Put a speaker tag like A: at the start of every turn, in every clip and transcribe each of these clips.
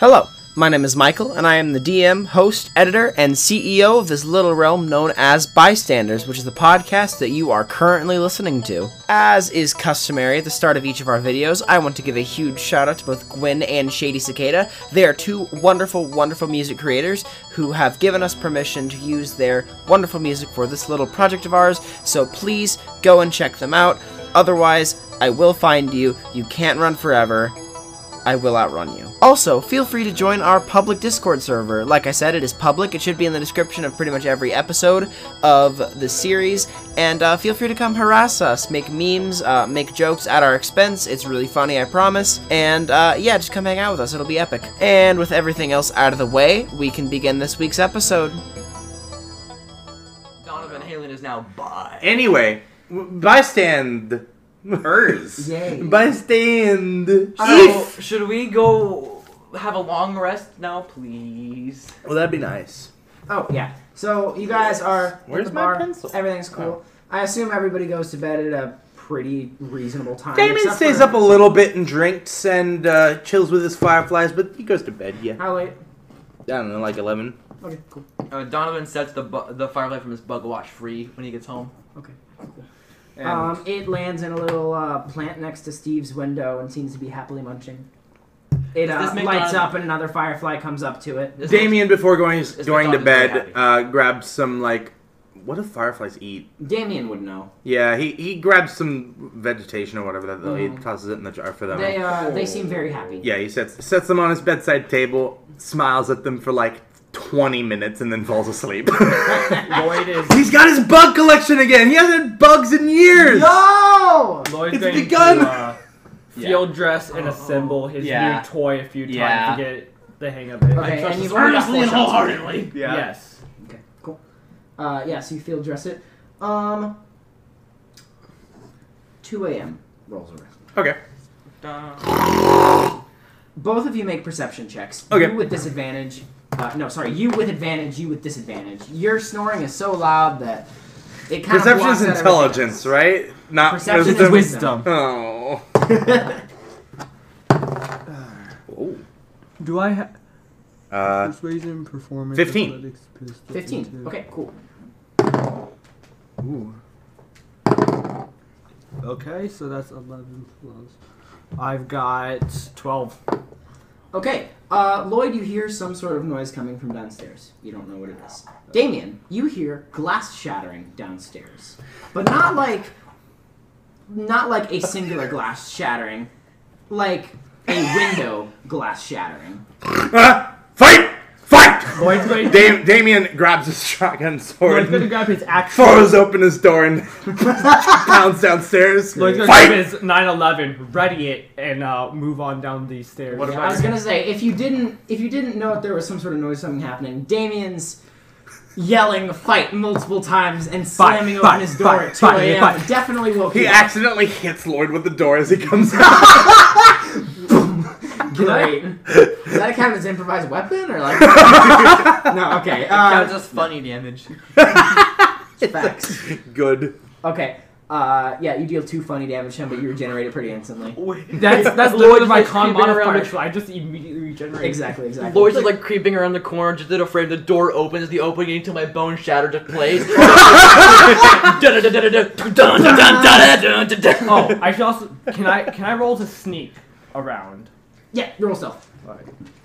A: Hello, my name is Michael, and I am the DM, host, editor, and CEO of this little realm known as Bystanders, which is the podcast that you are currently listening to. As is customary at the start of each of our videos, I want to give a huge shout out to both Gwen and Shady Cicada. They are two wonderful, wonderful music creators who have given us permission to use their wonderful music for this little project of ours, so please go and check them out. Otherwise, I will find you. You can't run forever. I will outrun you. Also, feel free to join our public Discord server. Like I said, it is public. It should be in the description of pretty much every episode of the series. And uh, feel free to come harass us, make memes, uh, make jokes at our expense. It's really funny, I promise. And uh, yeah, just come hang out with us. It'll be epic. And with everything else out of the way, we can begin this week's episode.
B: Donovan Halen is now bi.
C: Anyway, w- bystand. Hers.
B: Yay.
C: Bystand.
B: So, should we go have a long rest now, please?
C: Well, that'd be nice.
A: Oh yeah. So you guys are
C: Where's
A: at the
C: my
A: bar.
C: pencil? Oh.
A: Everything's cool. I assume everybody goes to bed at a pretty reasonable time.
C: Damien
A: except
C: stays
A: for-
C: up a little bit and drinks and uh, chills with his fireflies, but he goes to bed, yeah.
A: How late?
C: I don't know, like 11.
A: Okay, cool.
B: Uh, Donovan sets the bu- the firefly from his bug wash free when he gets home.
A: Okay.
B: And
D: Um, it lands in a little uh, plant next to Steve's window and seems to be happily munching. It
B: Does
D: uh,
B: this make
D: lights
B: Don-
D: up and another firefly comes up to it.
B: this
C: Damien, before going
B: the
C: going to
B: dog is very
C: bed,
B: happy.
C: uh, grabs some, like, what do fireflies eat?
D: Damien would know.
C: Yeah, he, he grabs some vegetation or whatever that they'll eat, tosses it in the jar for them.
D: They uh,
B: Oh.
D: they seem very happy.
C: yeah, he sets sets them on his bedside table, smiles at them for like 20 minutes, and then falls asleep.
E: Lloyd is
C: He's got his bug collection again. He hasn't had bugs in years.
D: No!
E: Lloyd's
C: It's
E: going
C: begun!
E: to uh, field dress and assemble his
B: Yeah.
E: new toy a few times
B: Yeah.
E: to get the hang of it.
D: Okay,
B: trust
D: and you've
B: this
D: already got
B: earnestly
D: four
B: and
D: shots.
B: wholeheartedly.
C: Yeah.
E: Yes.
D: Okay, cool. Uh, yeah, so you field dress it. Um, 2 a.m. rolls around.
C: Okay.
D: Both of you make perception checks.
C: Okay.
D: You with disadvantage. Uh, no, sorry. You with advantage. You with disadvantage. Your snoring is so loud that it kind of
C: Perception
D: blocks
C: is
D: out everything
C: intelligence,
D: else.
C: right? Not
D: Perception is wisdom.
C: wisdom. Oh.
E: Do I have
C: Uh,
E: persuasion performance?
C: 15.
D: Fifteen. Okay, cool.
E: Ooh. Okay, so that's eleven plus. I've got twelve.
D: Okay, uh, Lloyd, you hear some sort of noise coming from downstairs. You don't know what it is. Damien, you hear glass shattering downstairs, but not like, not like a singular glass shattering, like a window glass shattering.
C: ah, fight! Fight!
E: Lloyd's going to,
C: Dam- Damien grabs his shotgun
E: Lloyd's going to
C: sword,
E: grab his actual.
C: throws open his door, and pounds downstairs.
E: Lloyd's going to grab
C: Fight!
E: his 911, ready it, and uh, move on down these stairs.
B: What about-
D: I was gonna say if you didn't if you didn't know if there was some sort of noise something happening, Damien's yelling fight multiple times and slamming open
E: fight,
D: his door
E: fight,
D: at 2
E: fight,
D: a.m.
E: fight.
D: definitely woke
C: He
D: you up.
C: accidentally hits Lloyd with the door as he comes out.
D: Great. Is that count as improvised weapon or like? no. Okay.
B: That's
D: Uh,
B: just funny damage.
D: facts.
C: Good.
D: Okay. Uh, yeah, you deal two funny damage to him, but you regenerate it pretty instantly.
E: That's that's
B: Lloyd
E: literally my
B: just
E: con
B: creeping around
E: modifier.
B: the-
E: so I just immediately regenerate.
D: Exactly. Exactly.
B: Lloyd's just like creeping around the corner, just did a frame. The door opens, the opening until my bone shattered to place.
E: Oh,
B: Oh,
E: I should also can I can I roll to sneak around?
D: yeah, roll stealth.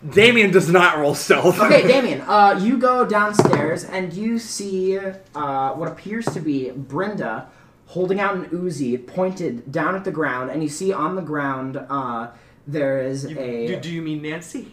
C: Damien does not roll stealth.
D: Okay, Damien, uh, you go downstairs and you see uh, what appears to be Brenda holding out an Uzi pointed down at the ground, and you see on the ground uh, there is a
B: do, do you mean Nancy?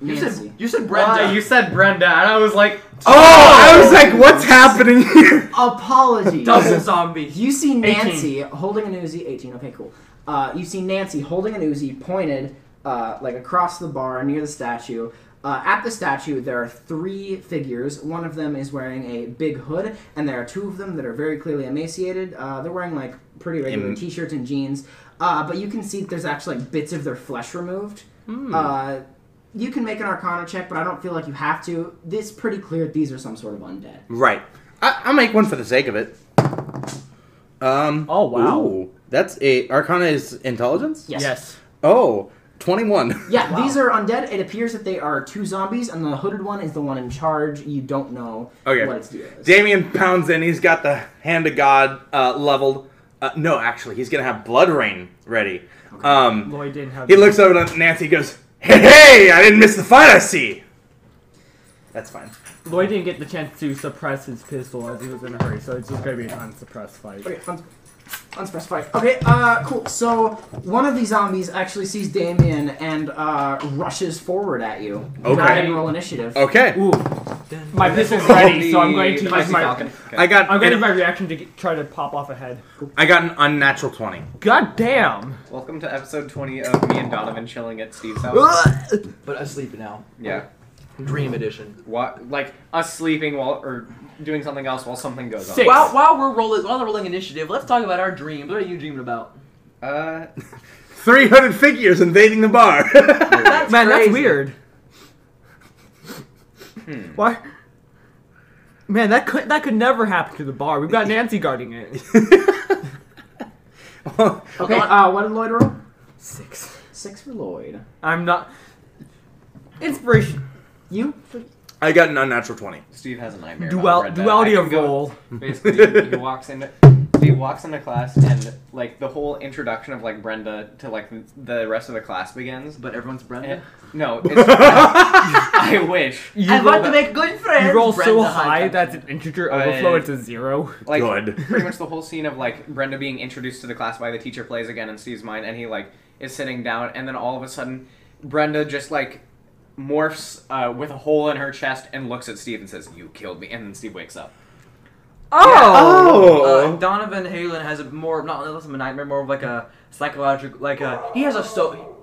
B: You
D: Nancy.
B: said, you said Brenda.
D: Uh,
B: you
E: said Brenda, and I was like,
C: Oh, I was like, what's happening here?
D: Apologies.
B: double zombie.
D: You see Nancy holding an Uzi. 18, okay, cool. Uh, you see Nancy holding an Uzi pointed uh, like across the bar near the statue. Uh, at the statue, there are three figures. One of them is wearing a big hood, and there are two of them that are very clearly emaciated. Uh, they're wearing like pretty regular
C: Em-
D: t shirts and jeans, uh, but you can see that there's actually like, bits of their flesh removed. Uh, you can make an arcana check, but I don't feel like you have to. It's pretty clear that these are some sort of undead.
C: Right. I- I'll make one for the sake of it. Um.
E: Oh, wow.
C: ooh, that's a Arcana is intelligence.
D: Yes.
E: yes.
C: Oh, 21.
D: Yeah, these are undead. It appears that they are two zombies, and the hooded one is the one in charge. You don't know
C: Okay.
D: what its deal is.
C: Damien pounds in. He's got the hand of God uh, leveled. Uh, no, actually, he's gonna have blood rain ready. Um,
E: Lloyd didn't have.
C: he looks over to Nancy. He goes, "Hey, hey! I didn't miss the fight. I see." That's fine.
E: Lloyd didn't get the chance to suppress his pistol as he was in a hurry, so it's just gonna be an unsuppressed fight.
D: Okay, un- unspecified. Okay, uh, cool. So one of these zombies actually sees Damien and uh, rushes forward at you.
C: Okay. Oh.
D: Go ahead and roll initiative.
C: Okay.
E: Ooh, my pistol's ready, so I'm going to use
B: Spicy
E: my.
B: Falcon.
C: I got.
E: I'm going to use
C: an,
E: my reaction to get, try to pop off a head.
C: I got an unnatural twenty.
E: God damn!
F: Welcome to episode 20 of me and Donovan chilling at Steve's house.
B: But I'm sleeping now.
F: yeah.
B: Dream edition.
F: What? Like us sleeping while or doing something else while something goes
E: Six.
B: While, while we're rolling, while they're rolling initiative, let's talk about our dreams. What are you dreaming about?
F: on. Uh,
C: Three hundred figures invading the bar.
B: That's
E: Man, that's
B: crazy.
E: weird. Why? Man, that could that could never happen to the bar. We've got Nancy guarding it.
D: Okay. Uh, what did Lloyd roll?
E: Six.
D: Six for Lloyd.
E: I'm not. Inspiration.
D: You?
C: I got an unnatural twenty.
F: Steve has a nightmare. about
E: Dual,
F: Red Dead.
E: duality
F: I
E: of
F: can go-
E: role.
F: Basically, he, he walks into he walks into class and like the whole introduction of like Brenda to like the rest of the class begins. But
B: But everyone's
F: eh,
B: Brenda.
F: no, it's, I, I wish.
E: You
B: I
E: roll,
B: want to make good friends.
E: you roll so
B: Brenda
E: high
B: Hunter.
E: that's an integer
F: I-
E: overflow. It's a zero.
F: Like
C: Good.
F: pretty much the whole scene of like Brenda being introduced to the class by the teacher plays again and sees mine, and he like is sitting down, and then all of a sudden, Brenda just like morphs uh, with a hole in her chest and looks at Steve and says, "You killed me," and then Steve wakes up.
B: Uh,
C: Oh.
B: Donovan Halen has a more not less of a nightmare, more of like a psychological, like a he has a so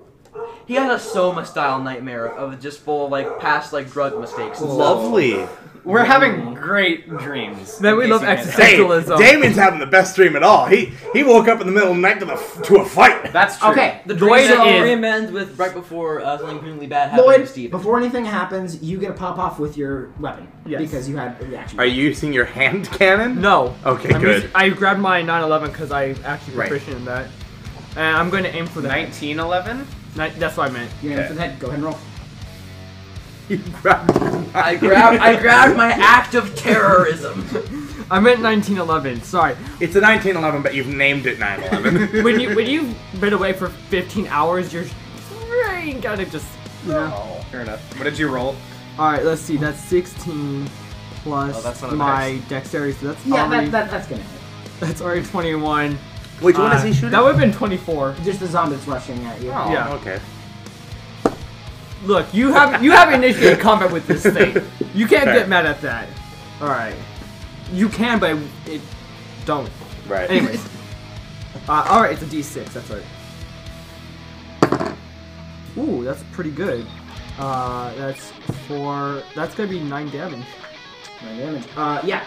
B: he has a soma style nightmare of just full of like past like drug mistakes. and stuff.
C: Oh. Lovely.
F: We're having great dreams.
E: Then
F: in
E: we
F: case
E: love
F: you can't
E: exercise.
F: tell.
C: Hey,
E: Socialism.
C: Damien's having the best dream at all. He he woke up in the middle of the night to the to a fight.
F: That's true.
D: Okay.
B: The
E: The way
B: dream,
E: that
B: the
E: is-
B: dream ends with right before uh, something really bad happens to
D: Lloyd,
B: Steve.
D: before anything happens, you get a pop off with your weapon
E: Yes.
D: because you had a reaction.
C: Are you using your hand cannon?
E: No.
C: Okay,
E: I'm
C: good.
E: using- I grabbed my 911 because I actually
C: Right.
E: proficient in that, and I'm going to aim for the. Ni-
F: 1911.
E: that's what I meant.
D: You're aiming for the head. Go ahead and roll.
C: You grabbed.
B: I grabbed I grabbed my act of terrorism.
E: I meant 1911. Sorry.
C: It's a 1911, but you've named it 911.
E: when you when you've been away for 15 hours, your brain kind of just. You know.
F: Oh, fair enough. What did you roll?
E: All right, let's see. That's 16 plus
F: Oh, that's not a
E: my dexterity, so that's
D: Yeah,
E: already
D: that, that, that's gonna hit.
E: that's already 21.
C: Which one
E: Uh,
C: is he shooting?
E: That would have been 24.
D: Just the zombies rushing at you.
F: Oh,
E: Yeah.
C: Okay.
E: Look, you have you have initiated combat with this thing. You can't
C: Fair.
E: get mad at that. All right, you can, but it don't.
C: Right.
E: Anyways, uh, all right, it's a D6. That's right. Ooh, that's pretty good. Uh, that's four. That's gonna be nine damage.
D: Nine damage. Uh, yeah.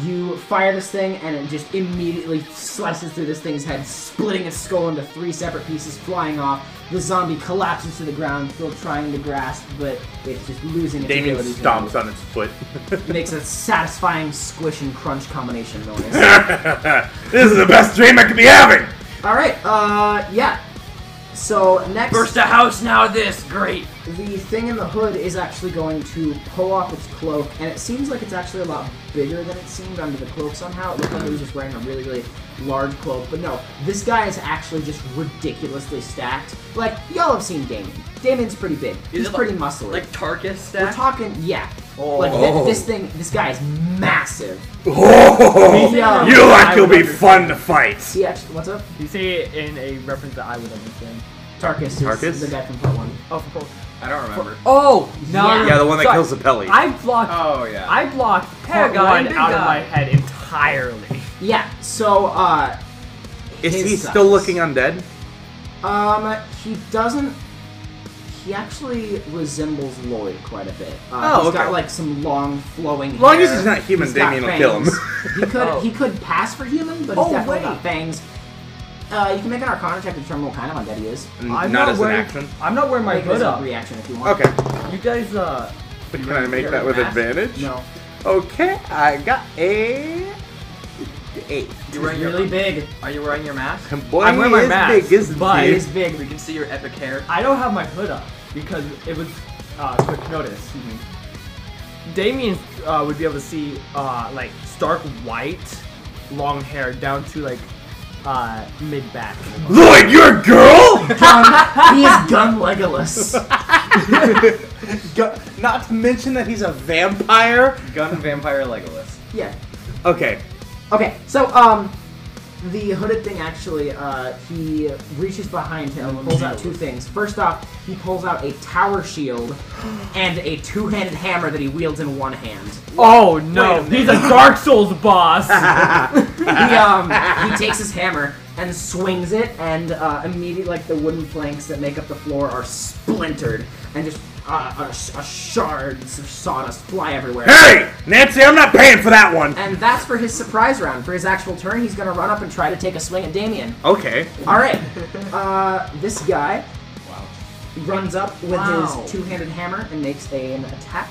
D: You fire this thing, and it just immediately slices through this thing's head, splitting its skull into three separate pieces, flying off. The zombie collapses to the ground, still trying to grasp, but it's just losing its
C: Damien
D: ability. to
C: stomps
D: move.
C: on its foot.
D: It makes a satisfying squish and crunch combination noise.
C: this is the best dream I could be having.
D: All right. Uh, yeah. So next,
B: Burst a house now this great.
D: the thing in the hood is actually going to pull off its cloak, and it seems like it's actually a lot bigger than it seemed under the cloak somehow. It looked like it was just wearing a really, really large cloak, but no, this guy is actually just ridiculously stacked. Like y'all have seen Damon. Damon's pretty big. He's
B: it
D: pretty
B: like-
D: muscly.
B: Like Oh. Tarkus
D: We're
B: stack.
D: talking, yeah. Like thi- this thing, this guy is massive.
C: Oh,
D: Yeah.
C: you like
E: I
C: you'll
E: would
C: be fun
E: understand.
C: to fight.
D: See, actually, what's up?
E: You say it in a reference that I would understand.
D: Tarkus is
C: Tarkus?
D: the guy from part one.
E: Oh, of course.
F: I don't remember.
E: Oh no!
D: Yeah.
E: no, no,
C: Yeah, the one that
E: sorry.
C: kills the Pelly.
E: I blocked.
F: Oh yeah.
E: I blocked part
B: guy,
E: one
B: big
E: out of
B: guy.
E: my head entirely.
D: Yeah. So, uh,
C: Is
D: his
C: he
D: size.
C: still looking undead?
D: Um, he doesn't. He actually resembles Lloyd quite a bit. Uh,
C: Oh,
D: he's got
C: okay.
D: like some long, flowing.
C: long
D: hair.
C: as he's not human,
D: He's got
C: Damien will kill him.
D: fangs. he could.
E: Oh.
D: He could pass for human, but he's
E: Oh,
D: definitely
E: wait.
D: got fangs. Uh, you can make an Arcana check to determine what kind of undead he is.
E: I'm
C: not as
E: wearing,
C: an action.
E: I'm not wearing my
D: Make it as
E: hood
D: a
E: up.
D: reaction if you want.
C: Okay.
E: You guys, uh,
C: Can I make that with
D: Mask?
C: advantage?
D: No.
C: Okay, I got a 8th.
B: You wearing
D: really
B: your,
D: big.
B: are you wearing your mask?
C: And boy,
E: I'm wearing my
C: it's
E: mask,
C: big, isn't
E: but-
C: it?
D: It is big.
B: We can see your epic hair.
E: I don't have my hood up because it was uh, quick notice.
C: Mm-hmm.
E: Damien uh, would be able to see uh, like stark white, long hair down to like uh, mid back.
C: Lloyd, you're a girl?
D: he is gun Legolas.
C: Gu- Not to mention that he's a vampire.
F: Gun Vampire Legolas.
D: yeah.
C: Okay.
D: Okay, so um, the hooded thing actually, uh, he reaches behind him and pulls out two things. First off, he pulls out a tower shield and a two-handed hammer that he wields in one hand.
E: Oh no, he's a Dark Souls boss.
D: He um, he takes his hammer and swings it, and uh, immediately like the wooden planks that make up the floor are splintered and just. Uh, uh, sh- uh, shards of sawdust fly everywhere.
C: Hey, Nancy, I'm not paying for that one.
D: And that's for his surprise round. For his actual turn, he's gonna run up and try to take a swing at Damien.
C: Okay.
D: All right. Uh, this guy runs up with
B: Wow.
D: his two-handed hammer and makes an attack.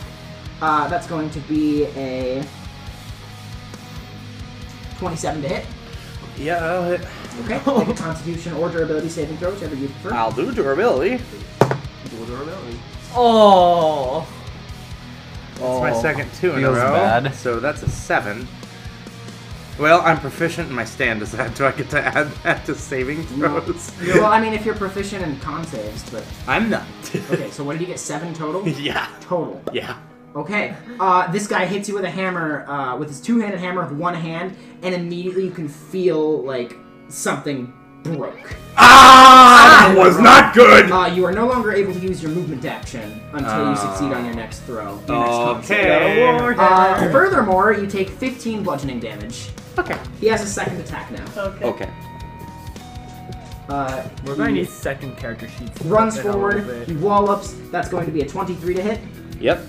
D: Uh, that's going to be a 27 to hit.
C: Yeah, uh, I'll hit.
D: Okay. Make a Constitution or durability saving throw, whichever you prefer.
C: I'll do durability.
E: oh,
C: That's my second two in a row.
F: feels bad.
C: So that's a seven. Well, I'm proficient in my stand. Does that do I get to add that to saving throws?
D: well, I mean, if you're proficient in con saves, but
C: I'm not.
D: okay. So what did you get? Seven total.
C: yeah.
D: Total.
C: Yeah.
D: Okay. Uh, this guy hits you with a hammer, uh, with his two-handed hammer with one hand, and immediately you can feel like something broke.
C: Ah, that was not good.
D: Uh, you are no longer able to use your movement action until you succeed on your next throw. Your next con save.
C: Okay.
D: Uh, furthermore, you take 15 bludgeoning damage.
C: Okay.
D: He has a second attack now.
C: Okay.
D: Uh,
E: we're gonna need second character sheets.
D: runs
E: in a little
D: forward, he
E: bit.
D: wallops. That's going to be a 23 to hit.
C: Yep.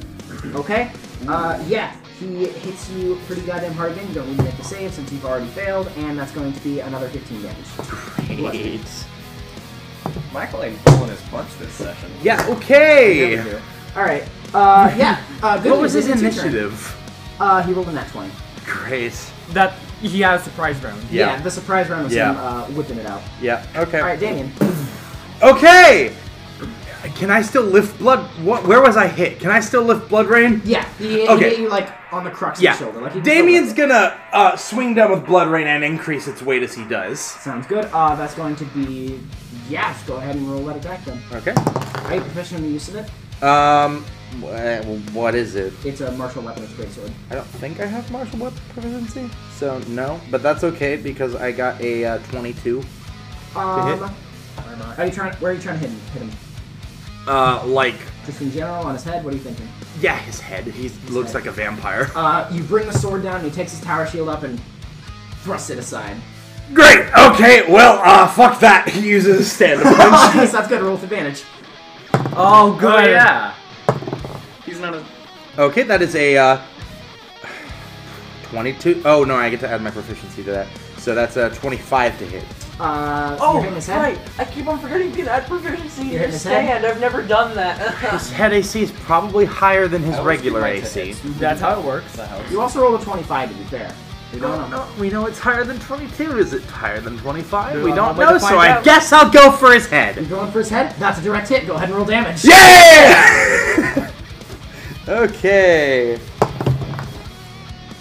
D: Okay. Uh, yeah, he hits you pretty goddamn hard again. You don't need to make the save since you've already failed, and that's going to be another 15 damage.
F: Michael ain't pulling his punch this session.
C: Yeah. Okay.
D: All right. Uh, yeah. Uh, good
C: What
D: news
C: was
D: is
C: his
D: it's your turn.
C: initiative?
D: Uh, he rolled a nat 20.
C: Great.
E: That he had a surprise round.
D: Yeah.
C: Yeah.
D: the surprise round was
C: Yeah.
D: him uh, whipping it out.
C: Yeah. Okay.
D: All right, Damien.
C: Okay. Can I still lift blood? What? Where was I hit? Can I still lift blood rain?
D: Yeah, he, he
C: Okay.
D: hit you like on the crux of the shoulder. Like he
C: Yeah. Damien's gonna uh, swing down with blood rain and increase its weight as he does.
D: sounds good. Uh, that's going to be yes. Go ahead and roll that attack then.
C: Okay.
D: Are you proficient in the use of it?
C: Um. wha- What is it?
D: It's a martial weapon. It's a greatsword.
C: I don't think I have martial weapon proficiency, so no. But that's okay because I got a uh, 22.
D: Um,
C: hit?
D: Are you trying? Where are you trying to hit him? Hit him
C: Uh, like
D: just in general on his head. What are you thinking?
C: yeah, his head. He looks like a vampire.
D: Uh, you bring the sword down. and He takes his tower shield up and thrusts it aside.
C: Great. Okay. Well, uh, fuck that. He uses a stand up punch.
D: so that's good. Roll with advantage.
E: Oh good.
F: Oh yeah. He's not a.
C: Okay, that is a uh, 22. Oh, no, I get to add my proficiency to that. So that's a 25 to hit.
D: Uh,
B: Oh,
D: you're hitting his head.
B: that's right. I keep on forgetting to add proficiency
D: You're
B: in
D: hitting
B: his
D: his head?
B: stand. I've never done that.
C: His head AC is probably higher than his
F: I always
C: regular
F: keep my two
C: AC.
F: hits.
E: That's how it works.
F: That helps.
D: You also rolled a twenty-five. To be fair. You don't know.
C: we know it's higher than 22. Is it higher than 25?
E: We're on our way to find out.
C: guess I'll go for his
D: You're
C: head.
D: going for his head. That's a direct hit. Go ahead and roll damage.
C: Yeah! okay.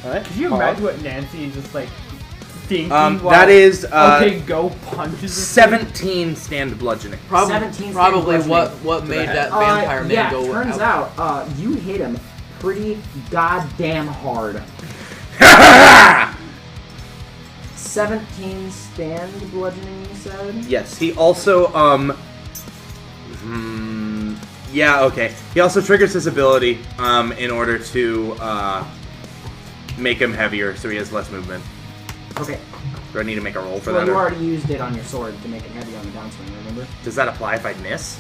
C: Alright.
E: Could you imagine what Nancy is just like thinking?
C: Oh. Um,
E: while-
C: that is uh,
E: okay, go punches. this thing?
C: 17 stand bludgeoning.
B: Prob-
D: 17
B: probably
D: skin
B: what what
C: the
B: made
C: head.
B: that
D: Uh,
B: vampire man
D: yeah,
B: go
D: turns
B: out.
D: out uh, you hit him pretty goddamn hard.
C: Ah!
D: 17 stand bludgeoning, you said?
C: Yes, he also um. hmm, yeah. Okay. He also triggers his ability um in order to uh make him heavier, so he has less movement.
D: Okay.
C: Do I need to make a roll for
D: Well,
C: that?
D: you
C: or-
D: already used it on your sword to make it heavy on the downswing, remember?
C: Does that apply if I miss?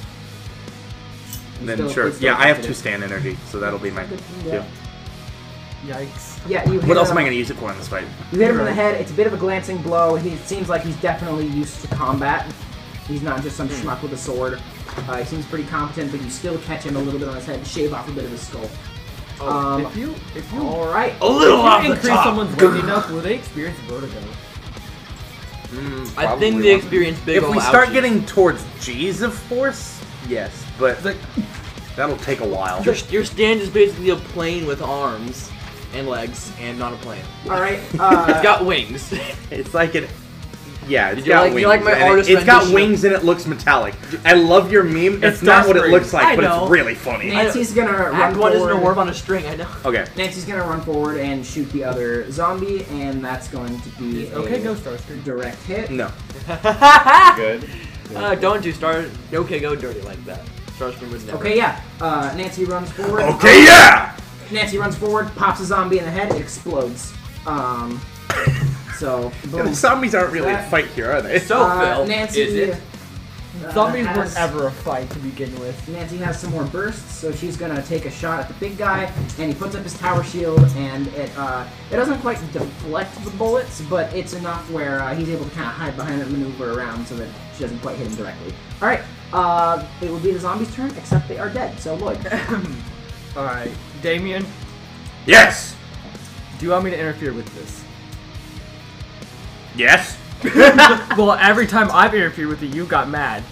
D: You
C: Then
D: still-
C: sure.
D: it's still
C: Yeah, I have two
D: considered.
C: stand energy, so that'll be my. Two.
D: Yeah.
E: Yikes.
D: Yeah, you hit
C: What else
D: him,
C: am I gonna use it for in this fight?
D: You hit him in the head. It's a bit of a glancing blow. He it seems like he's definitely used to combat. He's not just some
C: Hmm.
D: schmuck with a sword. Uh, he seems pretty competent, but you still catch him a little bit on his head and shave off a bit of his skull. Um,
E: Oh, if you if
C: Hmm.
E: you
D: All right.
C: A little off
E: if you
C: the
E: increase
C: top.
E: someone's weight enough, will they experience vertigo?
C: Mm,
B: I
C: probably
B: think they
C: won't.
B: experience big.
C: If
B: ol'
C: we start
B: ouchies.
C: getting towards G's of force, yes, but
E: It's like
C: that'll take a while.
B: your, your stand is basically a plane with arms and legs, and not a plane.
D: All right. Uh,
B: It's got wings.
C: It's like it. Yeah, it's
B: Did you
C: got
B: like- you
C: wings.
B: like my
C: and it-
B: artist
C: it's got
B: rendition?
C: wings and it looks metallic. I love your meme. It's,
E: It's
C: not what it
E: Dark
C: looks like,
B: I
C: but
B: know.
C: it's really funny.
B: I-
D: Nancy's gonna run
B: Act one isn't a
D: forward.
B: worm on a string. I know.
C: Okay.
D: Nancy's gonna run forward and shoot the other zombie, and that's going to be a
E: okay, go Starscream.
D: direct hit.
C: No.
F: Good.
B: Uh, don't do star. Okay, go dirty like that. Starscream was never.
D: Okay, yeah. Uh, Nancy runs forward.
C: Okay, yeah!
D: Nancy runs forward, pops a zombie in the head, it explodes. Um, so
C: Yeah,
D: boom.
C: the zombies aren't really
D: That-
C: in fight here, are they?
B: So
D: Uh,
B: Phil,
D: Nancy.
B: is it?
D: uh,
E: Zombies
D: has-
E: weren't ever a fight to begin with.
D: Nancy has some more bursts, so she's gonna take a shot at the big guy, and he puts up his tower shield, and it uh, it doesn't quite deflect the bullets, but it's enough where uh, he's able to kind of hide behind it, and maneuver around, so that she doesn't quite hit him directly. All right, uh, it will be the zombies' turn, except they are dead. So Lloyd,
E: All right, Damien,
C: Yes!
E: do you want me to interfere with this?
C: Yes?
E: Well, every time I've interfered with it, you got mad.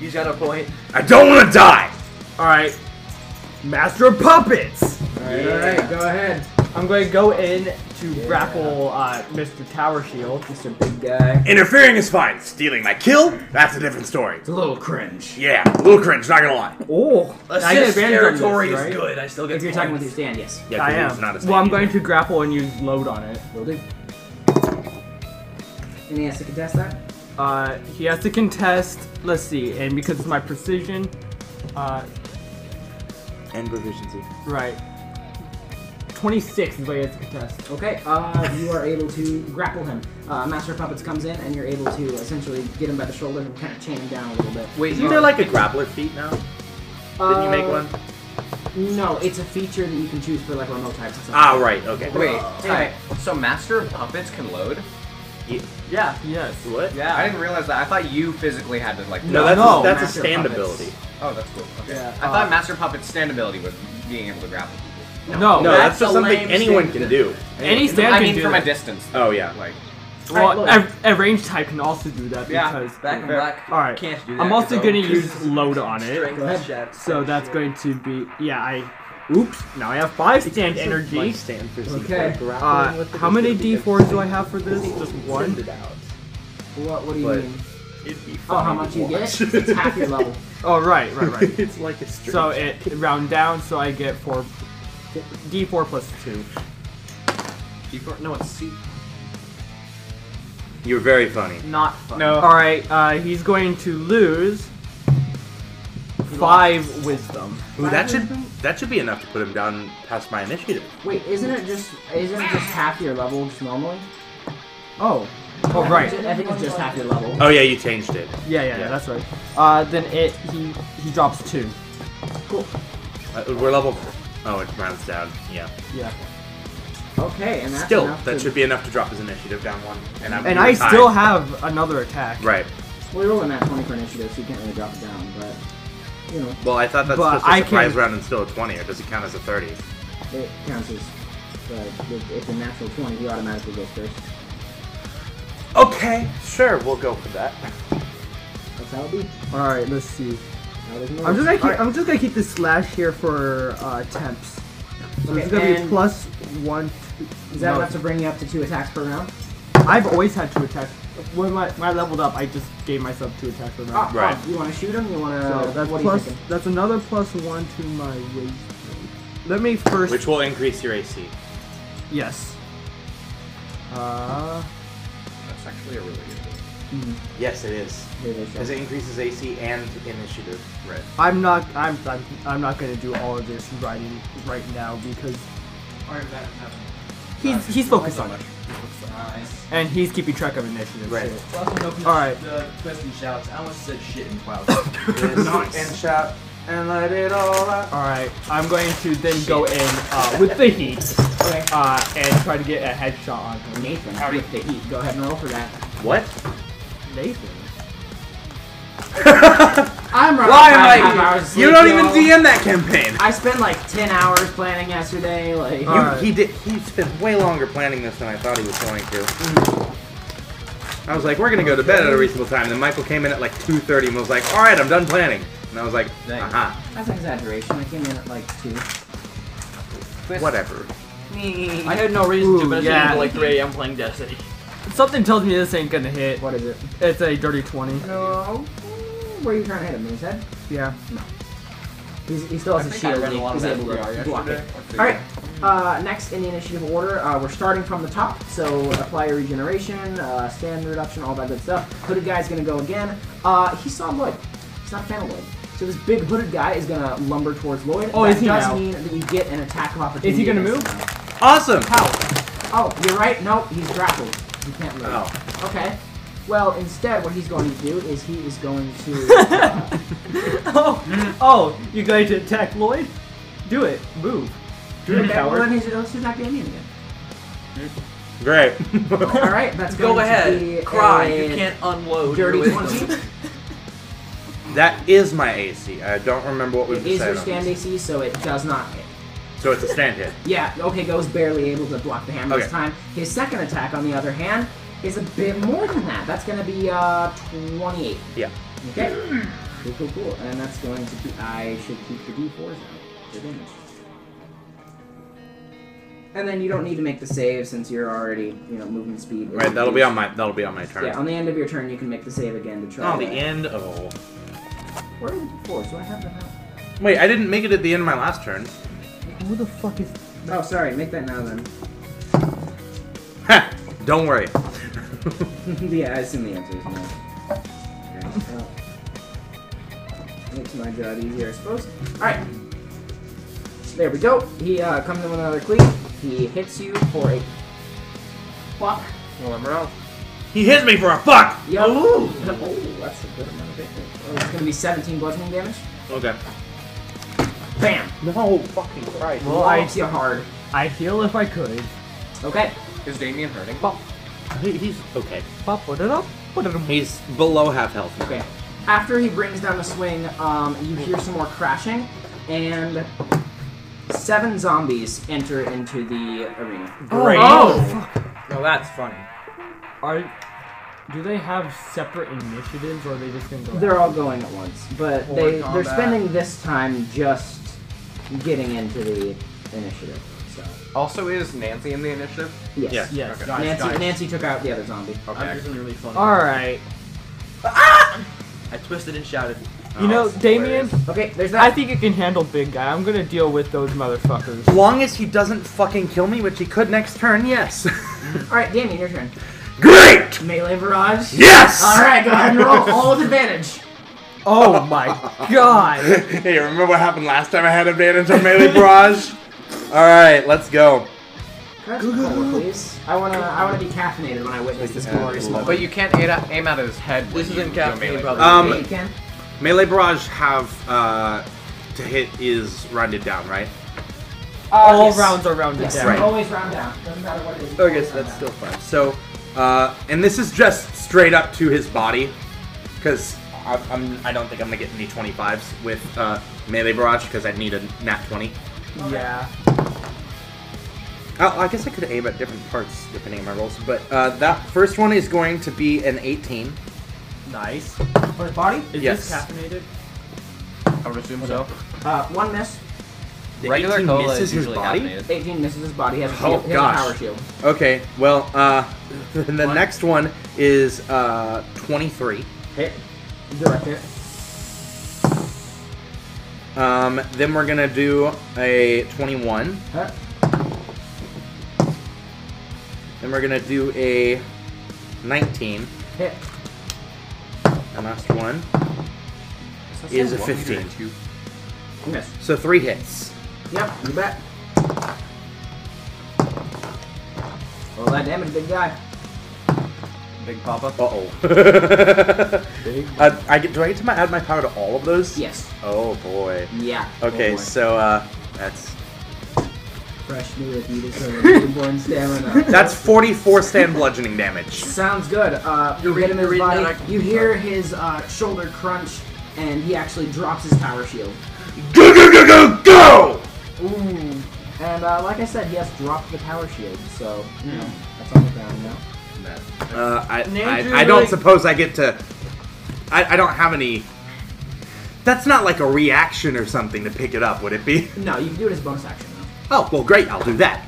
B: You got a point.
C: I don't want to die!
E: All right, Master of Puppets.
D: all right, go ahead,
E: I'm going to go in to grapple uh, Mr. Tower Shield.
D: Mr. Big Guy.
C: Interfering is fine. Stealing my kill? That's a different story.
D: It's a little cringe.
C: Yeah, a little cringe, not gonna lie.
E: Oh, I get
B: Assist
E: advantage on this,
B: territory is
E: right?
B: good. I still get.
D: If you're talking with your
B: points.
D: stand, yes,
C: Yeah,
E: I
C: 'cause
E: am.
C: it's not a
E: well, I'm
C: sneak.
E: going to grapple and use load on it.
D: will do. And he has to contest that.
E: Uh, he has to contest. Let's see, and because it's my precision, uh,
C: And proficiency.
E: right. 26 is what he has to contest.
D: Okay, uh, you are able to grapple him. Uh, Master of Puppets comes in, and you're able to essentially get him by the shoulder and kind of chain him down a little bit.
B: Wait,
C: Isn't there like a grappler feat now? Didn't you make
D: Uh,
C: one?
D: No, it's a feature that you can choose for like remote types and stuff.
C: Ah, right, okay.
F: Wait,
E: oh.
D: Anyway.
F: alright, so Master of Puppets can load?
E: Yeah. Yes.
C: What?
F: Yeah, I didn't realize that. I thought you physically had to like.
C: No,
E: No,
C: that's,
E: no,
C: a, that's
D: Master
C: a stand
D: Puppets.
C: ability.
F: Oh, that's cool. Okay.
E: Yeah,
F: I
E: uh,
F: thought Master Puppet's stand ability was being able to grapple people.
E: No.
C: No, that's,
B: That's
C: just
B: a
C: something
B: lame
C: anyone
B: stand
C: can do.
E: Any stand
F: I
E: can
F: mean,
E: do
F: from
E: that.
F: a distance.
C: Oh, yeah.
F: Like,
E: Well,
D: Alright,
E: a, a range type can also do that
F: Yeah.
E: because.
B: Back and back.
E: All right.
B: Can't do that.
E: I'm also
B: though.
E: going to use load on it.
B: Strength
D: ahead.
B: check.
E: So that's going to be yeah. I oops. Now I have five stand energy.
C: stand for
D: Okay.
E: Uh, how many d4s do I have for this? Just one.
D: What, what do you
C: But-
D: mean?
C: It'd be
D: Oh,
C: fun
D: how
C: to
D: much you
C: watch.
D: get? It's half your level.
E: Oh right, right, right.
C: it's like a string.
E: So it round down, so I get four. D4 plus two.
F: D4? No, it's C.
C: You're very funny.
E: Not fun.
F: No.
E: All right. Uh, he's going to lose five wisdom.
C: Ooh, that should that should be enough to put him down past my initiative.
D: Wait, isn't it just isn't it just half your level just normally?
E: Oh. Oh
D: I
E: right.
D: think it's- I think it's just half your level.
C: Oh yeah, you changed it.
E: Yeah, yeah,
C: Yeah.
E: yeah. That's right. Uh, then it he he drops two.
C: Uh, we're level. Oh, it rounds down. Yeah.
E: Yeah.
D: Okay, and that's
C: Still,
D: enough
C: that
D: to-
C: should be enough to drop his initiative down one. And I'm.
E: And
C: we're
E: I
C: tied.
E: still have another attack.
C: Right.
D: Well, you're rolling that 20 for initiative, so you can't really drop it down, but you know,
C: Well, I thought that's
E: But
C: supposed to be
E: I
C: a surprise
E: can-
C: round and still a twenty, or does it count as a thirty?
D: it counts as. But if it's a natural 20, he automatically goes first.
C: Okay, sure, we'll go for that.
D: That's how it be.
E: All right. Let's see.
D: How it is
E: I'm just gonna keep,
D: All right.
E: I'm just gonna keep this slash here for uh, temps. So
D: Okay,
E: it's gonna be
D: and-
E: plus one. Two,
D: Is that
E: no,
D: enough to bring you up to two attacks per round?
E: I've always had two attacks. When I, when I leveled up, I just gave myself two attacks per round.
C: Oh, Right.
D: Oh, You want to shoot him? You want to?
E: so that's
D: Ah. what
E: plus.
D: Are you thinking?
E: That's another plus one to my wisdom. Let me first.
C: Which will increase your AC.
E: Yes. Uh,
F: That's actually a really good
C: Yes, it is.
D: Here they show.
C: increases AC and initiative.
F: Right.
E: I'm not. I'm, I'm. I'm not gonna do all of this writing right now because he's he's focused on it, and he's keeping track of initiative.
C: Right.
E: so-
B: All
E: Alright.
B: right. The question shouts. I almost said shit in clouds.
C: And shout and let it all out.
E: All right, I'm going to then go in uh, with the heat
D: Okay.
E: uh, and try to get a headshot on him.
D: Nathan, with the heat. Go ahead and roll for that.
C: What?
E: Nathan.
D: I'm running
C: Why
D: five
C: am
D: and a half
C: I?
D: hours of
C: You
D: sleep,
C: don't
D: yo.
C: even DM that campaign.
D: I spent like ten hours planning yesterday. Like
E: All right.
C: He did. He spent way longer planning this than I thought he was going to. I was like, we're gonna go to bed at a reasonable time. And then Michael came in at like 2:30 and was like, all right, I'm done planning. And I was like,
F: Dang.
C: aha,
D: that's an exaggeration. I came in at like two.
C: whatever.
B: I had no reason to,
E: Ooh,
B: but
E: yeah.
B: yeah. like 3 a.m. playing Destiny.
E: Something tells me this ain't gonna hit.
D: What is it?
E: It's a dirty 20.
D: No. Where are you trying to hit him? In his head?
E: Yeah.
D: He's, he still has his
F: think I
D: shield.
F: read a
D: and
F: lot
D: He's
F: of
D: able to
F: SDR
D: block it.
F: yesterday.
D: All right. Uh, next in the initiative order, uh, we're starting from the top, so apply your regeneration, uh, stand reduction, all that good stuff. Hooded guy's gonna go again. Uh, he saw Lloyd. He's not a fan of Lloyd. So this big hooded guy is gonna lumber towards Lloyd.
E: Oh,
D: that
E: is he
D: does
E: now?
D: mean that you get an attack of opportunity.
E: gonna
D: against
E: move?
D: him now.
C: Awesome.
D: Oh, you're right. No, he's grappled. He can't move.
C: Oh.
D: Okay. Well, instead, what he's going to do is he is going to. Uh,
E: Oh, oh, you're going to attack Lloyd? Do it. Move. Do
D: well,
E: it,
D: then
E: coward.
D: he's, he's not getting in again.
C: Great.
D: All right, that's going to
B: Go ahead,
D: be
B: cry.
D: a
B: You can't unload.
D: Dirty
B: your
D: twenty.
B: wisdom.
C: that is my AC. I don't remember what we
D: It is your
C: decided. on
D: stand
C: this.
D: AC, so it does not hit.
C: So it's a stand hit.
D: Yeah, okay, Go's barely able to block the hammer this
C: Okay.
D: time. His second attack, on the other hand, is a bit more than that. That's going to be uh, 28.
C: Yeah.
D: Okay. Cool, cool, cool. And that's going to be. I should keep the d4s out for damage. And then you don't need to make the save since you're already, you know, movement speed. is
C: Right. That'll be
D: reduced.
C: on my. That'll be on my turn.
D: Yeah, on the end of your turn, you can make the save again to try.
C: Oh, the
D: to-
C: end of.
D: Where are the d4s? Do I have them out?
C: Wait, I didn't make it at the end of my last turn.
E: Who the fuck is.
D: Oh, sorry. Make that now then.
C: Ha! Don't worry.
D: yeah, I assume the answer is no. Okay, well, makes my job easier, I suppose. Alright. There we go. He uh, comes in with another cleat. He hits you for a fuck.
F: Well, I'm wrong.
C: he hits me for a fuck.
D: Yo. Oh, that's a good amount of damage. Oh, it's gonna be 17 bludgeoning damage.
C: Okay.
D: Bam!
C: No fucking Christ.
E: Well, I,
D: Lobs you hard.
E: I heal if I could.
D: Okay.
F: Is Damien hurting?
C: He- he's okay.
E: Pop, put it up. Put it up.
C: He's below half health. now.
D: Okay. After he brings down the swing, um, you hear some more crashing, and seven zombies enter into the arena.
C: Great.
E: Oh!
F: No, that's funny.
D: Oh.
E: Are. Do they have separate initiatives or are they just gonna go.
D: They're all going at once, but
E: Forward
D: they
E: combat.
D: they're spending this time just getting into the initiative. So
F: Also, is Nancy in the initiative?
D: yes,
C: Yeah.
E: Yes.
F: Okay.
D: Nancy
B: Guys, guys.
D: Nancy took out the other zombie.
B: I'm just really funny.
E: Uh, Alright.
B: I twisted and shouted. Oh,
E: You know, Damien,
D: Okay, there's
E: I
D: that.
E: think you can handle big guy. I'm gonna deal with those motherfuckers.
C: long as he doesn't fucking kill me, which he could next turn, yes.
D: all right, Damien, your turn.
C: Great!
D: Melee barrage.
C: Yes!
D: All right, go ahead and roll all with advantage.
E: Oh my god!
C: hey, remember what happened last time I had advantage on melee barrage? Alright, let's go.
D: Can I have some cola, please? I wanna I wanna be caffeinated when I witness this glorious moment.
F: But you can't aim at, aim at his head. when
B: This
F: you
B: isn't
F: do a
B: caffeine,
F: melee
B: brother.
F: attack.
D: Yeah,
C: Um,
D: you can.
C: melee barrage have, uh, to hit is rounded down, right?
E: All
D: yes.
E: rounds are rounded
D: Yes,
E: down.
C: Right.
D: always round down. Doesn't matter what it is.
C: Okay, so that's still fine. So, uh, and this is just straight up to his body, because I'm I don't think I'm gonna get any 25s with uh, melee barrage because I'd need a nat 20.
E: Yeah.
C: Oh, I guess I could aim at different parts depending on my rolls, but uh, that first one is going to be an 18.
E: Nice.
D: For his body,
E: Is
C: Yes.
E: this caffeinated?
F: I would assume so.
D: uh, one miss,
C: The
F: Regular
C: 18
F: cola
C: misses
F: is
C: his
F: usually
C: body?
F: caffeinated.
D: 18 misses his body. He has a,
C: Oh,
D: shield. He has a
C: gosh.
D: power shield.
C: Okay, well, uh, the next one is uh, 23.
D: Hit. Direct hit.
C: Um, then we're gonna do a 21.
D: Hit.
C: Then we're gonna do a 19.
D: Hit.
C: And last one. Is a 15.
D: Miss.
C: So three hits.
D: Yep, you bet. Roll that damage, big guy.
F: Big Papa.
C: Uh oh. uh, I get, do I get to my, add my power to all of those?
D: Yes.
C: Oh boy.
D: Yeah.
C: Okay,
D: Oh, boy.
C: so uh, that's
D: Fresh new with you, so newborn stamina.
C: that's 44 stand bludgeoning damage.
D: Sounds good. Uh, you
B: You're
D: hit
B: reading-
D: him in
B: you're
D: his
B: reading
D: body.
B: that I can-
D: You hear his uh, shoulder crunch and he actually drops his power shield.
C: Go go go go go!
D: Ooh. And uh, like I said, he has dropped the power shield, so you
B: Hmm.
D: know that's on the ground now.
C: Uh, I,
B: Andrew,
C: I, I don't
B: like-
C: suppose I get to. I, I don't have any. That's not like a reaction or something to pick it up, would it be?
D: No, you can do it as a bonus action. though.
C: Oh, well, great, I'll do that.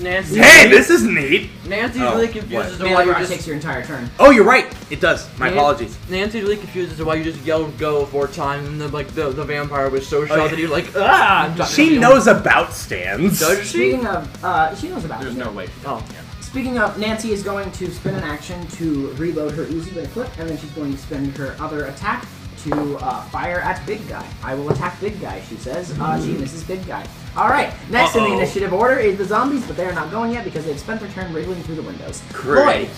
B: Nancy.
C: Hey, this is neat!
B: Nancy's
C: Oh,
B: really
C: what?
B: confused as to
D: Man,
B: why you
D: it
B: just
D: takes your entire turn.
C: Oh, you're right, it does. My
B: Yeah.
C: apologies.
B: Nancy's really confused as to why you just yelled "go" four times, and then like the, the vampire was so shocked
C: yeah.
B: that he was like, "Ah!" and dropped
C: She
B: it.
C: knows about stands.
B: Does she?
D: Speaking of, uh, she knows about
F: There's
D: it.
F: no way.
B: Oh,
D: Speaking of, Nancy is going to spin an action to reload her Uzi with a clip, and then she's going to spend her other attack to uh, fire at Big Guy. I will attack Big Guy, she says. Uh, she misses Big Guy. All right, next in
C: Uh-oh.
D: the initiative order is the zombies, but they are not going yet because they've spent their turn wriggling through the windows.
C: Great.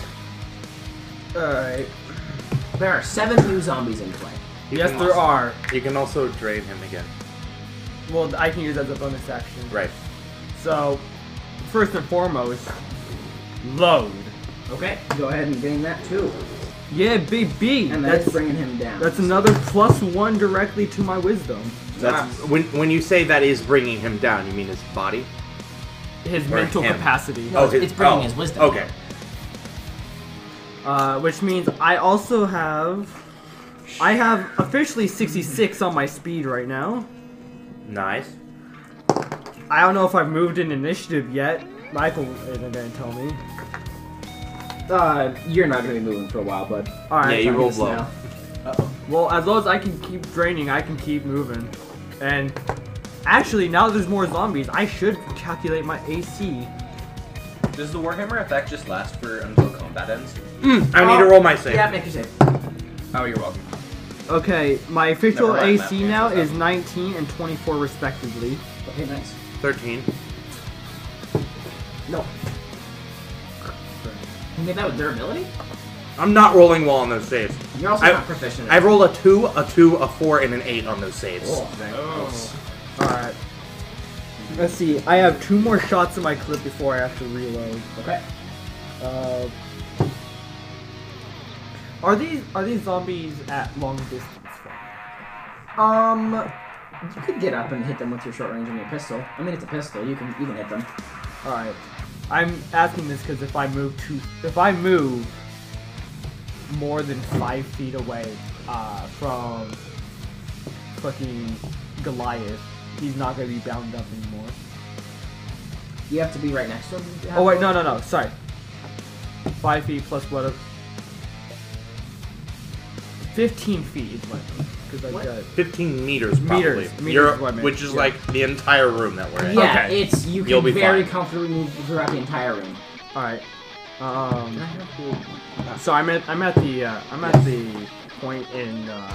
E: Alright.
D: Lloyd, there are seven new zombies in play.
E: Yes, there are.
C: You can also drain him again.
E: Well, I can use that as a bonus action.
C: Right.
E: So, first and foremost, load.
D: Okay, go ahead and gain that too,
E: Yeah, baby.
D: and that's
E: that's
D: bringing him down.
E: that's another plus one directly to my wisdom.
C: That's when when you say that is bringing him down. You mean his body?
E: His
C: Or
E: mental
C: him.
E: capacity.
D: No, it's- it's bringing
C: oh,
D: his wisdom.
C: Okay.
E: Uh, which means I also have. I have officially 66 on my speed right now.
C: Nice.
E: I don't know if I've moved in initiative yet. Michael isn't gonna tell me.
D: uh, you're not going to be moving for a while, bud.
E: Alright.
C: yeah, you
D: I'm
C: roll
D: just
C: low.
D: now.
E: Well, as long as I can keep draining, I can keep moving. And actually, now there's more zombies, I should calculate my AC.
F: Does the Warhammer effect just last for until combat ends?
C: I need to roll my save.
D: Yeah, make your save.
F: Oh, you're welcome.
E: Okay, my official
F: Never mind, that
E: AC
F: cancels
E: now
F: out.
E: is 19 and 24 respectively.
D: Okay, nice.
C: Thirteen.
D: No. You get that with durability?
C: I'm not rolling well on those saves.
D: You're also
C: I-
D: not proficient.
C: I roll a two, a two, a four, and an eight on those saves.
E: Alright. Let's see, I have two more shots in my clip before I have to reload.
D: Okay.
E: Uh, are these are these zombies at long distance?
D: Um, you could get up and hit them with your short range and your pistol. I mean, it's a pistol. You can you can hit them.
E: All right, I'm asking this because if I move to if I move more than five feet away uh, from fucking Goliath, he's not gonna be bound up anymore.
D: You have to be right next to them. to have
E: Oh wait,
D: it.
E: no no no, sorry. Five feet plus what? Fifteen feet is what? Because I
D: What?
E: got.
C: Fifteen meters, probably.
E: Meters. Meters
C: You're-
E: is what I meant.
C: which is
E: Yeah.
C: like the entire room that we're in.
D: Yeah, it's you
C: You'll
D: can
C: be
D: very
C: fine.
D: comfortably move throughout the entire room.
E: All right. Um.
D: Can I have the-
E: So I'm at I'm at the uh, I'm at the point in uh,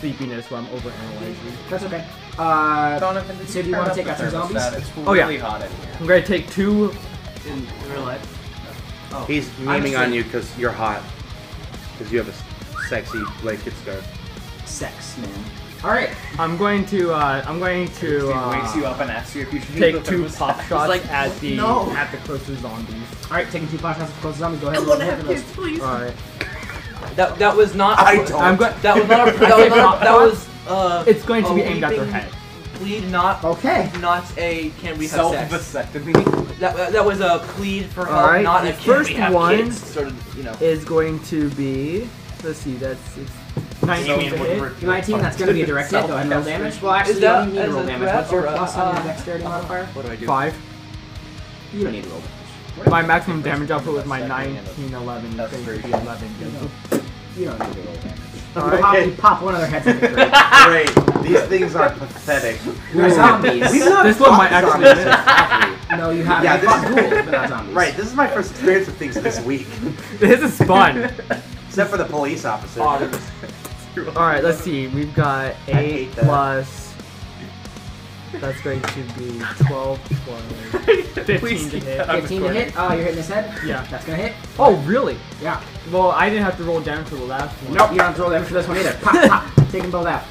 E: sleepiness where I'm overanalyzing.
D: That's okay. Uh,
F: Donovan, did
D: So do you
F: turn
D: wanna
F: up
D: take
F: the
D: out some
F: thermostat?
D: zombies?
F: It's
E: Oh, yeah.
F: really hot in here.
E: I'm gonna take two.
B: in, in real life.
C: He's
E: Oh,
F: Honestly-
C: memeing on you because you're hot. Because you have a s- sexy blanket scarf.
D: sex, man. All right.
E: I'm going to uh, I'm going to
F: Steve wakes you
E: uh,
F: up and asks you if you should
E: take
F: leave the
E: two
F: thermostat.
E: pop shots
B: like,
E: at the
D: no.
E: at the closer zombies.
D: All right. Taking two pot shots at close zombies. Go ahead. and roll hit those. Uh,
B: please.
E: All right.
B: That that was not.
C: I don't.
E: I'm going.
B: That was not. A, that was not. That was. Uh,
E: It's going to
B: a
E: be aimed at their
B: weeping
E: head.
B: Plead not.
D: Okay.
B: Not a. Can we have sex?
F: Self-vasectomy.
B: That that was a plead for help,
E: Alright,
B: not
E: the
B: a can
E: first
B: we have
E: one-
B: kids sort of. You know.
E: Is going to be. Let's see. That's it's 19 to hit.
D: 19. That's going to be a direct hit. Go ahead and roll damage. Well, actually,
B: Is
D: you
B: that
D: don't need to
B: as
D: roll
B: a
D: damage.
B: threat
D: What's your
B: or a-
D: plus on your
B: uh,
D: dexterity modifier?
F: What do I do?
E: Five.
D: You don't need to roll.
E: My maximum damage output with my
F: That's
E: 19, 11,
F: That's
E: going
F: very
E: to be
F: good.
E: 11.
D: You don't need to roll damage.
E: Alright.
D: You, pop, you pop one of their heads in the grave.
C: Great. These things are pathetic.
D: They're zombies.
E: This one might actually miss.
D: no, you have
C: Yeah,
D: yeah,
C: this
D: fought
C: is-
D: ghouls, but not zombies.
C: Right, this is my first experience with things this week.
E: This is fun.
C: Except for the police officer.
E: All right, let's see. We've got eight
C: hate that.
E: plus. That's going to be 12, 15 to hit.
D: 15 to hit. Oh, you're hitting his head?
E: Yeah.
D: That's gonna hit?
E: Oh, really?
D: Yeah.
E: Well, I didn't have to roll down for the last one.
D: Nope, you don't have to roll damage for this one either. Pop, pop. Take them both out.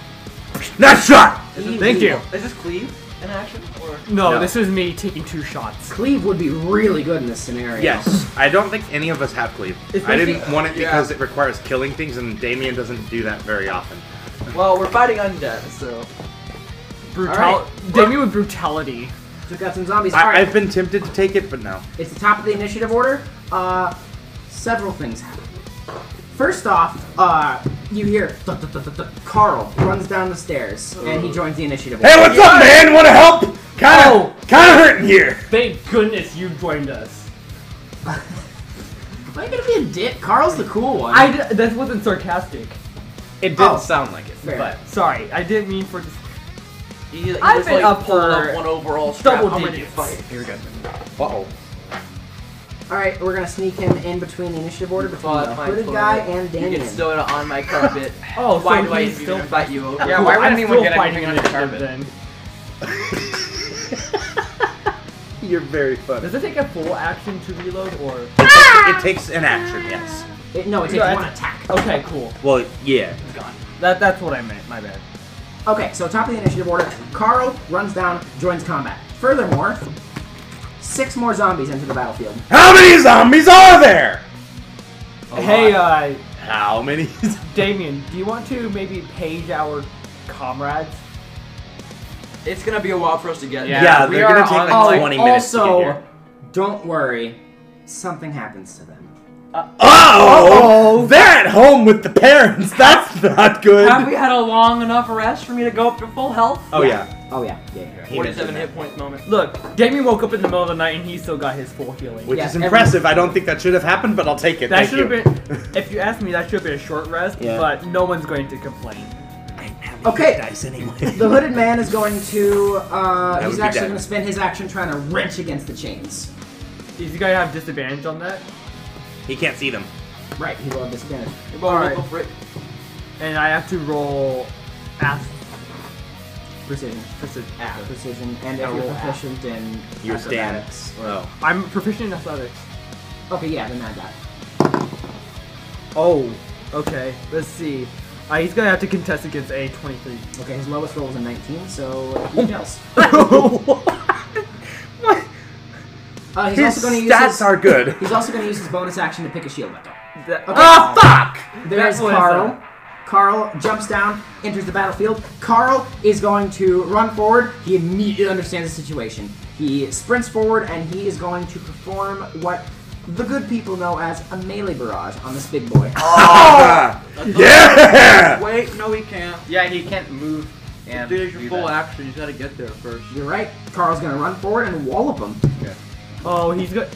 C: Nice shot!
B: Is
E: Thank you.
B: Is this cleave in action or?
E: No,
C: No.
E: this is me taking two shots.
D: Cleave would be really good in this scenario.
C: Yes. I don't think any of us have cleave.
E: It's
C: I
E: basically-
C: didn't want it because it requires killing things, and Damien doesn't do that very often.
B: Well, we're fighting undead, so.
E: Brutal.
D: All
E: Damien with brutality.
D: Took out some zombies. All
C: I,
D: right.
C: I've been tempted to take it, but no.
D: It's the top of the initiative order. Uh, several things happen. First off, uh, you hear "Duh, duh, duh, duh, duh." Carl runs down the stairs and he joins the initiative.
C: Hey,
D: order.
C: what's up, man? Want to help? Kind of, kind of hurting here.
E: Thank goodness you joined us.
D: Why are you gonna be a dick? Carl's the cool one.
E: I d- that wasn't sarcastic.
F: It didn't
D: Oh.
F: sound like it,
D: Fair.
F: but
E: Sorry, I didn't mean for.
B: He, he
E: I've
B: just,
E: been
B: like,
E: up
B: pulled
E: for
B: up one overall strap.
E: double
B: How many
E: digits.
B: fights? Here we go.
C: Uh oh.
D: All right, we're gonna sneak him in between the initiative order between
B: Fought
D: the
B: my
D: hooded
B: toilet.
D: guy and
B: You
D: Damien.
B: can stow it on my carpet.
E: Oh,
B: why
E: so
B: do I
E: he's
B: even
E: still
B: invite you over?
F: Yeah, why
E: Cool,
F: would
E: I'm
F: anyone
E: still
F: get
E: fighting
F: anything on your
E: initiative Then.
F: carpet?
C: You're very funny.
E: Does it take a full action to reload or?
C: It takes an action, yes.
D: It- no, it takes
E: No, I-
D: one attack.
E: Okay, cool.
C: Well, yeah.
E: That that's what I meant. My bad.
D: Okay, so top of the initiative order, Carl runs down, joins combat. Furthermore, six more zombies enter the battlefield.
C: How many zombies are there?
E: hey, uh,
C: How many?
E: Damien, do you want to maybe page our comrades?
B: It's gonna be a while for us to get
F: Yeah,
C: yeah,
F: we
C: they're
F: are
C: gonna take
F: on,
C: like
F: like,
C: 20 minutes to get
D: Oh, also,
C: here.
D: don't worry, something happens to them.
C: Oh, they're at home with the parents. That's not good.
B: Have we had a long enough rest for me to go up to full health?
C: oh yeah.
D: Oh yeah, yeah. yeah.
C: He mentioned
B: 47
C: that.
B: hit points moment.
E: Look, Damien woke up in the middle of the night and he still got his full healing.
C: Which
D: Yeah,
C: is
D: every-
C: impressive. I don't think that should have happened, but I'll take it.
E: that
C: Thank
E: should have
C: you.
E: been, if you ask me, that should have been a short rest.
C: Yeah.
E: But no one's going to complain.
D: Okay.
C: Dice anyway.
D: The hooded man is going to. Uh,
C: That
D: he's
C: would be
D: actually
C: dead.
D: going to spend his action trying to wrench against the chains.
E: Is he gonna have disadvantage on that?
C: he can't see them.
D: Right, he will have disadvantage.
B: Well,
D: Alright.
B: go for it.
E: And I have to roll ath-
D: Precision.
E: precision.
D: Ah, precision. And if
E: Gotta
D: you're
E: roll app.
D: proficient in.
C: Your stand.
D: acrobatics or-
C: Oh.
E: I'm proficient in athletics.
D: Okay, yeah, then add that.
E: Oh, okay. Let's see. Uh, he's gonna have to contest against a 23.
D: Okay, his lowest roll is a 19, so
C: Oh.
D: he fails. Uh, he's
C: His
D: also going to use
C: stats
D: his,
C: are good.
D: He's also going to use his bonus action to pick a shield weapon.
E: That-
C: Ah, fuck!
D: There's
E: That was,
D: Carl.
E: uh,
D: Carl jumps down, enters the battlefield. Carl is going to run forward. He immediately understands the situation. He sprints forward and he is going to perform what the good people know as a melee barrage on this big boy.
C: Ah,
D: Oh!
C: yeah!
B: Wait, no, he can't.
F: yeah, he can't move and
B: Dude, it's your
F: do
B: full
F: that.
B: action. You gotta get there first.
D: You're right. Carl's going to run forward and wallop him.
E: Oh, he's got.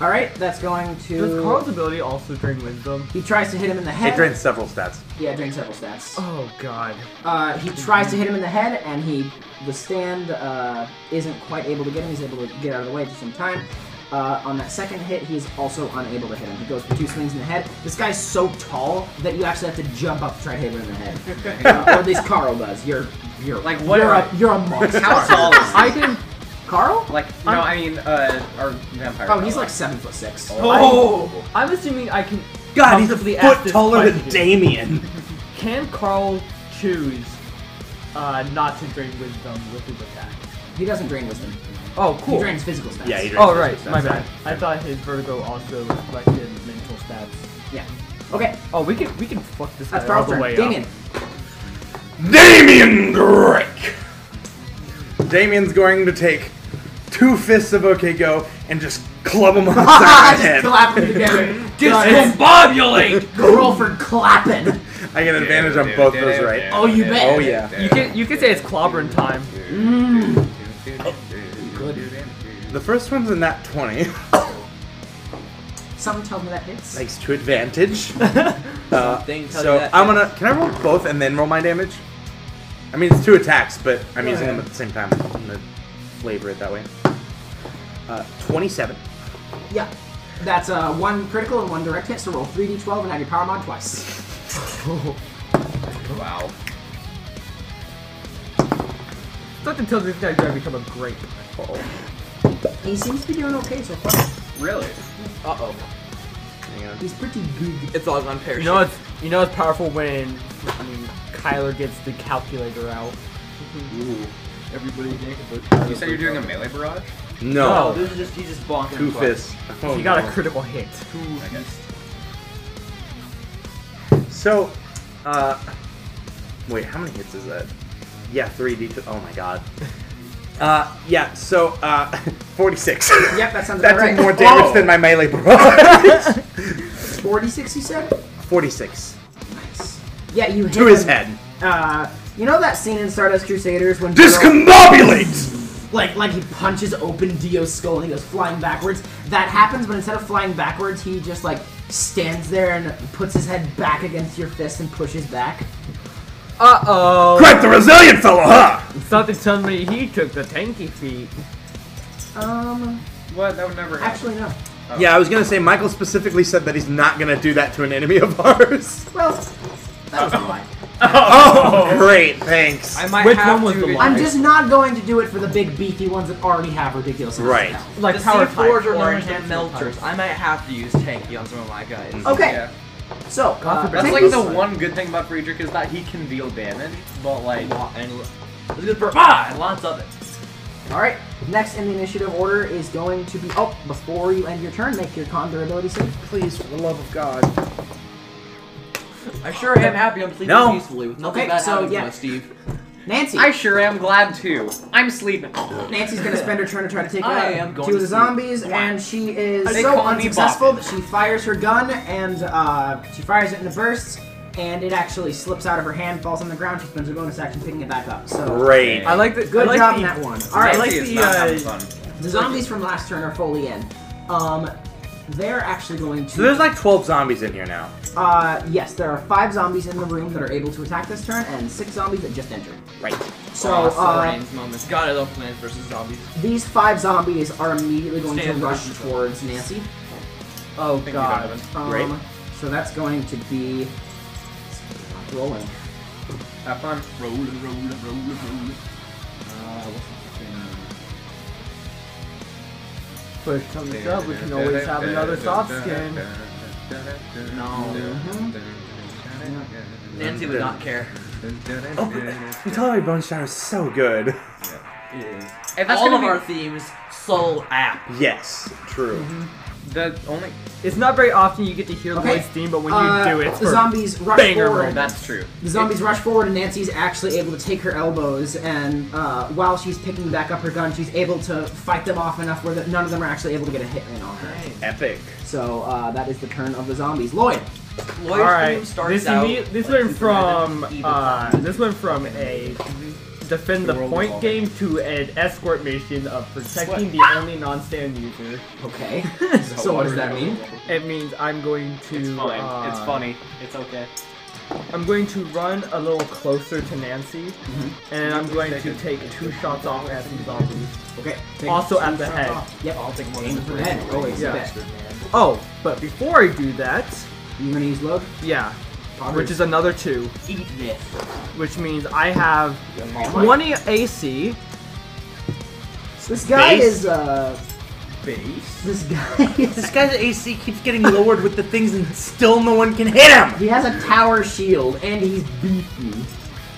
D: All right, that's going to.
E: Does Carl's ability also drain wisdom?
D: He tries to hit him in the head.
C: It drains several stats.
D: Yeah, drain several stats.
E: Oh God.
D: Uh, he tries to hit him in the head, and he the stand uh, isn't quite able to get him. He's able to get out of the way just in time. Uh, on that second hit, he is also unable to hit him. He goes for two swings in the head. This guy's so tall that you actually have to jump up to try to hit him in the head. uh, or at least Carl does. You're you're
F: Like, what
D: You're,
F: are-
D: a, you're a monster.
F: How tall is he?
E: I can.
D: Carl?
F: Like, no, I mean, uh, our vampire.
D: Oh, he's like seven foot six.
E: Oh. I'm assuming I can.
C: God, he's a
E: comfortably
C: foot
E: ask this
C: taller than
E: question.
C: Damien.
E: Can Carl choose uh, not to drain wisdom with his attack?
D: He doesn't drain wisdom.
E: Oh,
D: He
E: cool.
D: drains physical stats.
C: Yeah, he drains
E: Oh, right.
C: several stats.
E: My bad. I thought his vertigo also reflected mental stats.
D: Yeah. Okay,
E: Oh, we can we can fuck this guy
D: that's
E: all
D: Carl's
E: the
D: turn.
E: way
D: Damien.
E: up.
C: Damien Drake! Damien's going to take two fists of OK Go and just club him on the side of
D: Just
C: the head.
D: clap them together.
B: Discombobulate!
D: Roll for clapping.
C: I get advantage on both those, right?
D: Oh, you bet.
C: Oh, yeah.
E: You can you can say it's clobbering time.
F: Oh.
C: The first one's in that 20.
D: Someone tells me that hits.
C: Thanks to advantage.
B: Thing tells you
C: So
B: that
C: I'm
B: hits.
C: gonna. Can I roll both and then roll my damage? I mean, it's two attacks, but I'm using them at the same time. I'm gonna flavor it that way. Uh, 27.
D: yeah. That's uh, one critical and one direct hit, so roll 3d12 and add your power mod twice.
F: Wow.
E: Something tells me this guy's gonna become a grape.
D: He seems to be doing okay so far.
F: Really?
B: Uh-oh.
C: Hang on.
D: He's pretty good.
B: It's all gone pear
E: You know it's you know it's powerful when freaking Kyler gets the calculator out.
B: Everybody naked,
F: You said you're doing a melee barrage?
B: No,
C: No.
B: this is just, he's just bonking.
C: Two
B: twice.
C: fists. Oh,
E: He got
C: no.
E: a critical hit.
F: I guess.
C: So, uh, Wait, how many hits is that? Yeah, three D. Oh my god. Uh, yeah. So, uh, forty-six.
D: Yep, that sounds
C: That's
D: about right.
C: more damage
D: Oh.
C: than my melee barrage.
D: 46, you said?
C: forty-six
D: Nice. Yeah, you hit
C: to his
D: him.
C: head.
D: Uh, you know that scene in Stardust Crusaders when Duro-
C: Discombobulate.
D: like like he punches open Dio's skull and he goes flying backwards. That happens, but instead of flying backwards, he just like stands there and puts his head back against your fist and pushes back.
E: Uh oh.
C: Quite the resilient fellow, huh?
E: Something tells me he took the tanky feet.
D: Um,
F: What? That would never happen.
D: actually no.
C: Yeah, I was gonna say Michael specifically said that he's not gonna do that to an enemy of ours.
D: Well, that was a lie.
C: Oh, great, thanks.
F: I might
E: Which
F: have
E: one was
F: to
E: the
F: be-
E: line?
D: I'm just not going to do it for the big beefy ones that already have ridiculous. amounts of
C: Right.
D: health.
E: Like
B: the
E: power
B: C4s
E: five,
B: are known
E: orange
B: as
E: and power five.
B: melters. I might have to use tanky on some of my guys.
D: Okay,
F: Yeah.
D: so
E: God
D: uh,
E: forbid.
F: That's
D: take
F: like
D: this-
F: the one good thing about Friedrich is that he can deal damage, but like.
B: Lo- and lo- Let's go for ah, and lots of it.
D: All right. Next in the initiative order is going to be. Oh, before you end your turn, make your con durability save.
A: Please, for the love of God.
B: I sure am happy. I'm sleeping
C: No.
B: peacefully with nothing
D: Okay,
B: bad
D: so,
B: happening
D: yeah.
B: to us, Steve.
D: Nancy.
F: I sure am glad to. I'm sleeping.
D: Nancy's gonna spend her turn to try to take out
B: I am going
D: two of the
B: to sleep.
D: zombies, and she is
F: They
D: so
F: call me
D: unsuccessful
F: Boffin.
D: that she fires her gun and uh, she fires it in the bursts, and it actually slips out of her hand, falls on the ground. She spends her bonus action picking it back up. So
C: Great.
E: I like the
D: good
E: I like
D: job
E: the-
D: on that one. All
E: I
D: right,
E: like
F: See, it's
E: the,
F: not
E: uh,
F: having fun.
D: the zombies from last turn are fully in. Um, they're actually going to.
C: So there's like 12 zombies in here now.
D: uh, yes, there are five zombies in the room that are able to attack this turn, and six zombies that just entered.
C: Right.
D: So
B: Awesome
D: uh,
B: brains moments. God, I love Plants vs Zombies.
D: these five zombies are immediately going to
B: Stand
D: rush
B: versus-
D: towards Nancy. Oh
F: Thank you,
D: god.
F: Donovan.
D: Um,
C: Great.
D: So that's going to be rolling.
F: Have fun.
B: Roll, roll, roll, roll.
F: uh,
E: Push comes up, we can always have another soft skin.
B: No.
F: Mm-hmm.
B: Nancy would not care.
F: Oh,
C: Oh, The Tolerate Bone Shower is so good.
B: It is.
F: If that's
B: All
F: gonna
B: of
F: be-
B: our themes, soul app.
C: Yes, true.
F: The only.
E: It's not very often you get to hear the
D: Okay.
E: voice theme, but when
D: Uh,
E: you do, it's
D: the
E: for
D: zombies rush
E: banger
D: forward.
E: roll.
F: That's true.
D: The zombies rush forward, and Nancy's actually able to take her elbows. And uh, while she's picking back up her gun, she's able to fight them off enough where that none of them are actually able to get a hit in on her.
C: Epic.
D: So uh, that is the turn of the zombies. Lloyd.
B: Lloyd's
E: All right.
B: theme starts
E: This
B: out
E: imme- this
B: like
E: went
B: Super Mario,
E: from
B: evil
E: uh,
B: zombies.
E: this went from a defend the,
F: The world
E: point
F: evolving.
E: game to an escort mission of protecting
F: What?
E: the only non-stand user.
D: Okay. so what does that mean?
E: It means I'm going to.
F: It's fine.
E: uh,
F: it's funny. It's okay.
E: I'm going to run a little closer to Nancy, and I'm going to take two shots off at these zombies.
D: Okay. Take
E: Also
D: two
E: at the
D: shots
E: head.
D: off. Yep. I'll take one. Aim for the head. Always
E: Yeah.
D: the best.
E: Oh, but before I do that,
D: You gonna use load?
E: yeah, which is another two,
B: Eat this.
E: which means I have 20 AC.
D: This guy
C: Base?
D: is uh. Base. This guy is.
C: guy's AC keeps getting lowered with the things and still no one can hit him!
D: He has a tower shield and he's beefy.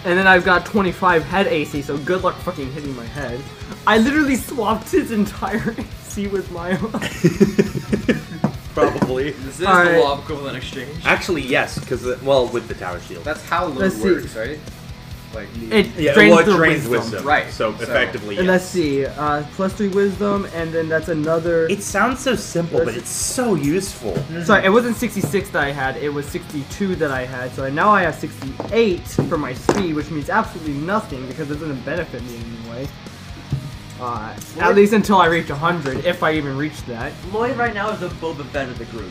E: And then I've got 25 head AC, so good luck fucking hitting my head. I literally swapped his entire AC with my own.
C: Probably.
B: This is
E: Alright.
B: the law of equivalent exchange.
C: Actually, yes, because, well, with the tower shield.
F: That's how loot
E: Let's see.
F: works, right? Like.
E: It
C: yeah,
E: drains
C: well, it
E: the
C: drains
E: wisdom.
C: wisdom.
F: Right,
C: So,
F: so-
C: effectively,
E: And let's
C: yes.
E: see, uh, plus three wisdom, and then that's another.
C: It sounds so simple, but it's so useful.
E: Sorry, it wasn't 66 that I had, it was 62 that I had, so now I have 68 for my speed, which means absolutely nothing because it doesn't benefit me in any way. Uh, at least until I reach 100, if I even reach that.
B: Lloyd right now is the Boba Fett of the group.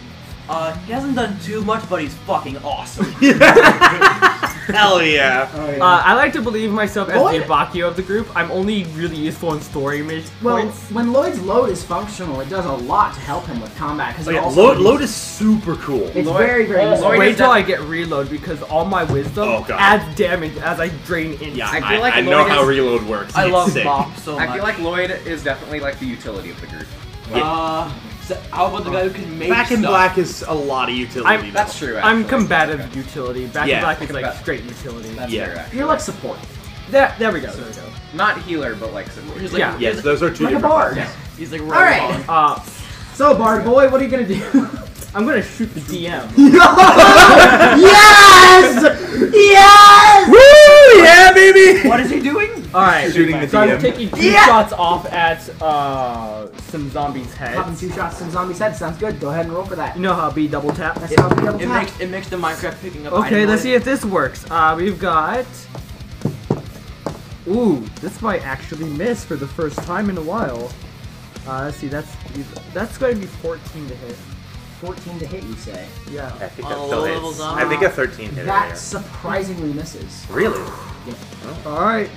B: Uh, he hasn't done too much, but he's fucking awesome.
C: Hell yeah.
D: Oh yeah.
E: Uh, I like to believe myself as
D: Lloyd-
E: the Ibakio of the group. I'm only really useful in story mis-
D: well,
E: points.
D: when Lloyd's load is functional, it does a lot to help him with combat because
C: Oh, yeah.
D: also
C: Load, load is super cool.
D: it's very very
F: Oh,
D: useful.
F: Lloyd
E: Wait
F: is
E: till
F: def-
E: I get reload because all my wisdom
C: Oh, God.
E: adds damage as I drain into.
C: Yeah, I,
F: I feel like
C: I know
F: Lloyd
C: how
F: is-
C: reload works.
B: I
C: It's
B: love
C: sick.
B: Bob so much.
F: I feel like Lloyd is definitely like the utility of the group.
B: Uh, so how about the guy who can make
C: Back in
B: stuff?
C: Black is a lot of utility.
E: I'm-
C: though.
F: That's true.
E: I'm
F: actually.
E: combative
F: Okay.
E: utility. Back
C: Yeah,
E: in black is like
F: combat-
E: straight utility.
F: That's
C: Yeah.
F: fair. Actually.
D: You're like support.
E: There, there we go. There we go.
F: Not healer, but like support.
B: He's like,
E: Yeah.
C: Yes, those are two
D: Like a
C: different
D: bard.
C: things.
B: He's like,
D: All right.
B: right.
E: Uh,
D: So Bard boy, what are you gonna do?
E: I'm gonna shoot the DM.
D: yes! Yes!
C: baby!
B: What is he doing?
E: All right.
C: Shooting the
E: so I'm
C: DM.
E: taking two
B: Yeah!
E: shots off at uh, some zombies'
D: Popping two
E: heads.
D: shots to the zombie's head sounds good. Go ahead and roll for that.
E: You know how B double tap.
D: That's how we double
B: It
D: tap.
B: makes it makes the Minecraft picking up.
E: Okay,
B: item
E: let's see
B: noise.
E: if this works. Uh, we've got. Ooh, this might actually miss for the first time in a while. Uh, let's see, that's that's going to be 14 to hit.
D: 14 to hit, you say.
E: Yeah.
C: I think
B: Oh,
C: that still
B: little
C: hits. I think a 13 hit
D: That
C: it
D: surprisingly misses.
C: there. Really?
E: All right.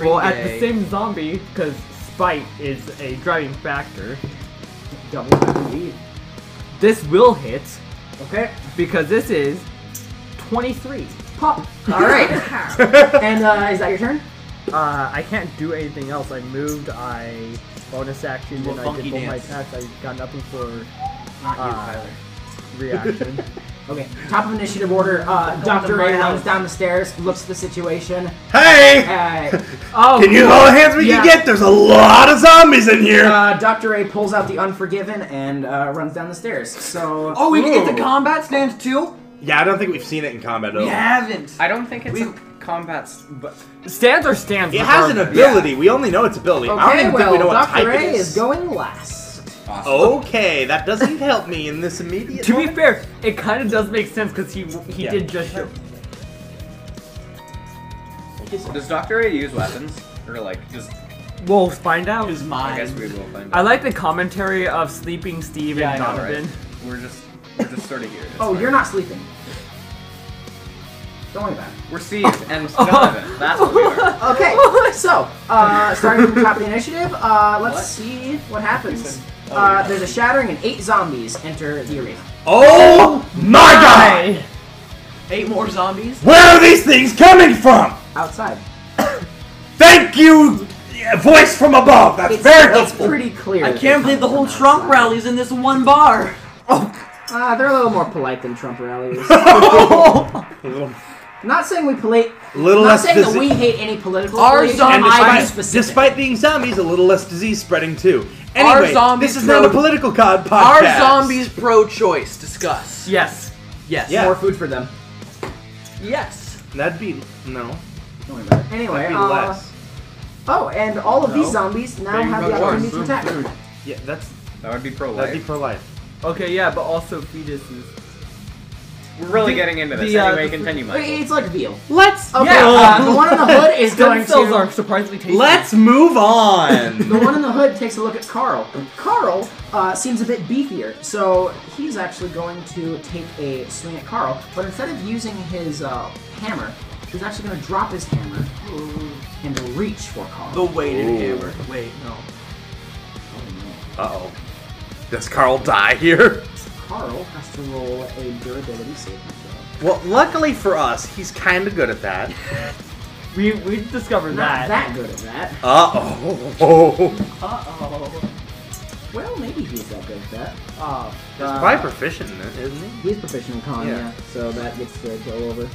E: well, at
B: day.
E: the same zombie, because spite is a driving factor.
D: Double tap indeed.
E: This will hit
D: Okay.
E: because this is 23.
D: Pop. All right. and uh, is that your turn?
E: Uh, I can't do anything else. I moved. I bonus action.
B: Well,
E: and I
B: funky
E: did both my
B: dance.
E: attacks. I got nothing for
D: Not you,
E: Uh,
D: Tyler.
E: reaction.
D: Okay. Top of initiative order. Uh, Doctor Ray runs down the stairs, looks at the situation.
C: Hey!
D: Uh,
E: oh,
C: Can you
E: cool.
C: all the hands we
D: Yeah.
C: can get? There's a lot of zombies in here!
D: uh, Doctor Ray pulls out the Unforgiven and uh, runs down the stairs. So.
B: Oh, we can get
C: Ooh.
B: the combat stance too.
C: yeah, I don't think we've seen it in combat at all.
B: We haven't.
F: I don't think it's
B: We-
F: a combat, s- but
E: Stands or stands?
C: It has an
E: regardless.
C: ability. We only know its ability. I don't
D: Okay.
C: even think
D: Well,
C: we know what
D: Doctor
C: type
D: Ray
C: it
D: is
C: is.
D: going last.
C: Oh. okay, that doesn't help me in this immediate
E: To be
C: moment.
E: fair, it kind of does make sense because he he
C: Yeah.
E: did just shoot.
F: does Doctor A use weapons or like just?
E: We'll find out.
B: Is
F: I
B: mine.
F: guess we will find
E: I
F: out.
E: like the commentary of Sleeping Steve
F: Yeah, I
E: and
F: know,
E: Donovan.
F: right? We're just we're just sort of here. It's
D: Oh,
F: fine.
D: you're not sleeping. Don't worry about it.
F: We're Steve and Donovan. That's what we are.
D: Okay, so uh, starting from the top of the initiative, uh, let's
F: What?
D: see what happens.
F: Oh,
D: uh,
F: yeah.
D: There's a shattering and eight zombies enter the arena.
C: Oh my god!
E: Hi.
B: Eight more zombies.
C: Where are these things coming from?
D: Outside,
C: Thank you, yeah, voice from above. That's
D: it's,
C: very
D: it's
C: helpful.
D: pretty clear.
B: I
D: that
B: can't
D: they're
B: believe the
D: coming
B: whole
D: from
B: Trump
D: outside.
B: rally's in this one bar.
D: Uh, they're a little more polite than Trump rallies.
C: A little-
D: not saying we polite.
C: Little
D: not
C: less
D: saying that
C: disi-
D: we hate any political.
B: Our
D: affiliation,
B: zombies-
C: and
D: I'm
B: I
C: despite,
D: specific.
C: despite being zombies, a little less disease spreading too.
B: Our
C: Anyway,
B: zombies
C: this is not a
B: pro-
C: political cod podcast.
B: Are zombies pro-choice? Discuss.
E: Yes.
B: Yes.
C: Yeah.
D: more food for them.
B: Yes.
C: That'd be no.
D: Don't worry about it. Anyway,
C: That'd be
D: uh,
C: less.
D: oh, and all of these
B: No.
D: zombies now
B: They
D: have the
B: vote
D: opportunity
B: worse.
D: to attack.
C: Yeah, that's
F: That would be pro
C: that'd be
F: life.
C: pro life.
E: Okay, yeah, but also fetuses.
F: We're really
E: The-
F: getting into this.
E: the, uh,
F: anyway,
E: the-
F: continue, Michael.
D: Wait, It's like veal.
E: Let's.
D: Okay,
E: Yeah.
D: uh, the one in the hood is
E: Stem
D: going
E: cells
D: to.
E: are surprisingly tasty.
C: Let's move
D: The
C: on.
D: one in the hood takes a look at Carl. Carl uh, seems a bit beefier, so he's actually going to take a swing at Carl. But instead of using his uh, hammer, he's actually going to drop his hammer and reach for Carl.
B: The weighted
C: Ooh.
B: hammer. Wait, no.
C: Uh oh. Does Carl die here?
D: Carl has to roll a durability saving throw.
C: Well, luckily for us, he's kind of good at that.
E: We we discovered
D: Not
E: that.
D: that good at that.
C: Uh oh.
B: Uh oh.
D: Well, maybe he's that good at that.
E: Uh,
C: He's probably proficient in it, isn't he?
D: He's proficient in con, yeah.
C: Yeah.
D: so that gets to go over. And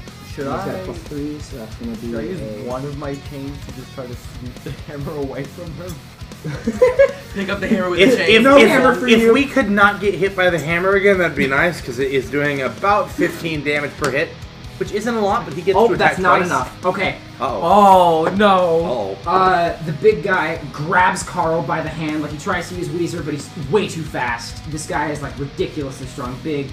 D: he's
E: should
D: got
E: I?
D: a plus three, so that's going to be
E: Should I
D: a-
E: use one of my chains to just try to sweep the hammer away from him?
B: Pick up the hammer with
C: If,
B: the chain.
C: if,
D: No
C: if,
D: hammer for
C: if
D: you.
C: we could not get hit by the hammer again, that'd be nice because it is doing about 15 damage per hit, which isn't a lot, but he gets to
D: Oh,
C: attack
D: that's not
C: twice.
D: enough. Okay,
C: Uh-oh.
E: Oh no!
C: Uh-oh.
D: Uh, the big guy grabs Carl by the hand, like he tries to use Weezer, but he's way too fast. This guy is like ridiculously strong, big.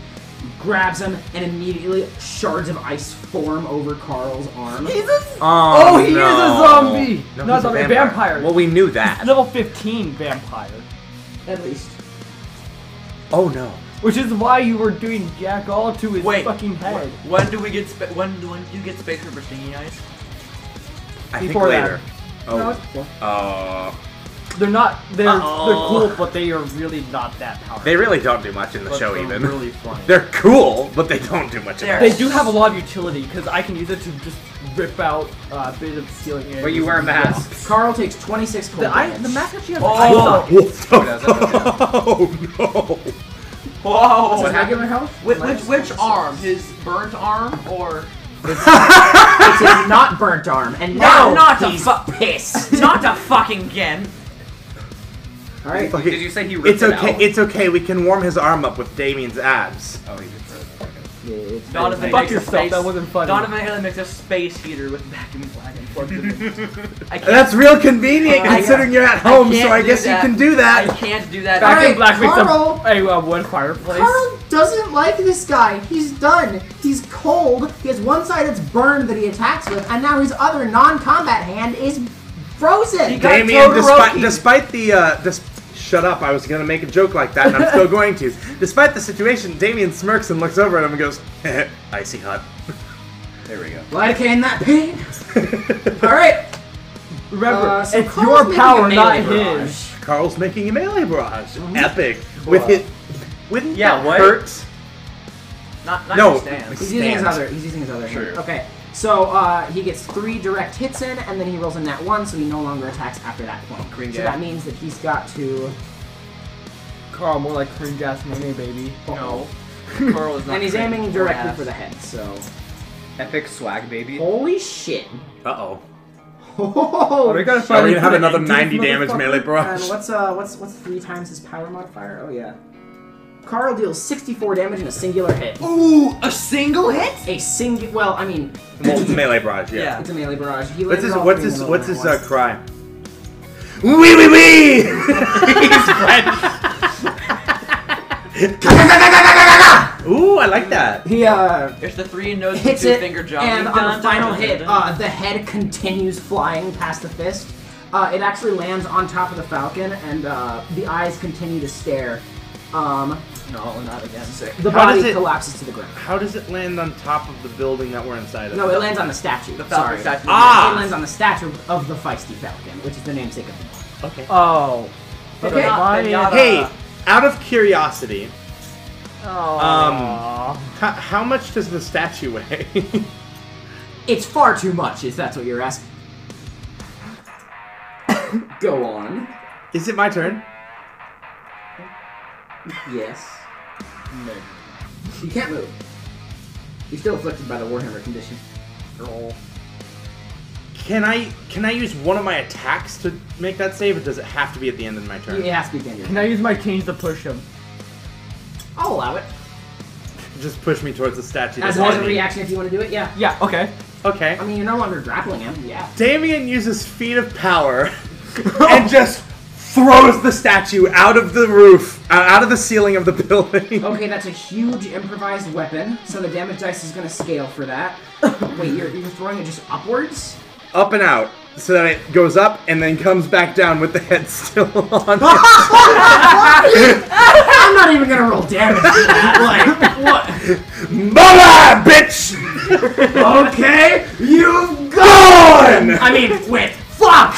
D: Grabs him, and immediately shards of ice form over Carl's arm.
E: Jesus!
C: Oh,
E: he is a
C: no.
E: zombie!
C: No,
E: Not
C: he's
E: zombie, vampire.
C: Well, we knew that.
E: Level 15 vampire.
D: At least.
C: Oh, no.
E: Which is why you were doing jack all to his
B: Wait.
E: fucking head.
B: wh- When do we get spa- when do when do you get space for stinging eyes?
C: I
E: Before
C: think
E: that.
C: later.
D: No,
C: Oh.
D: it's cool.
C: Uh,
E: They're not. They're
B: Uh-oh.
E: they're cool, but they are really not that powerful.
C: they really don't do much in the
E: But
C: show,
E: they're
C: even.
E: Really fun.
C: They're cool, but they don't do much in
B: They're-
E: They
C: the
E: do have a lot of utility because I can use it to just rip out uh, a bit of ceiling area.
F: But you wear a mask.
D: Carl takes 26 cold
E: The, I,
D: damage.
E: the mask actually has
B: Oh.
E: ice on it.
C: Oh, no.
F: Oh,
B: Whoa!
D: Is it regular health?
B: Which,
D: Minus
B: which, which
D: 26.
B: arm? His burnt arm or
D: It's his not burnt arm, and now
B: No, not the
D: he's
B: fu-
D: pissed.
B: not a fucking again?
D: All right.
C: Fuck it.
F: Did you say he ripped
C: It's
F: it
C: okay.
F: out?
C: It's okay. We can warm his arm up with Damien's abs.
F: Oh, he
D: it-
F: did.
D: it's
B: Donovan
E: Fuck
B: makes a
E: yourself,
B: space-
E: that wasn't funny.
B: Donovan Haley makes a space heater with vacuum flag and plugs it in. I can't,
C: That's real convenient
B: Oh, I-
C: considering you're at
B: I
D: Oh,
C: home, so
B: can't
C: I
B: do
C: guess
B: that.
C: you can do
B: I
C: that.
B: can't do that.
E: Back
D: Alright,
E: in black makes
D: Carl.
E: a, a, uh, wood fireplace.
D: Carl doesn't like this guy. He's done. He's cold. He has one side that's burned that he attacks with, and now his other non-combat hand is frozen.
B: He got-
C: Damien,
B: Todoroki.
C: despite, despite the uh, dis- shut up, I was gonna make a joke like that, and I'm still going to. Despite the situation, Damien smirks and looks over at him and goes, "Icy hot."
F: There we go.
D: Lidocaine that pain. All right.
E: Remember,
D: Uh, so
E: it's
D: Carl's
E: your
D: making a
E: power,
D: melee
E: not
D: barrage.
E: his.
C: Carl's making a melee barrage. Epic. With it, wouldn't
F: Yeah,
C: that
F: what?
C: hurt?
B: Not, not
C: No.
B: your stance.
D: He's using his
C: Stand.
D: other. He's using his other hand.
F: Sure.
D: Okay. So uh, he gets three direct hits in, and then he rolls in that one, so he no longer attacks after that point.
B: Green
D: so
B: guy.
D: that means that he's got to.
E: Carl, more like cream gas money, baby.
B: No. Carl is not
D: and he's
B: great.
D: aiming directly
B: Ass.
D: for the head. So
F: Epic swag, baby.
D: holy shit!
C: Uh oh.
E: Oh, we gotta
C: Are we
E: finally
C: gonna have
E: put
C: another
E: an
C: 90
E: 18th
C: damage
E: motherfucker?
C: melee
D: And
C: barrage?
D: what's uh what's what's three times his power modifier? Oh yeah. Carl deals 64 damage in a singular hit.
B: Ooh, a single hit?
D: A sing well, I mean,
C: Well, melee barrage, yeah.
B: Yeah.
D: it's a melee barrage. He
C: What's
D: landed
C: his
D: all
C: what's
D: three
C: his
D: of them at
C: what's his uh,
D: once.
C: cry? Wee wee wee! He's French. Ooh, I like that.
D: He uh
B: It's the three and nose
D: hits
B: two
D: it,
B: finger job.
D: and
B: Dun,
D: on
B: dun,
D: the final
B: dun,
D: hit,
B: dun,
D: uh,
B: dun.
D: the head continues flying past the fist. Uh, it actually lands on top of the falcon, and uh, the eyes continue to stare. Um,
B: no, not again.
D: the
C: How
D: body
C: does it-
D: collapses to the ground.
C: How does it land on top of the building that we're inside of?
D: No, it lands on the statue.
B: The
D: Sorry.
B: Falcon statue.
C: Ah!
D: It lands on the statue of the feisty falcon, which is the namesake of the ball.
C: Okay.
E: Oh.
D: Okay.
E: Why-
B: Pinata.
C: hey, out of curiosity,
D: Oh.
E: um, Aw.
C: how, how much does the statue weigh?
D: It's far too much, if that's what you're asking. Go on.
C: Is it my turn?
D: Yes. You can't move. You're still afflicted by the Warhammer condition.
C: Can I can I use one of my attacks to make that save, or does it have to be at the end of my turn?
D: It has to be again.
E: Can I use my change to push him?
D: I'll allow it.
C: Just push me towards the statue.
D: As,
C: that's
D: as a
C: on me.
D: reaction, if you want to do it, yeah.
E: Yeah, okay.
C: Okay.
D: I mean, you're no longer grappling him. Yeah.
C: Damien uses feet of power and just throws the statue out of the roof, uh, out of the ceiling of the building.
D: Okay, that's a huge improvised weapon, so the damage dice is gonna scale for that. Wait, you're, you're throwing it just upwards?
C: Up and out, so that it goes up and then comes back down with the head still on.
D: I'm not even gonna roll damage. for that, like, what?
C: Bye, bitch.
D: Okay,
C: You've gone.
D: I mean, wait, fuck!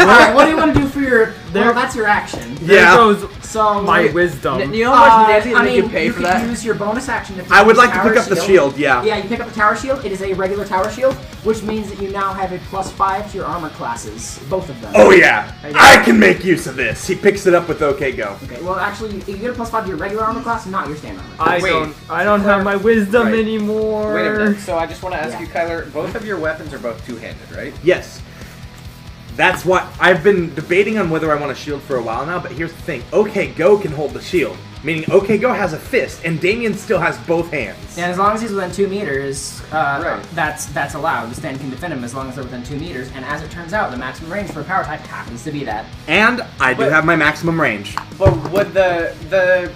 D: Alright, what do you want to do for your. Well, that's your action.
E: There
C: yeah.
E: goes
D: So.
E: my
D: uh,
E: wisdom.
B: you know how much Nancy
D: I
B: I
D: mean,
B: you pay
D: you
B: for
D: could
B: that?
D: use your bonus action to.
C: I would like to
D: tower
C: pick up the shield. Yeah.
D: Yeah, you pick up the tower shield. It is a regular tower shield, which means that you now have a plus five to your armor classes, both of them.
C: Oh yeah. I can make use of this. He picks it up with OK Go.
D: Okay, well, actually, you, you get a plus five to your regular armor class, not your standard armor.
E: I
F: Wait.
E: don't. I don't have my wisdom
F: Right.
E: anymore.
F: Wait a minute. So I just want to ask
D: Yeah.
F: you, Kyler. Both of your weapons are both two-handed, right?
C: Yes. That's why I've been debating on whether I want a shield for a while now, but here's the thing. OK Go can hold the shield, meaning OK Go has a fist, and Damien still has both hands.
D: And as long as he's within two meters, uh,
F: Right.
D: that's that's allowed. The stand can defend him as long as they're within two meters. And as it turns out, the maximum range for a power type happens to be that.
C: And I do
F: But-
C: have my maximum range.
F: But would the the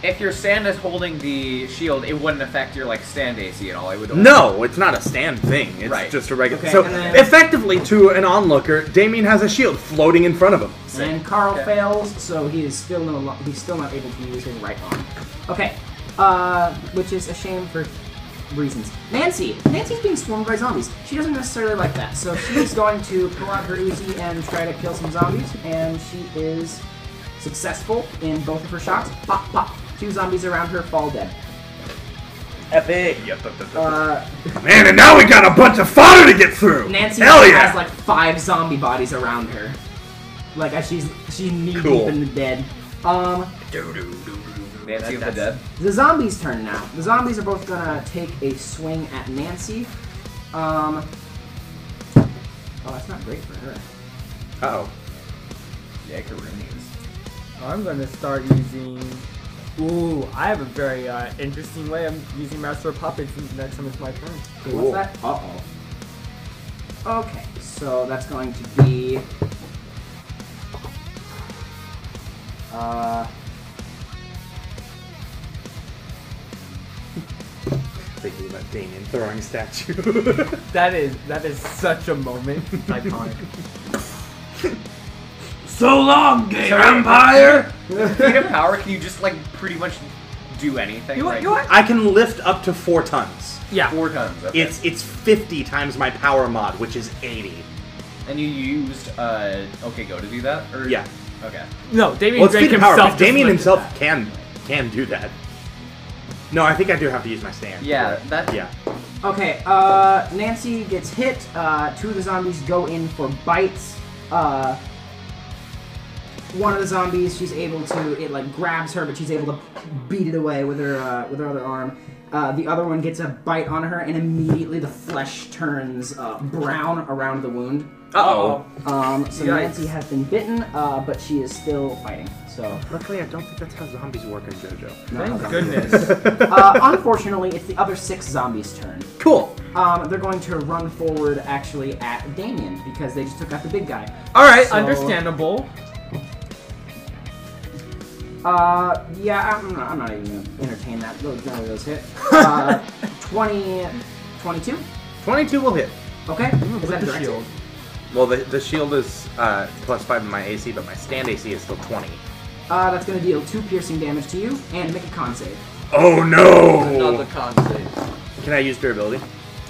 F: if your stand is holding the shield, it wouldn't affect your like stand AC at all. It would only-
C: No, it's not a stand thing. It's
F: Right.
C: just a regular.
D: Okay,
C: so
D: and then-
C: effectively, to an onlooker, Damien has a shield floating in front of him.
D: And Carl
F: Okay.
D: fails, so he is still no lo- he's still not able to use his right arm. Okay, uh, which is a shame for reasons. Nancy, Nancy's being swarmed by zombies. She doesn't necessarily like that, so she's going to pull out her Uzi and try to kill some zombies. And she is successful in both of her shots. Pop, pop. Two zombies around her fall dead.
C: Epic.
D: Uh,
C: Oh, Man, and now we got a bunch of fodder to get through.
D: Nancy
C: Hell yeah.
D: has like five zombie bodies around her. Like as she's she's knee deep
C: Cool.
D: in the dead. Um,
F: Nancy of the Dead.
D: the zombies' turn now. The zombies are both gonna take a swing at Nancy. Um, oh, that's not great for her.
C: oh.
F: Yakaroonies.
E: I'm gonna start using Ooh, I have a very uh, interesting way I'm using Master of Puppets next time it's my turn.
D: Okay, what's that? Uh oh. Okay, so that's going to be. Uh,
C: Thinking about Damien throwing a statue.
E: That is that is such a moment. It's iconic.
C: so long, gay vampire!
F: Feet of power, can you just like pretty much do anything?
E: You
F: right?
E: what? You what?
C: I can lift up to four tons.
E: Yeah.
F: Four tons. Okay.
C: It's it's 50 times my power mod, which is 80.
F: and you used uh okay go to do that or
C: Yeah.
F: okay.
E: No, Damien
C: Well, it's
E: Drake
C: feet of power.
E: himself.
C: but Damien
E: just
C: himself
E: lifted
C: can can do that. No, I think I do have to use my stand.
F: Yeah, that-
C: Yeah.
D: okay, uh, Nancy gets hit. Uh, two of the zombies go in for bites. Uh, one of the zombies, she's able to. It like grabs her, but she's able to beat it away with her uh, with her other arm. Uh, the other one gets a bite on her, and immediately the flesh turns uh, brown around the wound.
F: Uh-oh.
D: Um, so
E: Yikes.
D: Nancy has been bitten, uh, but she is still fighting. So,
C: Luckily, I don't think that's how zombies work in JoJo.
E: that. Thank goodness.
D: uh, unfortunately, it's the other six zombies' turn.
C: Cool.
D: Um, they're going to run forward actually at Damien because they just took out the big guy.
E: All right,
D: So-
E: understandable.
D: Uh, yeah, I'm not, I'm not even gonna entertain that. Those, none of those hit. Uh, 20, 22?
C: 22 will hit.
D: Okay. Is that
E: With the
D: direct?
E: shield.
C: Well, the, the shield is uh, plus 5 in my AC, but my stand AC is still 20.
D: Uh, that's gonna deal two piercing damage to you and make a con save.
C: Oh
B: Another
C: no!
B: con save.
C: Can I use durability?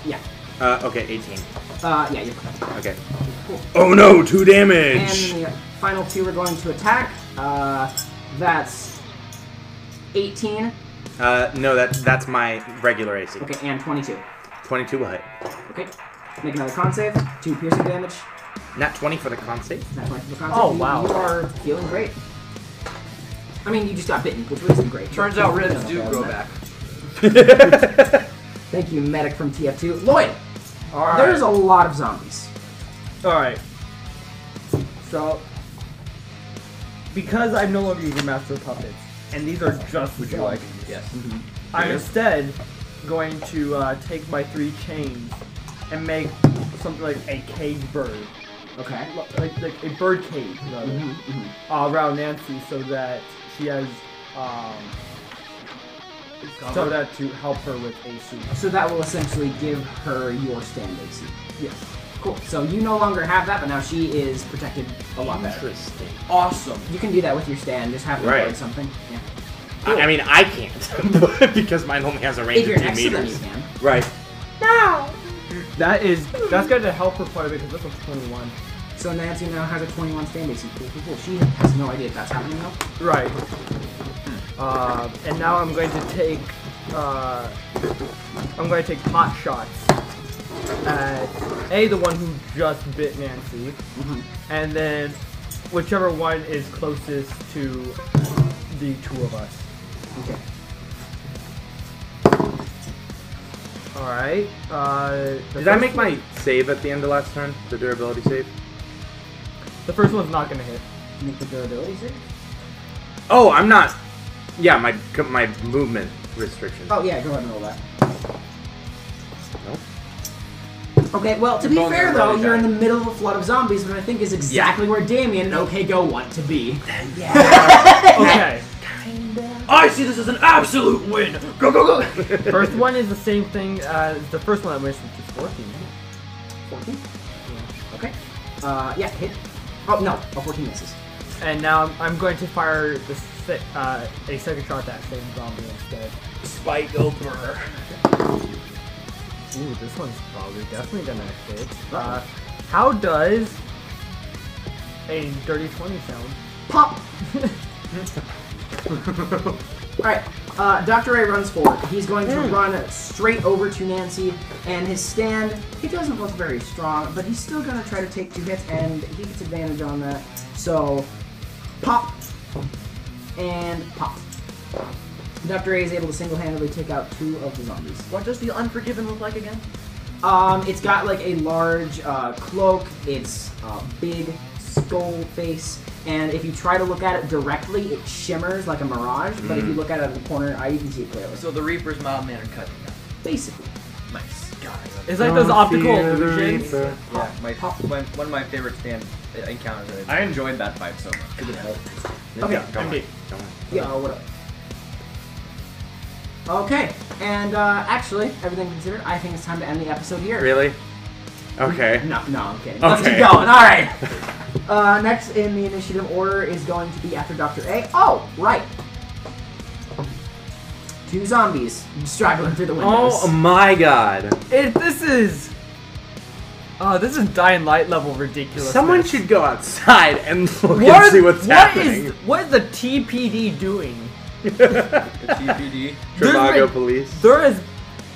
D: Yeah.
C: Uh, okay, 18.
D: Uh, yeah, you're protected.
C: Okay.
D: Cool.
C: Oh no, 2
D: And
C: damage!
D: the final two are going to attack. Uh, that's 18.
C: Uh, no, that, that's my regular AC.
D: Okay, and 22.
C: 22 will hit.
D: Okay. Make another con save. Two piercing damage.
C: Not 20 for the con save?
D: That's my con save.
E: Oh,
D: You-
E: wow.
D: You are feeling great. I mean, you just got bitten, which wasn't great.
B: Turns out ribs do grow back.
D: Thank you, medic from TF2. Lloyd,
E: All right.
D: there's a lot of zombies.
E: Alright. So, because I'm no longer using Master of Puppets, and these are just Would you like? Mm-hmm.
B: Yes.
E: I'm instead going to uh, take my three chains and make something like a cage bird.
D: Okay.
E: Like, like a bird cage, rather, uh, around Nancy so that she has. Um, so that to help her with AC.
D: So that will essentially give her your stand AC.
E: Yes.
D: Cool. So you no longer have that, but now she is protected a lot better.
C: Interesting.
B: Awesome.
D: You can do that with your stand. Just have it
C: Right.
D: guard something. Yeah.
C: I, I mean, I can't. because mine only has a range
D: If you're
C: of 2
D: next to them, you
C: meters.
D: can.
C: Right.
E: That is. That's going to help her quite a bit because that's a 21.
D: So Nancy now has a 21 stand AC. Cool, cool, cool. She has no idea if that's happening though.
E: Right. Uh, and now I'm going to take. Uh, I'm going to take pot shots at A, the one who just bit Nancy,
C: Mm-hmm.
E: and then whichever one is closest to the two of us.
D: Okay.
E: Alright. Uh, the
C: Did I
E: first
C: make
E: one-
C: my save at the end of last turn? The durability save?
E: The first one's not going to hit.
D: Make the durability save.
C: Oh, I'm not. Yeah, my my movement restriction.
D: Oh yeah, go ahead and roll that.
C: Nope.
D: Okay, well, to be
B: Don't
D: fair
B: get
D: though,
B: really
D: you're in
B: bad.
D: the middle of a flood of zombies, which I think is exactly where Damien and OK Go want to be.
E: Okay.
B: I see this as an absolute win. Go go go.
E: first one is the same thing as the first one I missed, which is 14.
D: 14? Okay. Uh, yeah, hit. Oh, no, a 14 misses.
E: And now I'm, I'm going to fire the se- uh, a second shot at that same zombie instead.
B: Spike over.
E: Ooh, this one's probably definitely gonna hit. Uh, how does a dirty 20 sound?
D: Pop! Alright, uh, Dr. A runs forward. He's going to run straight over to Nancy, and his stand, he doesn't look very strong, but he's still going to try to take two hits, and he gets advantage on that. So, pop, and pop. Dr. A is able to single-handedly take out two of the zombies.
B: What does the Unforgiven look like again?
D: Um, it's got like a large uh, cloak. It's a big uh, skull face, and if you try to look at it directly, it shimmers like a mirage. But if you look at it out of the corner of your eye, you can see it clearly.
B: So the Reaper's mild mannered cousin.
D: Basically, uh,
B: Nice guys.
E: It's like those optical illusions.
B: Yeah, my one, one of my favorite stand encounters. that
F: I enjoyed that fight so much.
B: I did.
D: Okay,
C: Yeah, go on,
E: okay.
C: go on.
D: yeah. Uh, what up? Okay, and uh, actually, everything considered, I think it's time to end the episode here.
C: Really? Okay.
D: No, no, I'm kidding.
C: Okay.
D: Let's keep going. All right. Uh, next in the initiative order is going to be after Doctor A. Oh, right. Two zombies straggling through the windows.
C: Oh
E: um,
C: my god.
E: It, this is. Oh, this is dying light level ridiculous.
C: Someone should go outside and look
E: What,
C: and see what's
E: what
C: happening.
E: is what is the TPD doing?
F: TPD.
C: Trivago
E: been-
C: police.
E: There is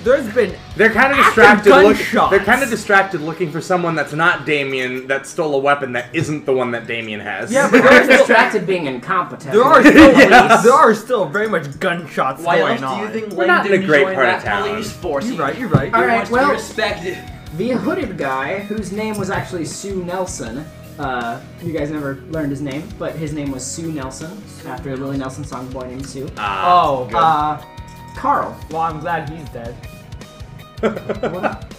E: there's been
C: They're kind of
E: active
C: distracted. Look,
E: gunshots.
C: they're kind of distracted looking for someone that's not Damien that stole a weapon that isn't the one that Damien has.
E: Yeah, but
D: We're
E: there's still,
D: distracted being incompetent.
E: there are still
C: Yes.
E: there are still very much gunshots
B: Why
E: going
B: else
E: on.
B: do you think
C: We're not in a
B: Langdon
C: great
B: joined
C: part
B: that
C: of town.
B: police force?
E: you're right. You're right.
D: All
B: He
D: right,
B: wants
D: well-
B: to be respected.
D: the hooded guy, whose name was actually Sue Nelson. Uh, you guys never learned his name, but his name was Sue Nelson after a Willie Nelson song, "Boy Named Sue."
C: Ah,
E: Oh,
C: good.
D: Uh, Carl.
E: well, I'm glad he's dead.
D: What up?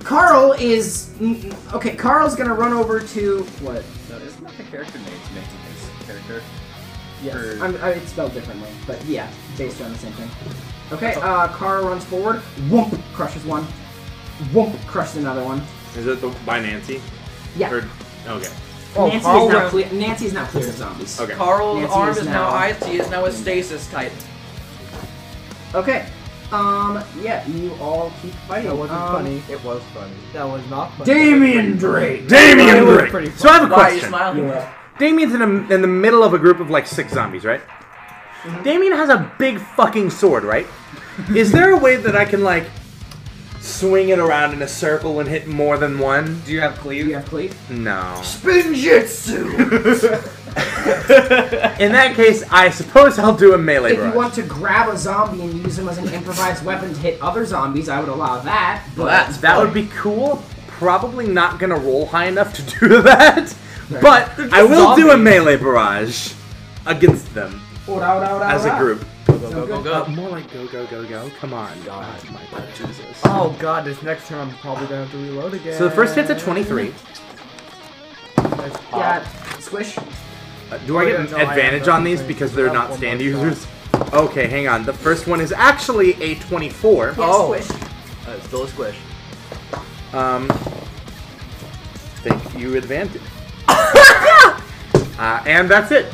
D: Carl is mm, mm, okay. Carl's gonna run over to what?
F: No, isn't that the character name making his character?
D: Yes,
F: Or-
D: I'm, I, it's spelled differently, but yeah, based on the same thing. Okay, uh, Carl runs forward, whoomp, crushes one, whoomp, crushes another one.
C: is it the, by Nancy?
D: Yeah,
C: Or- okay.
E: Oh,
D: Nancy,
E: Carl
D: is now
E: ran-
D: clear, Nancy is now clear of zombies.
C: Okay.
B: Carl's
D: Nancy
B: arm
D: is
B: is, now
D: now-
B: IT. It's now a stasis type.
D: Okay, um, yeah, you all keep fighting.
E: That wasn't
D: Um,
E: funny. It was funny. That was not funny.
D: Damien Drake!
E: It
C: Damien
E: was
C: Drake.
E: pretty fun.
C: So I have a
B: Why are you
C: question.
B: smiling?
C: Damien's in, a, in the middle of a group of like six zombies, right? Damien has a big fucking sword, right? Is there a way that I can like swing it around in a circle and hit more than one?
F: Do you have Cleve?
D: You have cleave?
C: No.
B: Spin Jitsu!
C: In that case, I suppose I'll do a melee
D: If you
C: barrage.
D: want to grab a zombie and use him as an improvised weapon to hit other zombies, I would allow that, but...
B: that's
C: that would be cool. Probably not gonna roll high enough to do that, but I will do a
E: zombies.
C: melee barrage against them
D: Oh,
C: as a group.
B: Go, go,
C: Uh,
B: go.
C: more like go go go go. Come on,
B: Uh,
C: God, Michael, Jesus.
E: Oh god, this next turn I'm probably gonna have to reload again.
C: So the first hit's a 23.
E: Nice pop.
D: Yeah, squish.
C: Uh, do I
E: Oh,
C: get
E: yeah,
C: an
E: no, I have
C: advantage
E: those
C: on these
E: things.
C: because
E: I
C: they're
E: have
C: not
E: one
C: stand
E: more shot.
C: users? Okay, hang on. The first one is actually a 24.
D: Yeah,
B: Oh.
D: squish.
B: Uh, still a squish.
C: Um, thank you, advantage. uh, and that's it.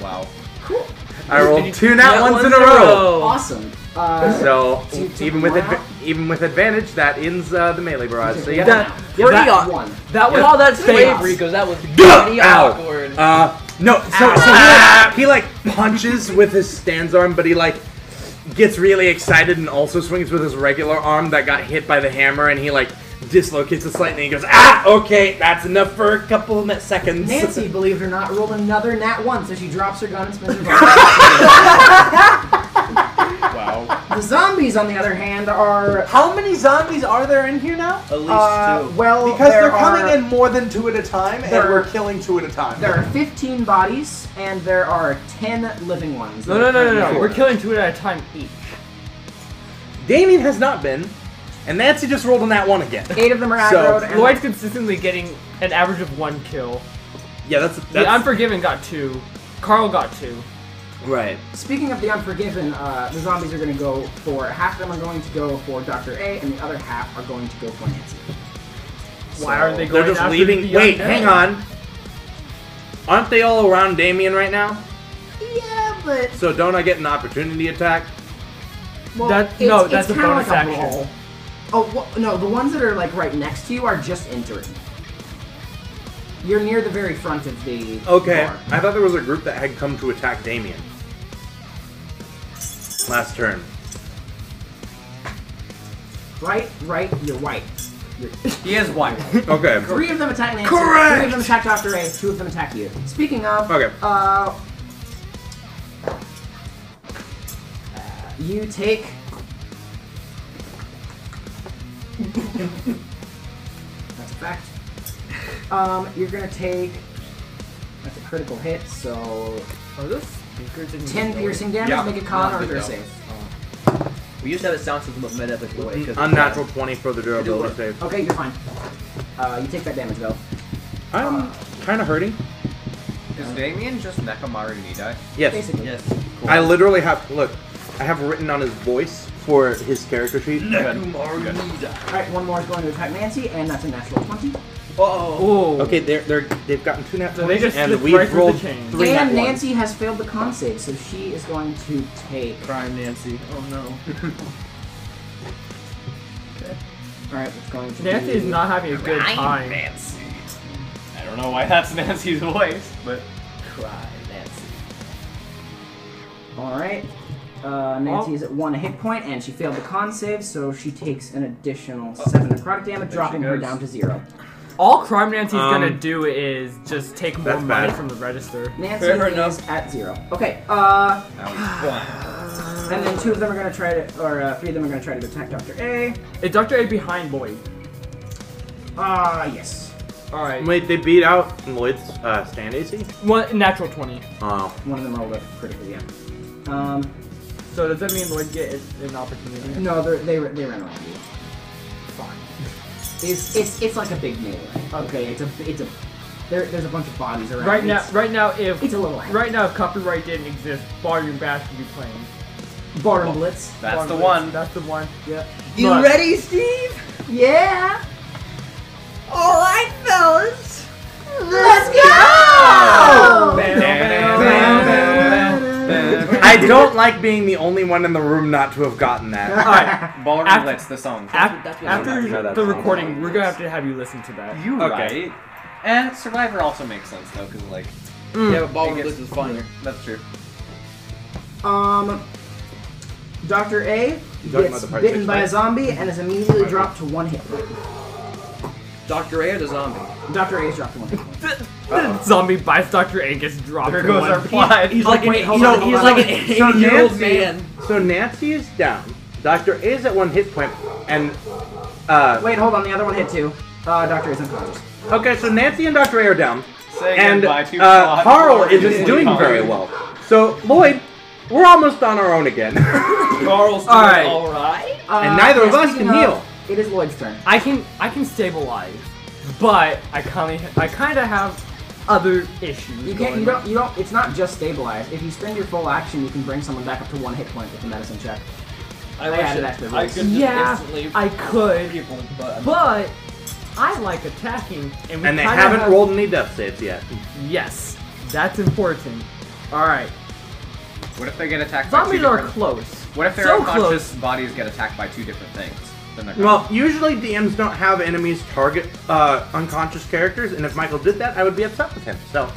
F: Wow.
D: Cool.
C: I rolled two
B: That
C: nat ones in a
B: one's
C: row.
D: Awesome. Uh,
C: So
D: So you took
C: even with
D: one
C: adva- even with advantage, that ends uh, the melee barrage. So yeah.
E: That,
B: Yeah,
E: that,
B: that-
D: one.
E: that was
B: With all that
E: Chaos.
B: slavery, because that was pretty awkward.
C: Ow. Uh, no. So, so he, like, he like punches with his stands arm, but he like gets really excited and also swings with his regular arm that got hit by the hammer, and he like dislocates it slightly. And he goes, ah, okay, that's enough for a couple of mi- seconds.
D: Nancy, believe it or not, rolled another nat one, so she drops her gun and spins her body.
F: Wow.
D: the zombies, on the other hand, are
G: How many zombies are there in here now?
B: At least
D: uh,
B: two.
D: well
G: Because
D: there
G: they're coming
D: are,
G: in more than two at a time, and
D: There-
G: we're killing two at a time.
D: There are 15 bodies, and there are 10 living ones.
E: No, no, no, no, no. We're killing two at a time each.
C: Damien has not been, and Nancy just rolled on that one again.
D: Eight of them are
C: So,
D: aggroed. and
E: Lloyd's consistently getting an average of one kill.
C: Yeah, that's that's
E: the Unforgiven got two. Carl got two.
C: right.
D: Speaking of the Unforgiven, uh, the zombies are going to go for half of them are going to go for Doctor A, and the other half are going to go for Nancy.
E: Why are they
C: They're
E: going
C: just
E: after
C: leaving.
E: the
C: Wait,
E: young
C: hang
E: man?
C: on. Aren't they all around Damien right now?
D: Yeah, but
C: So don't I get an opportunity attack?
D: Well,
E: That-
D: it's,
E: no,
D: it's
E: that's a
D: kinda
E: bonus
D: like
E: action.
D: roll. Oh wha- no, the ones that are like right next to you are just entering. You're near the very front of the.
C: Okay.
D: bar.
C: I thought there was a group that had come to attack Damien. Last turn.
D: Right, right. You're white.
B: He is white.
C: Okay.
D: Three of them attack Nancy.
C: Correct!
D: Three of them attack Doctor A. Two of them attack you. Speaking of.
C: Okay.
D: Uh. You take. That's a fact. Um, you're gonna take That's a critical hit, so
E: Are those speakers in
D: 10
E: your
D: piercing damage,
C: Yeah.
D: make a con
B: Not
D: or a
B: good
D: throw
B: though.
D: save.
B: We used to have a sound system of meta, but it's
G: Mm-hmm.
B: away, 'cause-
C: Unnatural 20 for the
B: It'll
C: durability
B: work.
C: save.
D: Okay, you're fine. Uh, you take that damage though.
C: I'm kind of hurting.
F: Is Damien just Nekamaru Nidai?
C: Yes.
D: Basically.
B: Yes.
C: I literally have, look, I have written on his voice for his character sheet.
D: Alright, one more is going to attack Nancy, and that's a natural 20.
B: Oh.
E: Oh.
C: Okay, they're, they're, they've gotten two nat
E: So they
C: 20s,
E: just
C: and
E: slipped
C: we've
E: right through the
C: rolled
E: chain.
C: three nat
D: and
C: ones.
D: Nancy has failed the con save, so she is going to take.
B: Crime Nancy. Oh no.
D: Alright, it's going to
E: Nancy
D: be-
E: is not having a good time.
F: Nancy. I don't know why that's Nancy's voice, but
B: Cry Nancy.
D: Alright. Uh, Nancy is at one hit point, and she failed the con save, so she takes an additional 7 necrotic damage, dropping her
F: goes.
D: down to 0.
E: All Crime Nancy's gonna
C: Um,
E: do is just take more
C: that's
E: money
C: bad.
E: from the register.
D: Nancy
B: Fair
D: is
B: enough.
D: at 0. Okay, uh,
F: that
D: And then two of them are gonna try to, or uh, three of them are gonna try to attack Doctor A.
E: Is Dr. A behind Boyd?
D: Ah, yes.
E: Alright.
C: Wait, they beat out Lloyd's uh, stand AC?
E: One natural 20.
C: Oh.
D: One of them rolled a critical, yeah. Um,
E: So does that mean Lloyd get an opportunity?
D: no, they're, they ra- they ran around you.
E: Fine.
D: It's it's it's like a big melee. Okay, it's a it's a there, there's a bunch of bodies around.
E: Right now,
D: It's-
E: right now, if
D: it's a little loud.
E: right now, if copyright didn't exist, Barroom Bash would be playing.
D: Barroom Blitz.
F: That's
E: Barroom
F: the
E: Blitz,
F: one.
E: That's the one. Yeah.
B: You
E: But-
B: ready, Steve?
D: Yeah.
B: All right, fellas.
D: Let's go.
C: I don't like being the only one in the room not to have gotten that.
E: Alright.
F: Ballroom
E: After-
F: Blitz, the song.
E: After,
B: that's what I'm
E: after
C: talking about.
E: the recording, we're gonna have to have you listen to that.
F: You
C: Okay.
F: right. And Survivor also makes sense though, because like
B: Yeah, but Ballroom
F: It gets-
B: Blitz is funnier.
F: that's true.
D: Um, Doctor A
C: about
D: gets
C: the part
D: bitten
C: six,
D: by a
C: right?
D: zombie and is immediately dropped to one hit point.
B: Doctor A or the zombie?
D: Doctor A is dropped to one hit point.
E: Zombie bites Dr. A gets dropped.
F: There
E: in
F: goes
E: one
F: our
E: piece.
F: plot.
C: He's like,
D: wait,
C: an-
D: hold
C: no,
D: on, hold
C: he's
D: on.
C: like
B: So
C: an so
B: Nancy-
C: Nancy, So Nancy is down. Doctor A is at one hit point, and uh,
D: Wait, hold on. The other one hit too. Uh, Doctor A's unconscious.
C: okay, so Nancy and Doctor A are down,
F: Saying
C: and
F: goodbye to
C: uh,
F: plot
C: Carl
F: forward
C: isn't
F: is
C: doing
F: Carl.
C: very well. So Lloyd, we're almost on our own again,
B: Carl's
E: All right.
B: all right.
D: Uh,
C: and neither of
D: yeah,
C: us
D: speaking
C: can
D: of,
C: heal.
D: It is Lloyd's turn.
E: I can I can stabilize, but I kind of I kind of have other issues.
D: You can't. You
E: going on.
D: don't. You don't. It's not just stabilize. If you spend your full action, you can bring someone back up to one hit point with the medicine check.
B: I,
D: wish added it- that to the I rules. could
E: Yeah, I could,
B: people, but
E: but I like attacking, and we
C: And they
E: kinda
C: haven't
E: have-
C: rolled any death saves yet.
E: Yes, that's important. All right,
F: What if they get attacked by two
E: zombies are
F: different?
E: close.
F: what if their
E: so
F: unconscious
E: close?
F: bodies get attacked by two different things? Then they're
C: Well, usually DMs don't have enemies target uh, unconscious characters, and if Michael did that, I would be upset with him. So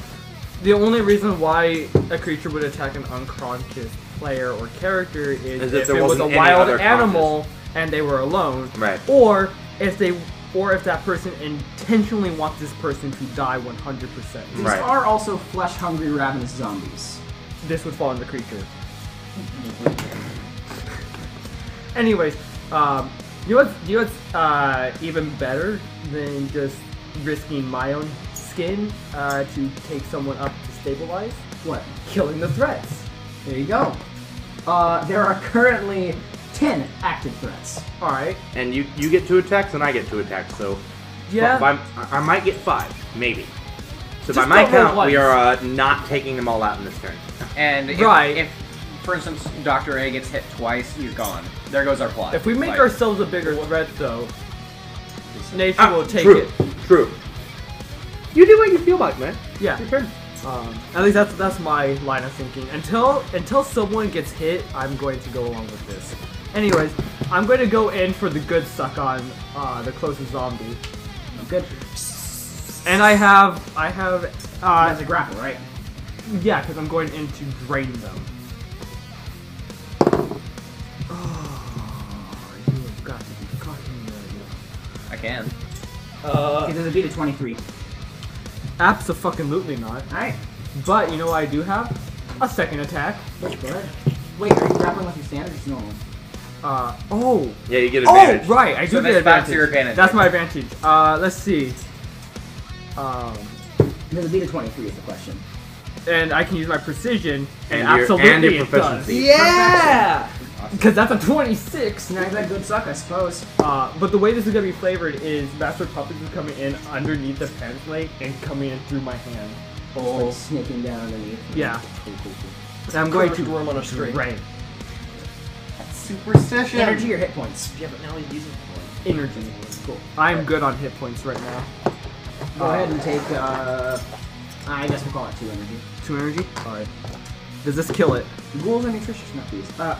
E: The only reason why a creature would attack an unconscious player or character is,
C: Is if
E: if
C: there
E: it was
C: wasn't any
E: a wild
C: other
E: animal and they were alone,
C: Right.
E: Or if they, or if that person intentionally wants this person to die 100. percent
D: These
C: Right.
D: are also flesh-hungry, ravenous zombies.
E: this would fall under creature. Anyways, um, you know what's, you know what's uh, even better than just risking my own skin uh, to take someone up to stabilize?
D: What?
E: Killing the threats.
D: There you go. Uh, there are currently ten active threats.
E: All right.
C: and you you get two attacks and I get two attacks. So
E: Yeah.
C: Well, if I'm- I I might get five, maybe. So by
E: Just
C: my
E: don't roll
C: count, we
E: once.
C: are uh, not taking them all out in this turn.
F: And if,
E: Right.
F: if, for instance, Doctor A gets hit twice, he's gone. There goes our plot.
E: if we make
F: Like,
E: ourselves a bigger threat, though, nature
C: Ah,
E: will take
C: true,
E: it.
C: True. You do what you feel like, man.
E: Yeah.
C: Your turn.
E: Um, at least that's that's my line of thinking. Until until someone gets hit, I'm going to go along with this. Anyways, I'm going to go in for the good suck on uh, the closest zombie,
D: Good.
E: and I have I have
D: As
E: uh,
D: a grapple, right?
E: yeah, because I'm going in to drain them. Oh, you have got to be kidding me right
F: I can.
D: Okay, there's a beat of twenty-three.
E: now. Absolutely not.
D: All right.
E: But you know what I do have? A second attack.
D: Let's go ahead. Wait, are you grappling with your standard or just normal?
E: Uh, oh,
C: Yeah, you get
E: Oh,
C: advantage.
E: right. I do
F: So
E: get
F: that's- that's
E: advantage.
F: your advantage.
E: That's my advantage. Uh, let's see. Um,
D: Does it beat a 23 is the question.
E: and I can use my precision, and,
C: And your-
E: absolutely
C: and your
E: it
C: proficiency.
E: does.
B: Yeah.
E: Because that's a 26.
D: Snag that good suck, I suppose.
E: Uh, but the way this is gonna be flavored is Master Puppets is coming in underneath the pen plate and coming in through my hand.
D: Just, like sneaking down underneath.
E: Yeah.
D: Cool, cool, cool.
B: I'm going to worm on a string.
E: Right.
G: Superstition.
D: Energy or hit points?
B: Yeah, but now he's using.
E: Energy.
D: Cool.
E: I'm good on hit points right now.
D: Go ahead and take, uh, I guess we'll call it two energy.
E: Two energy. All right. Does this kill it?
D: Ghouls are nutritious enough these. Uh,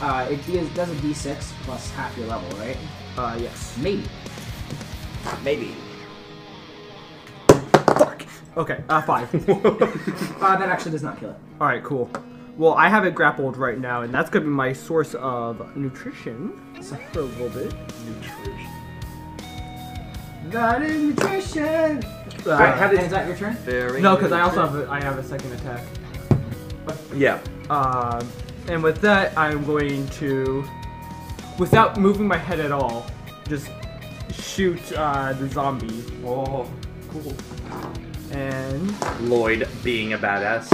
D: uh, it is, does a d6 plus half your level, right?
E: Uh, yes.
D: Maybe.
B: Maybe.
E: Okay. Uh, five.
D: Uh, that actually does not kill it.
E: All right. Cool. Well, I have it grappled right now, and that's gonna be my source of nutrition so for a little bit.
D: That is nutrition!
E: Uh,
C: Wait, how
D: And
C: did-
D: is that your turn?
B: Very.
E: no, because I also have a, I have a second attack.
C: Yeah.
E: Um, and with that, I'm going to, without moving my head at all, just shoot uh, the zombie.
B: Oh, cool.
E: And
C: Lloyd being a badass.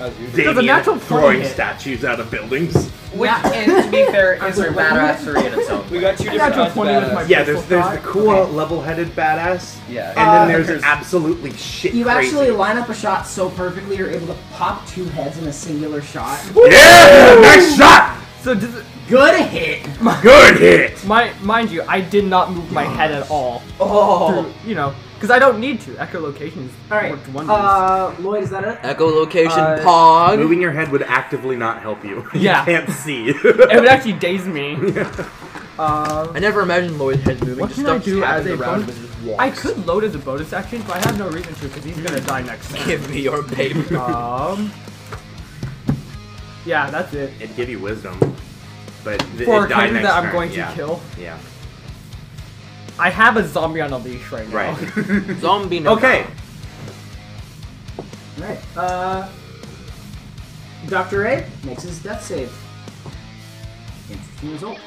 G: As usual.
C: Damien
E: natural
C: throwing
E: twenty hit.
C: statues out of buildings.
F: Which, and to be fair, is a badassery in itself.
G: We got two
E: I
G: different
E: got to a
G: kinds of
E: 20 with my
G: badass.
C: Yeah, there's there's the
E: Pistol
C: cool, level-headed badass,
G: Yeah.
C: and
E: Ah,
C: then there's
G: there's-
C: absolutely shit.
D: Uh, You
C: crazy.
D: actually line up a shot so perfectly, you're able to pop two heads in a singular shot.
C: Yeah, nice shot.
E: so does it,
D: Good hit!
C: Good hit.
E: my mind you, I did not move my head at all.
B: Oh.
E: Through, you know, because I don't need to. Echolocation
D: Alright,
E: worked wonders.
D: uh, Lloyd, is that it?
B: Echolocation
E: Uh,
B: pog.
C: Moving your head would actively not help you.
E: Yeah.
C: you can't see.
E: it would actually daze me. Uh,
B: I never imagined Lloyd's head moving.
E: What
B: just
E: can I
B: stuff
E: do
B: just
E: as
B: happens
E: a
B: around
E: bonus-
B: him and just walks.
E: I could load as a bonus action, but I have no reason to because he's gonna die next. turn.
B: Give me your paper.
E: Um. Yeah, that's it.
C: It'd give you wisdom, but th-
E: For a
C: it die
E: character
C: next
E: that I'm
C: turn,
E: going
C: yeah.
E: to kill,
C: Yeah.
E: I have a zombie on a leash right now.
C: Right.
B: Zombie. no-
C: okay.
D: Alright, uh. Dr. A makes his death save. Interesting result.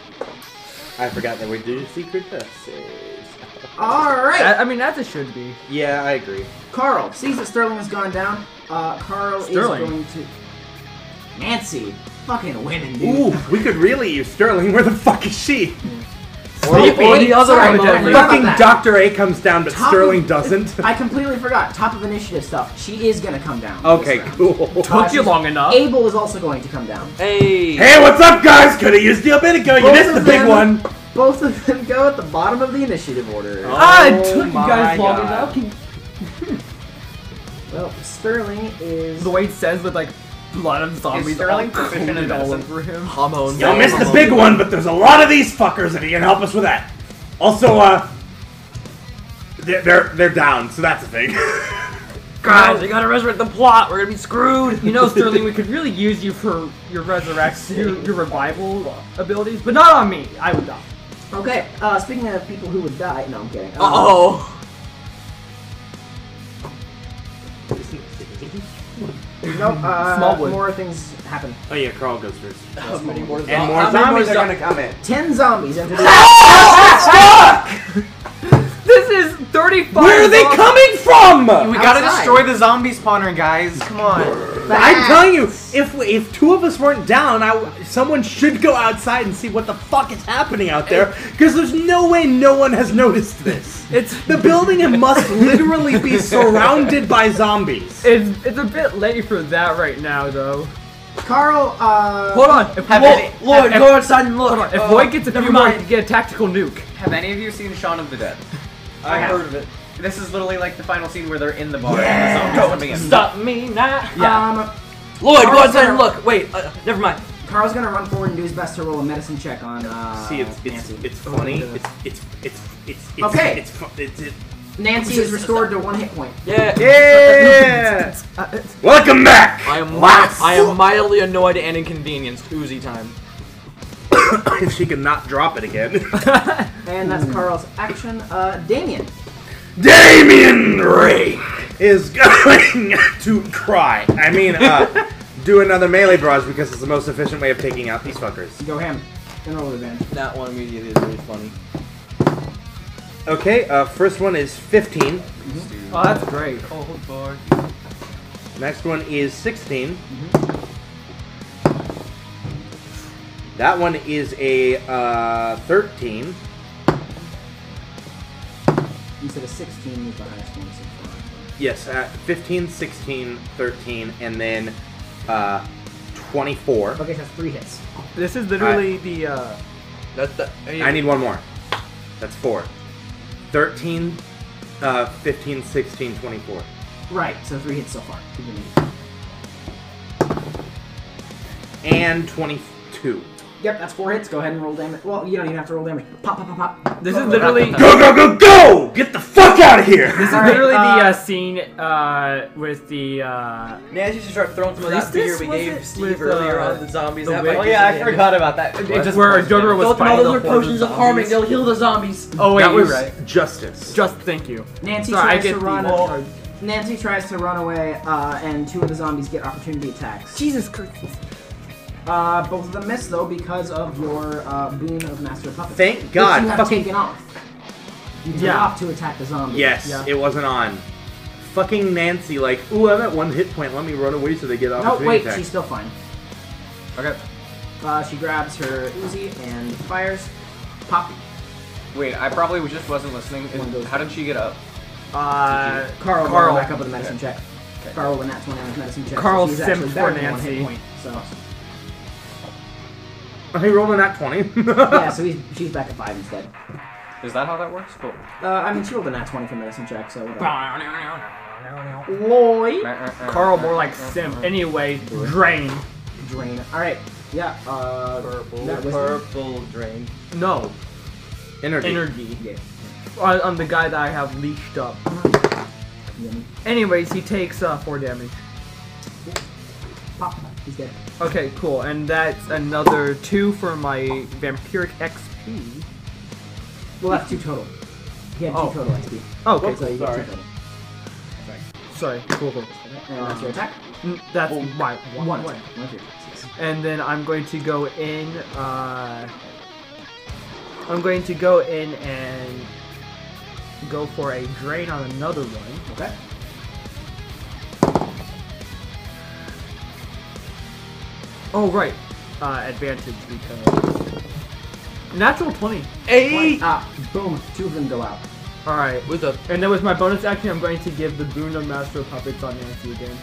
C: I forgot that we do secret tests.
D: Alright!
E: I, I mean, as it should be.
C: Yeah, I agree.
D: Carl sees that Sterling has gone down. Uh, Carl
E: Sterling.
D: is going to. Nancy, fucking women, dude.
C: Ooh, we could really use Sterling. Where the fuck is she?
E: Or, or the other
D: sorry,
E: one.
D: Lloyd,
E: definitely.
D: forgot about
C: Fucking
D: that.
C: Doctor A comes down, but
D: Top
C: Sterling
D: of-
C: doesn't.
D: I completely forgot. Top of initiative stuff. She is gonna come down.
C: okay, cool.
E: Took you long enough.
D: Abel is also going to come down.
B: Hey.
C: Hey, what's up, guys? Could have used the Abinico. You
D: Both
C: missed the
D: of
C: big
D: them-
C: one.
D: Both of them go at the bottom of the initiative order.
E: Ah, it
C: Oh
E: took you
C: my
E: guys long
C: God.
E: enough. Can-
D: Well, Sterling is.
E: The way it says with like blood of zombies
F: Sterling
E: all
F: proficient in
E: coated all
F: medicine?
E: over him.
B: Hormones.
C: Y'all missed the big one, but there's a lot of these fuckers, and you can help us with that. Also, uh, they're they're, they're down, so that's a thing.
B: Guys, we gotta resurrect the plot. We're gonna be screwed.
E: You know, Sterling, we could really use you for your resurrection, your, your revival abilities, but not on me. I would die.
D: Okay. Uh, speaking of people who would die. No, I'm kidding. Uh,
B: Oh.
D: No. Uh,
E: Smallwood.
D: More things happen.
C: oh yeah, Carl goes first.
G: more zombies.
C: And more
G: How many
C: zombies
G: are
C: are-
G: gonna come in?
D: Ten zombies enter the.
E: This is 35.
C: Where are they
E: zombies.
C: coming from?
F: We gotta
D: Outside.
F: destroy the zombie spawner, guys. Come on.
C: I'm telling you, if we- if two of us weren't down, I w- someone should go outside and see what the fuck is happening out there, because there's no way no one has noticed this.
E: It's
C: The building must literally be surrounded by zombies.
E: it's it's a bit late for that right now, though.
D: Carl. Uh,
E: Hold on. If
B: Have
E: Lloyd-
B: any- Lloyd,
E: if-
B: go outside and look.
E: Hold on. If
B: Uh,
E: Lloyd gets a few
B: never
E: more,
B: mind.
E: he can get a tactical nuke.
F: Have any of you seen Shaun of the Dead?
B: I heard of it.
F: This is literally like the final scene where they're in the bar and the
E: Don't
F: zombies coming in.
E: Stop me now.
D: Um,
B: Lloyd, go
D: Carl's
B: outside and
D: gonna-
B: look. Wait, uh, never mind.
D: Carl's gonna run forward and do his best to roll a medicine check on uh, Nancy. Oh,
C: funny. It's it's it's it's it's
D: Okay.
C: It's fu- it's it.
D: Nancy is restored to one hit point.
B: Yeah.
C: Yeah. Welcome back.
B: I am
C: Last.
B: I am mildly annoyed and inconvenienced. Oozy time.
C: if she can not drop it again.
D: And that's Carl's action. Uh, Damien.
C: Damien Ray is going to cry. I mean, uh, do another melee barrage because it's the most efficient way of taking out these fuckers.
D: Go ham. And roll with advantage.
B: That one immediately is really funny.
C: Okay, uh, first one is 15.
E: Oh, that's great.
C: Next one is 16.
D: Mm-hmm.
C: That one is a uh, 13.
D: Instead of 16 was the highest one so far.
C: Yes, uh, 15, 16, 13, and then uh, 24.
D: Okay, that's three hits.
E: This is literally the. Uh,
B: That's the.
C: I need one more. That's four. 13, uh, 15, 16, 24.
D: Right, so three hits so far. Give me-
C: And 22.
D: Yep, that's four hits. Go ahead and roll damage. Well, you don't even have to roll damage. Pop, pop, pop, pop.
E: this is literally.
C: Go, go, go, go! Get the fuck out of here!
E: This is
D: All right,
E: literally the
D: uh,
E: uh, scene uh, with the. Uh,
B: Nancy should start throwing some of
E: Christmas,
B: that beer we
E: was
B: gave
E: it?
B: Steve
E: With,
B: earlier
E: uh,
B: on the zombies.
E: the
B: that
E: wig?
B: might
F: Oh
B: be
F: yeah, I
B: something.
F: forgot about that. It just
E: where Jotaro
B: They'll
E: was
B: throw all
E: fighting.
B: those
E: the
B: little potions of harming.
E: zombies.
B: They'll heal the zombies.
E: Oh wait,
C: that
E: you're
C: was
E: right.
C: justice.
E: Just thank you.
D: Nancy
E: Sorry, I
D: tries
E: get
D: to
E: the-
D: run.
E: Oh.
D: Nancy tries to run away, uh, and two of the zombies get opportunity attacks.
E: Jesus Christ.
D: Uh, both of them miss though because of your uh, boon of master puppet.
C: Thank
D: Which
C: God,
D: you have
C: fucking-
D: taken off. You took
E: Yeah.
D: off to attack the zombie.
C: Yes,
E: Yeah.
C: it wasn't on. Fucking Nancy, like, ooh, I'm at one hit point. Let me run away so they get
D: No,
C: opportunity
D: wait,
C: attack.
D: she's still fine.
B: Okay.
D: Uh, she grabs her Uzi and fires. Pop.
F: Wait, I probably just wasn't listening.
D: One of those
F: How did she get up?
E: Uh,
D: Carl,
E: Carl.
D: Carl back up with a medicine check. Carl with a nat 20 on his medicine check.
E: Carl
D: so she's actually
E: simped
D: back
E: for
D: to one hit
E: Nancy.
D: point, so
C: He rolled a nat 20.
D: yeah, so he's, she's back at five instead.
F: Is that how that works? Cool.
D: Uh, I mean, she rolled a nat 20 for medicine check, so whatever.
F: Uh,
D: Lloyd.
E: Carl, more like Sim. Anyway, drain.
D: Drain. All right. Yeah. Uh,
B: Purple,
D: That was-
B: purple drain.
E: No,
C: Energy.
E: energy.
D: yeah.
E: On, on the guy that I have leashed up.
D: Yummy.
E: Anyways, he takes uh, four damage.
D: Pop. He's dead.
E: Okay, cool. And that's another two for my vampiric XP.
D: Well, that's two total. He had two
E: Oh.
D: total XP.
E: Oh, okay.
D: so you get
G: sorry.
D: two total.
E: Sorry. Cool. cool.
D: And that's your attack.
E: Mm, That's my
D: One.
E: one.
D: One. One. of your attacks, yes.
E: And then I'm going to go in. Uh, I'm going to go in and go for a drain on another one.
D: Okay.
E: Oh right, uh, advantage because natural twenty.
D: One up. Boom. Two of them go out.
E: All right,
B: With a
E: and then with my bonus action, I'm going to give the boon of master of puppets on Nancy again.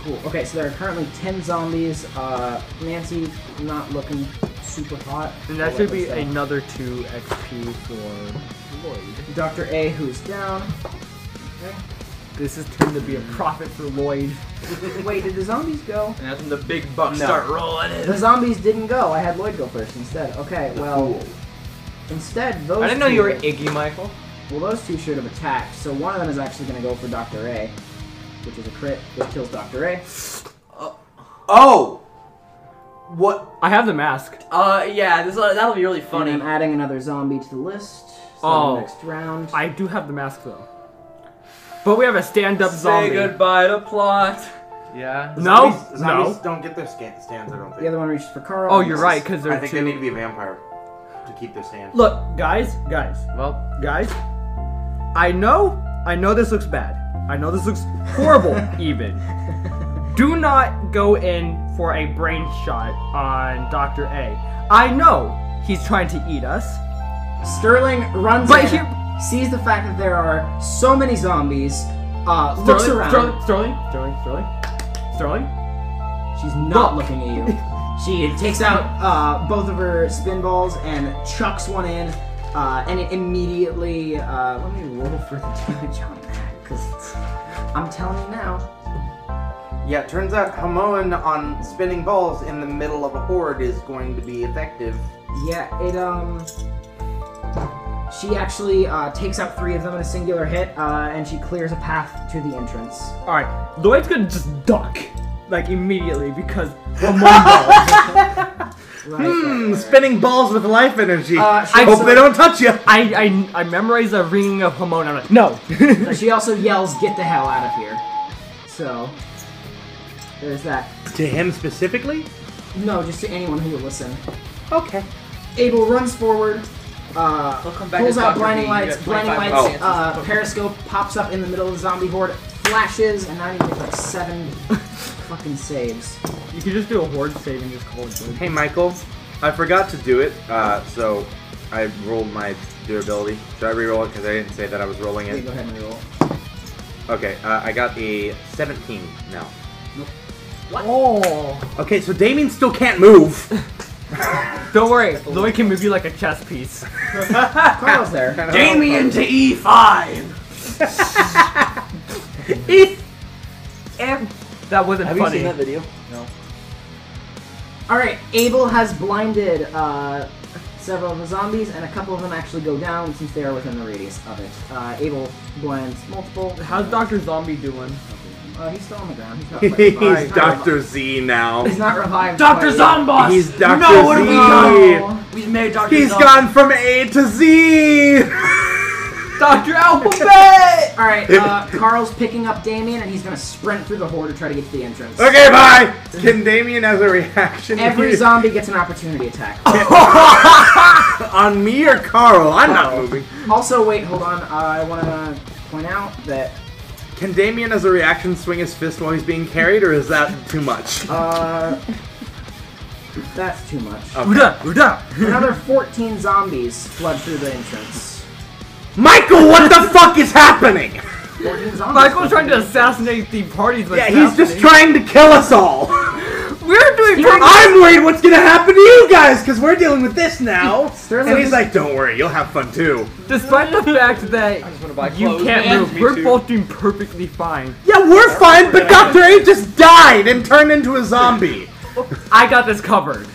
D: Cool. Okay, so there are currently ten zombies. Uh, Nancy not looking super hot.
E: And that
D: I'll
E: should
D: let
E: be
D: this down.
E: another two XP for Lloyd.
D: Dr. A who's down.
E: This is turned to be a profit for Lloyd.
D: Wait, did the zombies go?
B: And that's when the big bucks start rolling in.
D: The zombies didn't go. I had Lloyd go first instead. Okay, well, instead those.
F: I didn't know you were
D: two-
F: Iggy, Michael.
D: Well, those two should have attacked. So one of them is actually going to go for Doctor A, which is a crit, which kills Doctor A.
G: Oh! What?
E: I have the mask.
B: Uh, yeah, this that'll be really
D: And
B: funny.
D: I'm adding another zombie to the list. So
E: Oh.
D: Next round.
E: I do have the mask though. But we have a stand-up zombie.
B: Say goodbye to plot.
F: Yeah.
E: No,
G: Zombies, zombies
E: no.
G: don't get their scan- stands, I don't think.
D: The other one reaches for Carl.
E: Oh, you're right, because
G: I
E: they're
G: think
E: two.
G: they need to be a vampire to keep their stands.
E: Look, guys, guys,
F: Well,
E: guys. I know, I know this looks bad. I know this looks horrible, even. Do not go in for a brain shot on Doctor A. I know he's trying to eat us.
D: Sterling runs
E: But
D: in,
E: here-
D: sees the fact that there are so many zombies. Uh, looks
E: Sterling,
D: around.
E: Sterling, Sterling, Sterling, Sterling, Sterling.
D: She's not looking at you. She takes out uh, both of her spin balls and chucks one in, uh, and it immediately. Uh, let me roll for the damage on that, because I'm telling you now.
G: Yeah, turns out Hamoan on spinning balls in the middle of a horde is going to be effective.
D: Yeah, it um. She actually uh, takes out three of them in a singular hit, uh, and she clears a path to the entrance.
E: All right, Lloyd's gonna just duck like immediately because Among Us.
D: Right.
C: Hmm, Oh, spinning balls with life energy.
D: Uh, she
C: I hope
D: also-
C: they don't touch you.
E: I, I I memorized the ringing of Hamon. I'm like, no.
D: But she also yells, "Get the hell out of here!" So there's that.
C: To him specifically?
D: No, just to anyone who will listen.
C: Okay.
D: Abel runs forward, uh,
B: They'll come back
D: pulls
B: as
D: out
B: Dr.
D: blinding
B: B, you
D: lights.
B: got
D: Blinding
B: 25
D: lights.
B: chances.
D: Uh, periscope pops up in the middle of the zombie horde, flashes, and I need to make like seven fucking saves.
E: You could just do a horde save and just call it good.
C: Hey, Michael. I forgot to do it, uh, so I rolled my durability. Should I re-roll it? Because I didn't say that I was rolling
D: Okay, go
C: it.
D: ahead and roll.
C: Okay, uh, I got a 17 now.
E: Oh!
C: Okay, so Damien still can't move.
E: Don't worry, Lloyd can move you like a chess piece.
D: Carl's there.
B: Damien to E5!
E: That wasn't funny.
B: video?
D: All right, Abel has blinded uh, several of the zombies, and a couple of them actually go down since they are within the radius of it. Uh, Abel blinds multiple.
E: How's Dr. Zombie doing?
D: Uh, he's still on the ground. He's not.
C: He's
D: quite- he's not
C: Dr. Z now.
D: He's not revived.
B: Dr.
D: quite yet.
B: Zomboss!
C: He's Dr.
B: No, what have we
C: Z.
B: done? We've made Dr.
C: He's
B: Zom-
C: gone from A to Z.
B: Dr. Alphabet!
D: All right, uh, Carl's picking up Damien, and he's gonna sprint through the horde to try to get to the entrance.
C: okay, bye. Can Damien as a reaction
D: Every
C: use-
D: zombie gets an opportunity attack.
C: on me or Carl? I'm not moving.
D: also, wait, hold on. Uh, I want to point out that
C: Can Damien as a reaction swing his fist while he's being carried, or is that too much?
D: uh, that's too much.
E: Uda! Uda!
D: Another 14 zombies flood through the entrance.
C: Michael, what the fuck is happening?
D: 14 zombies.
E: Michael's trying to assassinate the parties.
C: Yeah, he's just trying to kill us all.
E: We're doing
D: You're-
C: I'm worried what's gonna happen to you guys because we're dealing with this now.
D: Sterling
C: and he's
D: is-
C: like, "Don't worry, you'll have fun too."
E: Despite the fact that
F: wanna buy
E: you
F: clothes,
E: can't
F: man.
E: move,
F: Me
E: we're
F: too.
E: both doing perfectly fine.
C: Yeah, we're fine, but Doctor A just died and turned into a zombie.
E: I got this covered.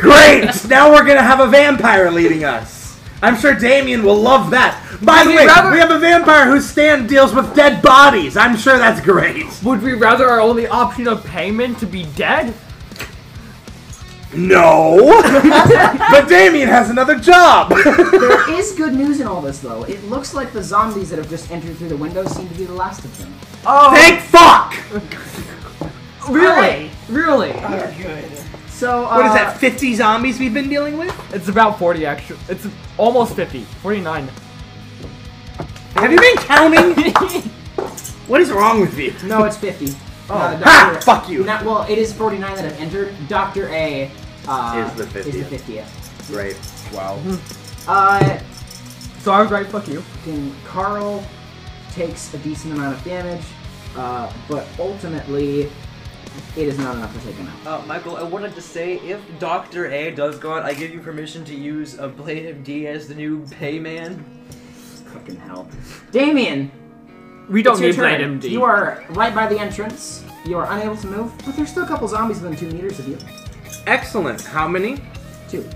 C: Great! Now we're gonna have a vampire leading us. I'm sure Damien will love that. By the
E: he
C: way,
E: rather-
C: we have a vampire whose stand deals with dead bodies. I'm sure that's great.
E: Would we rather our only option of payment to be dead?
C: No! but Damien has another job!
D: There is good news in all this, though. It looks like the zombies that have just entered through the window seem to be the last of them.
E: Oh,
C: Thank fuck!
E: really?
D: Alright.
E: Really?
D: So, uh,
C: What is that, 50 zombies we've been dealing with?
E: It's about 40 actually. It's almost 50. 49.
C: Have you been counting? what is wrong with you?
D: No, it's 50. Oh,
C: Ha! Fuck you!
D: Not, well, it is 49 that have entered. Dr. A uh,
C: Is the 50th.
D: 50th.
C: Great. Wow.
D: Uh,
E: So I was right, fuck you.
D: fucking Carl takes a decent amount of damage, uh, but ultimately, it is not enough to take him out.
B: Uh, Michael, I wanted to say if Dr. A does go out, I give you permission to use a Blade MD as the new payman.
D: Fucking hell. Damien!
E: We don't
D: It's your
E: need Blade
D: turn.
E: MD.
D: You are right by the entrance. You are unable to move, but there's still a couple zombies within two meters of you.
C: Excellent. How many?
D: Two.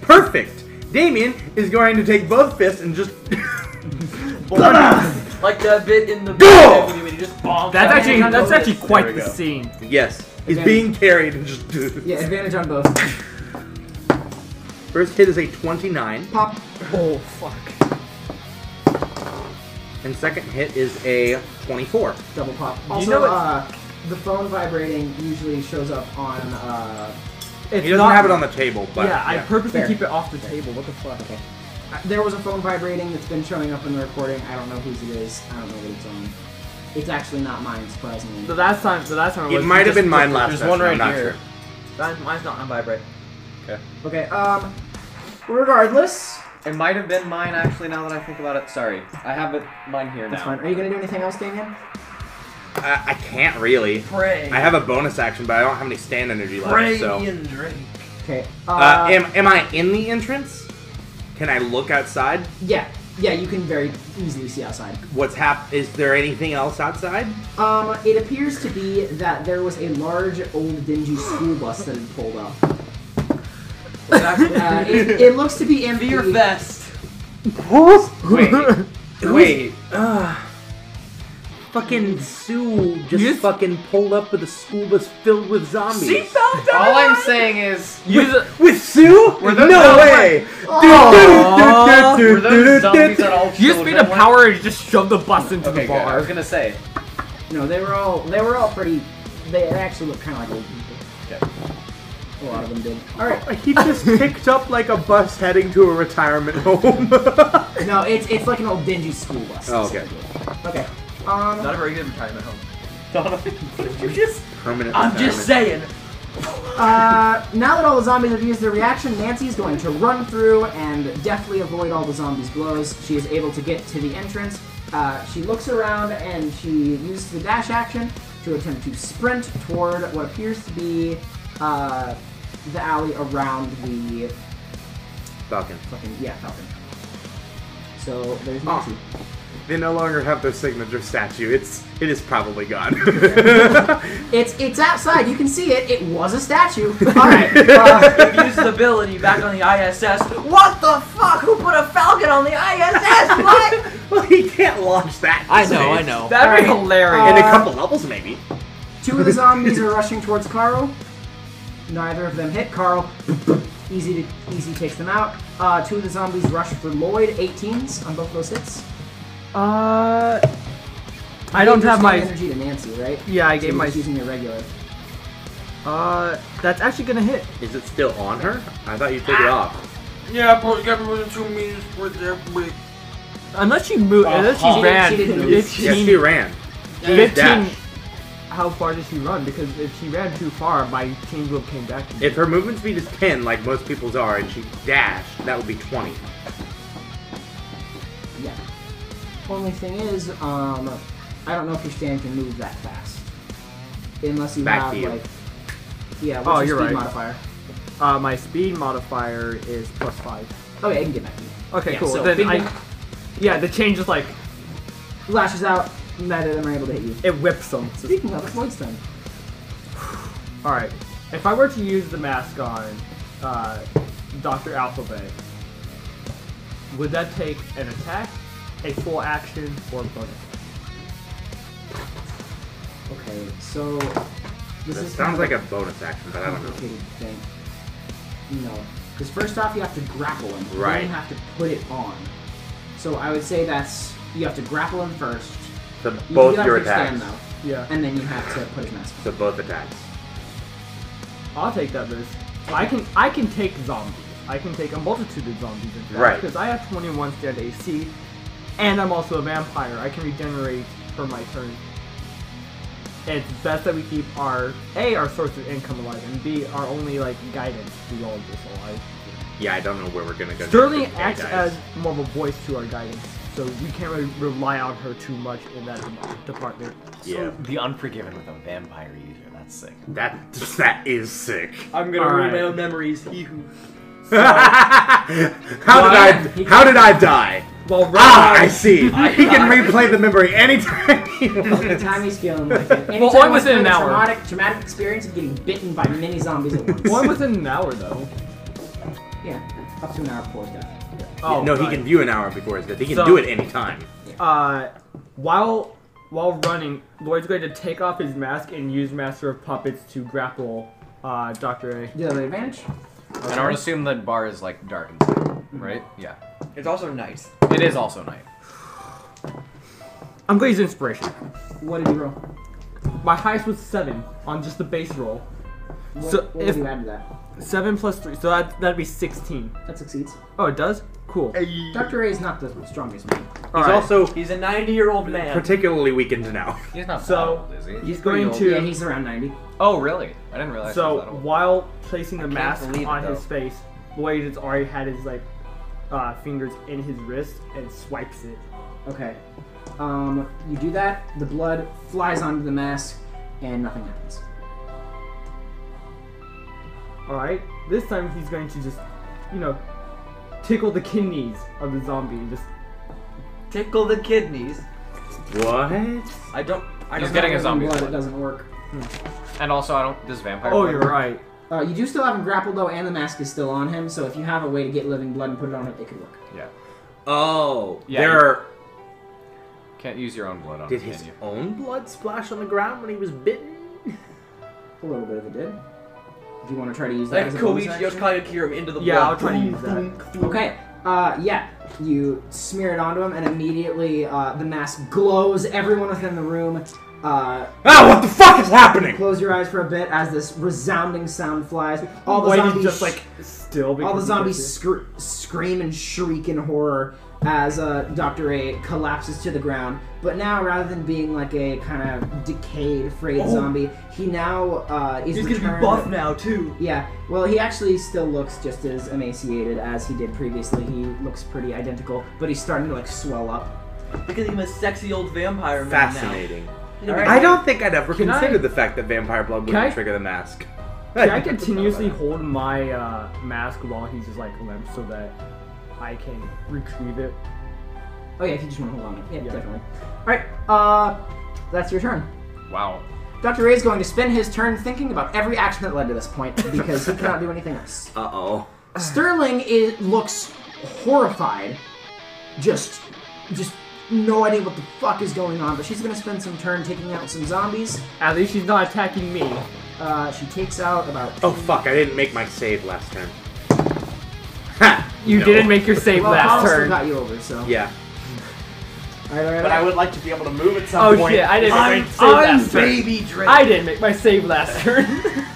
C: Perfect! Damien is going to take both fists and just.
B: Like the bit in the
C: Go!
B: movie when he just bombs
E: That's
B: out.
E: actually that's actually
F: we
E: quite the
F: go.
E: scene.
C: yes. He's
D: Again.
C: being carried and just.
D: Yeah, advantage on both.
C: First hit is a 29,
D: Pop.
E: Oh fuck.
C: and second hit is a 24.
D: Double pop. Also,
E: know what-
D: uh, the phone vibrating usually shows up on. Uh,
E: It's
C: He doesn't
E: not-
C: have it on the table, but.
E: Yeah, I purposely
D: fair.
E: keep it off the table. What the fuck?
D: uh, there was a phone vibrating that's been showing up in the recording. I don't know whose it is. I don't know what it's on. It's actually not mine, surprisingly.
E: The last time, the last time I
C: It
E: was-
C: might have
E: just-
C: been mine last
F: there's
C: session,
F: one right
C: I'm not
F: here.
C: sure.
B: Mine- Mine's not on vibrate.
D: Okay, um, regardless.
F: It might have been mine actually. Now that I think about it, sorry, I have it mine here
D: That's
F: now.
D: fine. Are you gonna do anything else, Damien?
C: I, I can't really.
B: Pray.
C: I have a bonus action, but I don't have any stand energy left.
B: Pray
C: so,
B: and Drake.
D: Okay. Uh,
C: uh, am, am I in the entrance? Can I look outside?
D: yeah, yeah, you can very easily see outside.
C: What's hap? Is there anything else outside?
D: Um, it appears to be that there was a large, old, dingy school bus that had pulled up. Uh, it, it looks to be empty.
B: Fear Fest.
F: Wait, wait.
C: Fucking Sue just fucking pulled up with a school bus filled with zombies.
F: All I'm saying is,
E: Use it.
C: with Sue?
F: those-
C: no
F: no,
C: way!
E: Aw.
C: Du- du- du- du-
F: were those
C: du- du-
F: zombies at all?
E: Use speed
F: children?
E: of power and just shove the bus into
F: Okay,
E: the
F: good. I
E: bar.
F: was gonna say.
D: No, they were all they were all pretty. They actually look kind of like old people. A lot of them did. All right.
C: He just picked up like a bus heading to a retirement home.
D: No, it's it's like an old dingy school bus.
C: Oh, okay.
D: Okay. Um.
B: Not a very good retirement home.
F: Donovan, what did you just?
C: Permanent.
B: I'm just saying.
D: Uh. Now that all the zombies have used their reaction, Nancy's going to run through and deftly avoid all the zombies' blows. She is able to get to the entrance. Uh, she looks around and she uses the dash action to attempt to sprint toward what appears to be uh, the alley around the
C: Falcon.
D: fucking yeah falcon. So there's
C: Oh.
D: Nancy.
C: They no longer have their signature statue. It's it is probably gone.
D: It's it's outside. You can see it. It was a statue. All right. Uh,
B: Use his ability back on the ISS. What the fuck? Who put a falcon on the ISS? What?
C: well, he can't launch that. in
E: I know, I
C: space.
E: know.
B: That'd be
D: Alright.
B: hilarious.
C: In a
D: Uh,
C: couple levels, maybe.
D: two of the zombies are rushing towards Carl. Neither of them hit Carl. Easy to easy takes them out. Uh, two of the zombies rush for Lloyd. 18s on both those hits.
E: Uh, I don't
D: You're
E: have my.
D: energy to Nancy, right?
E: Yeah, I
D: So
E: gave
D: you're
E: my.
D: just using your regular.
E: Uh, that's actually gonna hit.
C: Is it still on her? I thought you took it off.
G: Yeah, but got more than two meters for their break.
E: Unless she moved. Unless
D: Uh-huh.
E: she ran.
D: She didn't- she didn't
C: Yes,
E: 15,
C: she ran.
E: Fifteen.
C: dash.
E: How far did she run? Because if she ran too far, my change will came back. To me.
C: If her movement speed is 10, like most people's are, and she dashed, that would be 20.
D: Yeah. Only thing is, um, I don't know if your stand can move that fast, unless you
C: Back
D: have
C: to you.
D: like. Yeah. What's
E: Oh,
D: your
E: you're
D: speed
E: right.
D: modifier?
E: uh, my speed modifier is plus five.
D: Okay, I can get back to Oh, you.
E: Okay,
D: Yeah,
E: cool.
D: so
E: then
D: big
E: I.
D: one.
E: Yeah, the change is like
D: Lashes out. Neither of them are able to hit you.
E: it whips them.
D: Speaking of, it's Lloyd's turn.
E: All right. If I were to use the mask on uh, Doctor Alphabet, would that take an attack, a full action, or a bonus?
D: Okay, so this
C: That
D: is Oh.
C: sounds
D: kind
C: like
D: of
C: a bonus action, but I don't know.
D: complicated thing. No, because first off, you have to grapple him.
C: Right.
D: Then you have to put it on. So I would say that's you have to grapple him first.
C: So
D: You
C: both
D: get
C: your
D: off
C: attacks.
D: Stand, though,
E: Yeah.
D: and then you have to put his mask on.
C: So both attacks.
E: I'll take that risk. I can I can take zombies. I can take a multitude of zombies in fact,
C: Right.
E: Because I have 21 stand AC, and I'm also a vampire. I can regenerate for my turn. It's best that we keep our a our source of income alive and b our only like guidance to all of this alive.
C: Yeah, I don't know where we're gonna go.
E: Sterling
C: next with
E: acts
C: guys.
E: as more of a voice to our guidance, so we can't really rely on her too much in that department.
C: Yeah,
F: The Unforgiven with a vampire user. That's sick.
C: that that is sick.
B: I'm gonna ruin
E: Alright.
B: my own memories. Hee hoo.
C: how did I? How did I die?
E: Well,
C: Ah, I see. He can replay the memory anytime he wants.
D: Timmy's feeling like it. Anytime
E: only
D: you
E: within
D: have
E: an
D: a
E: hour.
D: Traumatic, traumatic experience of getting bitten by many zombies at once.
E: one within an hour though.
D: yeah, up to an hour before death.
E: Oh
C: no, he
E: right.
C: can view an hour before his death. He can
E: So-
C: do it anytime.
E: Uh, while while running, Lloyd's going to take off his mask and use Master of Puppets to grapple uh, Doctor A.
D: Do you have an advantage?
F: And I would assume that bar is like dark inside, right?
B: Mm-hmm.
F: Yeah.
B: It's also nice.
F: It is also night.
E: I'm going to use inspiration.
D: What did you roll?
E: My highest was seven on just the base roll.
D: What,
E: So
D: what
E: if-
D: did you add to that?
E: Seven plus three, so that that'd be sixteen.
D: That succeeds.
E: Oh, it does. Cool.
D: Dr. A is not the strongest man.
E: All
C: He's
E: right.
C: also
B: He's a 90 year old man.
C: particularly weakened now.
F: He's not
E: So-
F: so. Old, is he?
E: he's going
B: old.
E: to.
D: Yeah, he's around 90.
F: Oh really? I didn't realize. he was
E: So
F: that old.
E: while placing the mask
B: believe it,
E: on
B: though.
E: his face, Lloyd has already had his like uh, fingers in his wrist and swipes it.
D: Okay. Um, you do that, the blood flies onto the mask, and nothing happens.
E: All right. This time he's going to just, you know, tickle the kidneys of the zombie. and Just
B: Tickle the kidneys.
C: What?
B: I don't. I
F: He's
B: don't
F: getting
B: know.
F: a zombie.
D: blood, it
F: blood.
D: doesn't work.
F: And also, I don't. This vampire.
E: oh,
F: blood-
E: you're right.
D: Uh, you do still have him grappled though, and the mask is still on him. So if you have a way to get living blood and put it on him, it could work.
F: Yeah.
C: Oh,
F: Yeah,
C: there
F: you-
C: are.
F: Can't use your own blood on.
C: Did
F: him,
C: his
F: can you?
C: own blood splash on the ground when he was bitten?
D: A little bit of it did. Do you want to try to use that?
B: Like
D: as a bonus
B: Koichi
D: action?
B: Yoshikage Kirim into the
E: Yeah, I'll
B: blood.
E: try to use that.
D: Okay. Uh, yeah. You smear it onto him, and immediately uh, the mask glows. Everyone within the room Uh,
C: Ah, what the fuck is happening?
D: close your eyes for a bit as this resounding sound flies. All the
E: Whitey
D: zombies
E: just like still because
D: all the
E: he
D: zombies
E: gets
D: scr- scream and shriek in horror as uh, Dr. A collapses to the ground. But now, rather than being like a kind of decayed, frayed zombie, he now uh, is
E: it. Oh. he's gonna
D: returned.
E: be buff now too.
D: Yeah, well, he actually still looks just as emaciated as he did previously. He looks pretty identical, but he's starting to like swell up.
B: Because I'm a sexy old vampire man
C: Fascinating.
B: now.
C: I don't think I'd ever
E: Can
C: considered
E: I-
C: the fact that vampire blood
E: Can
C: wouldn't
E: I-
C: trigger the mask.
E: Can I continuously hold my uh, mask while he's just like limp so that I can retrieve it?
D: Oh yeah, if you just want to hold on, yeah,
E: Yeah.
D: definitely. All right, uh, that's your turn.
F: Wow.
B: Oh,
D: Dr. Ray is going to spend his turn thinking about every action that led to this point because he cannot do anything else.
C: Uh oh.
D: Sterling is, looks horrified, just, just no idea what the fuck is going on. But she's gonna spend some turn taking out some zombies.
E: At least he's not attacking me.
D: Uh, she takes out about.
C: Oh fuck! I didn't make my save last turn. Ha!
E: You
C: No.
E: didn't make your save
D: well,
E: last
D: Paul still
E: turn.
D: got you over, so.
C: Yeah.
D: All right, all right,
G: But
D: all
G: I
D: right.
G: would like to be able to move at some
E: Oh
G: point.
E: shit! I didn't make my save
B: I'm
E: last turn.
B: baby Drake.
E: I didn't make my save last turn.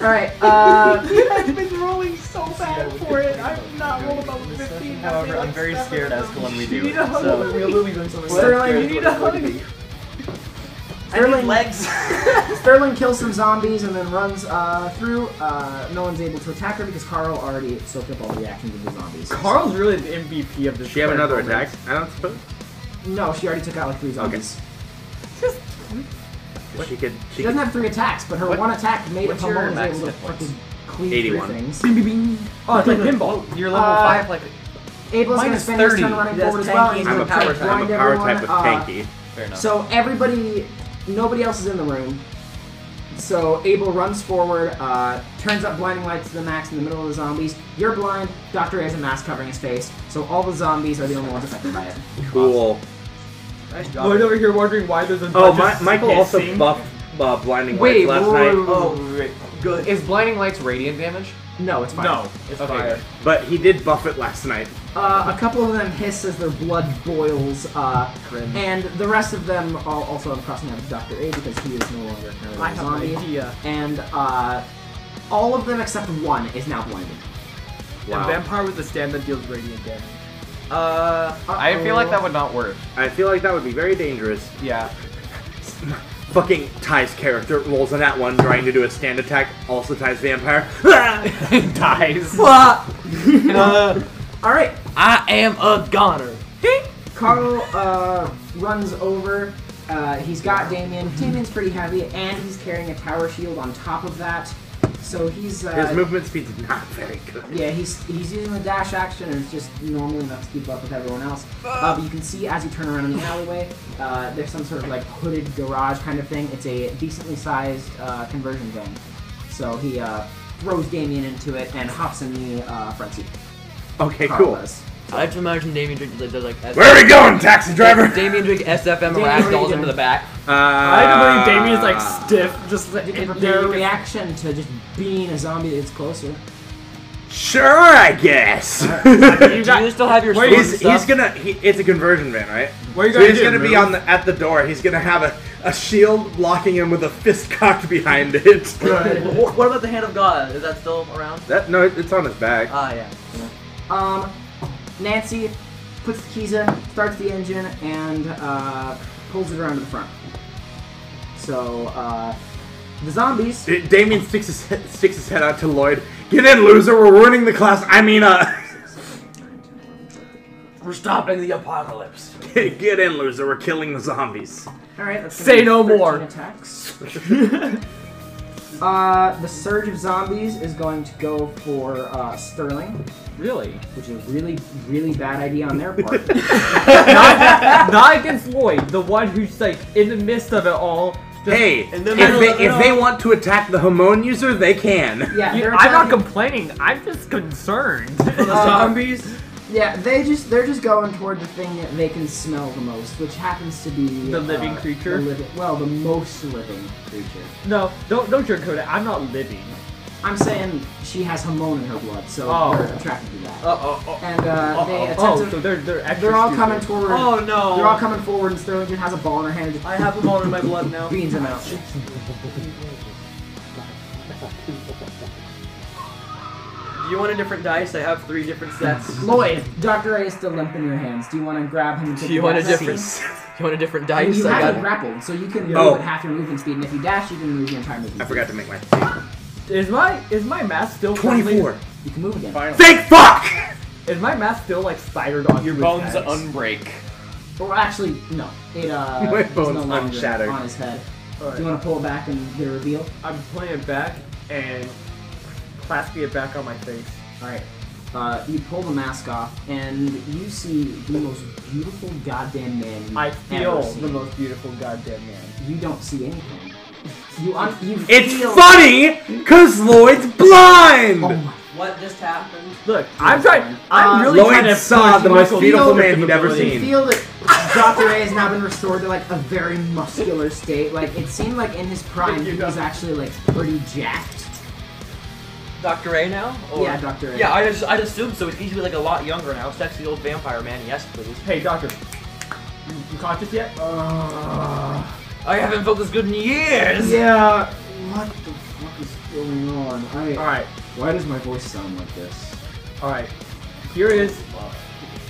D: All right, uh,
G: I've been rolling so bad for it. I'm not rolling above 15.
F: However, I'm very scared as to when we do.
E: so
B: We'll be doing something.
D: Sterling,
E: you need a hug.
D: Sterling,
B: legs.
D: Sterling kills some zombies and then runs uh, through. Uh, no one's able to attack her because Carl already soaked up all the actions of the zombies.
E: Carl's really the MVP of this.
C: She have
E: current
C: another
E: moment.
C: attack? I don't suppose.
D: No, she already took out like three zombies.
C: She could. She
D: She
C: could.
D: doesn't have three attacks, but her one attack made it
F: what's
D: to
F: your
D: Pomona
F: max
D: able to
F: hit points?
D: fucking clean
C: 81.
D: through things.
E: Bing, bing, bing. Oh, it's like pinball.
F: You're level
D: Uh,
F: five, like
D: Abel's going to
F: Minus
D: spend
F: 30.
D: his turn running
B: That's
D: forward as well.
B: tanky.
D: He's
C: I'm
D: gonna
C: a power
D: try to
C: type. I'm a
D: blind
C: power
D: everyone.
C: type with
D: Uh,
C: tanky.
F: fair enough.
D: So everybody, nobody else is in the room. So Abel runs forward, uh, turns up blinding light to the max in the middle of the zombies. You're blind. Doctor A has a mask covering his face, so all the zombies are the only ones affected by it.
C: Cool.
E: Lloyd over here wondering why there's a bunch
C: Oh,
E: of
C: my, Michael also
E: hissing.
C: buffed uh, blinding
F: Wait,
C: lights last
F: wait,
C: night,
F: wait, wait.
B: Oh, wait, good.
F: Is blinding lights radiant damage?
D: No, it's fine.
E: No, it's fire.
C: but he did buff it last night.
D: Uh, a couple of them hiss as their blood boils, uh, and the rest of them are also I'm crossing out Doctor A because he is no longer
E: I
D: currently a
E: have an
D: zombie.
E: idea.
D: And uh, all of them except one is now blinded.
E: A
C: Wow.
E: vampire with a stand that deals radiant damage.
B: Uh,
F: I feel like that would not work.
C: I feel like that would be very dangerous.
F: Yeah.
C: Fucking Ty's character rolls on that one, trying to do a stand attack. Also, Ty's vampire.
F: it dies.
D: All right,
F: I am a goner.
D: Carl uh, runs over. Uh, he's got Damien. Damien's pretty heavy, and he's carrying a tower shield on top of that. So he's uh,
C: His movement speed's not very good.
D: Yeah, he's he's using the dash action and it's just normal enough to keep up with everyone else. Uh, but you can see as you turn around in the alleyway, uh, there's some sort of like hooded garage kind of thing. It's a decently sized uh, conversion van. So he uh, throws Damien into it and hops in the uh, front seat.
C: Okay,
D: Carl
C: cool.
D: does.
H: I have to imagine Damien Drake does like. S-
C: Oh, Where are we going, taxi driver?
H: Damien Drake SFM
D: Damien, what are you
H: ragdolls
D: doing?
H: into the back.
C: Uh,
E: I have to believe Damien's like stiff, just like
D: You
E: it-
D: can prepare a
E: Damien-
D: reaction to just being a zombie that's closer.
C: Sure, I guess.
E: You
H: Do
E: got-
H: you still have your
E: Where
H: sword
E: is-
H: and
C: he's,
H: stuff?
C: he's gonna. He, it's a conversion van, right?
E: What are you
C: So
E: gonna
C: he's
E: do,
C: gonna be
E: move?
C: on the at the door. He's gonna have a, a shield blocking him with a fist cocked behind it.
B: Wh- what about the hand of God? Is that still around?
C: that no, it, it's on his back.
B: Ah, yeah.
D: Um, Nancy puts the keys in, starts the engine, and uh, pulls it around to the front. So uh, the zombies.
C: D- Damien sticks his he- sticks his head out to Lloyd. Get in, loser. We're ruining the class. I mean, uh,
B: We're stopping the apocalypse.
C: get in, loser. We're killing the zombies.
D: All right, that's gonna
E: Say
D: be
E: no
D: 13
E: more.
D: Attacks. uh, the surge of zombies is going to go for uh, Sterling,
E: really
D: which is a really, really bad idea on their part.
E: not, not against Lloyd, the one who's like in the midst of it all. Just,
C: Hey,
E: in
C: if
E: the middle of
C: they
E: it
C: if they
E: all.
C: want to attack the Hamon user, they can.
D: yeah,
E: You-
D: they're
E: I'm not
D: attacking-
E: complaining. I'm just concerned. Uh,
B: Zombies?
D: yeah, they just they're just going toward the thing that they can smell the most, which happens to be
E: The living
D: uh,
E: creature?
D: the living- well, the most living creature.
E: no, don't don't sugarcoat it. I'm not living.
D: I'm saying she has hormone in her blood, so
E: Oh.
D: they're attracted to that.
E: Oh, oh,
D: And uh,
E: oh,
D: they
E: oh,
D: attempt
E: oh,
D: to.
E: so they're they're extra
D: they're all
E: stupid.
D: coming toward.
B: Oh no!
D: They're all coming forward, and Sterlington has a ball in her hand. and
B: I have them all in my blood now.
D: Just beans him out.
B: Do you want a different dice? I have three different sets.
D: Lloyd, Doctor A is still limp in your hands. Do you want to grab him? And take
H: Do you
D: him
H: want a
D: out of the
H: different?
D: scene?
H: You want a different
D: I mean,
H: dice?
D: you
H: I
D: have
H: got
D: it grappled, so you can move
C: Oh.
D: at half your movement speed, and if you dash, you can move your entire movement.
C: I
D: speed.
C: forgot to make my
E: Is my is my math still friendly?
C: 24.
D: You can move again.
C: Thank fuck!
E: Is my math still like spider dog?
F: Your
E: with
F: bones
E: that?
F: unbreak.
D: Or actually, no. It uh,
C: My
D: is no
C: bones
D: longer
C: unshattered.
D: on his head.
E: Alright.
D: Do you want to pull it back and get a reveal?
E: I'm playing it back and clasping it back on my face.
D: All right. Uh, you pull the mask off, and you see the most beautiful goddamn man you've
E: I
D: ever
E: feel
D: seen.
E: the most beautiful goddamn man.
D: You don't see anything. You un- you
C: It's
D: feel-
C: funny, cause Lloyd's blind!
D: Oh my
B: What just happened?
E: Look, I'm trying. I'm
D: Uh,
E: really trying to
C: Lloyd saw
E: push
C: the most
E: Michael's
C: beautiful man
E: character
C: he'd ever
E: ability.
D: You
C: seen.
D: feel that Dr. A has now been restored to like a very muscular state. Like it seemed like in his prime he was actually like pretty jacked.
B: Dr. A now? Or-
D: Yeah, Dr. A.
B: Yeah, I just I just assumed so. He's gonna be like a lot younger now. Sexy old vampire man. Yes, please.
E: Hey, doctor, you, you conscious yet? Uh,
B: I haven't felt this good in years.
D: Yeah. What the fuck is going on? I,
E: all right,
D: Why does my voice sound like this?
E: all right. Here is. Uh, eh,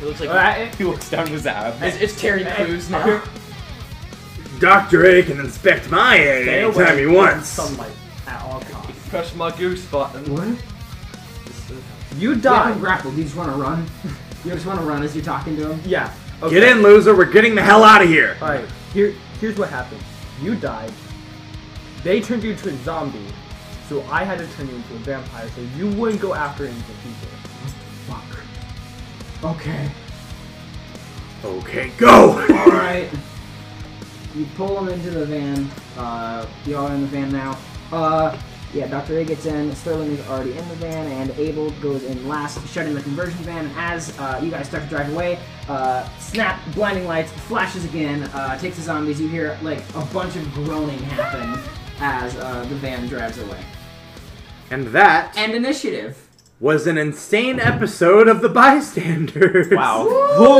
B: It looks like
E: All right.
F: He looks down his abs.
B: it's, it's Terry Crews now.
E: Here-
C: Dr. A can inspect my A
E: stay away
C: anytime he
E: from
C: wants.
E: Sunlight at all costs.
B: Crush my goose button.
D: What?
E: You
D: Stop
E: die.
D: and grapple. Do you just want to run? You just want to run as you're talking to him?
E: Yeah. Okay.
C: Get in, loser, we're getting the hell out of here.
E: All right. Here, here's what happened. You died. They turned you into a zombie, so I had to turn you into a vampire, so you wouldn't go after any of the people.
D: Fuck. Okay.
C: Okay, go!
D: Alright. You pull him into the van. Uh, you all are in the van now. Uh, yeah, Dr. A gets in. Sterling is already in the van, and Abel goes in last, shutting the conversion van. As uh, you guys start to drive away, uh, snap, blinding lights, flashes again, uh, takes the zombies. You hear, like, a bunch of groaning happen as uh, the van drives away.
C: And that
D: And initiative.
C: was an insane episode of The Bystanders.
F: Wow.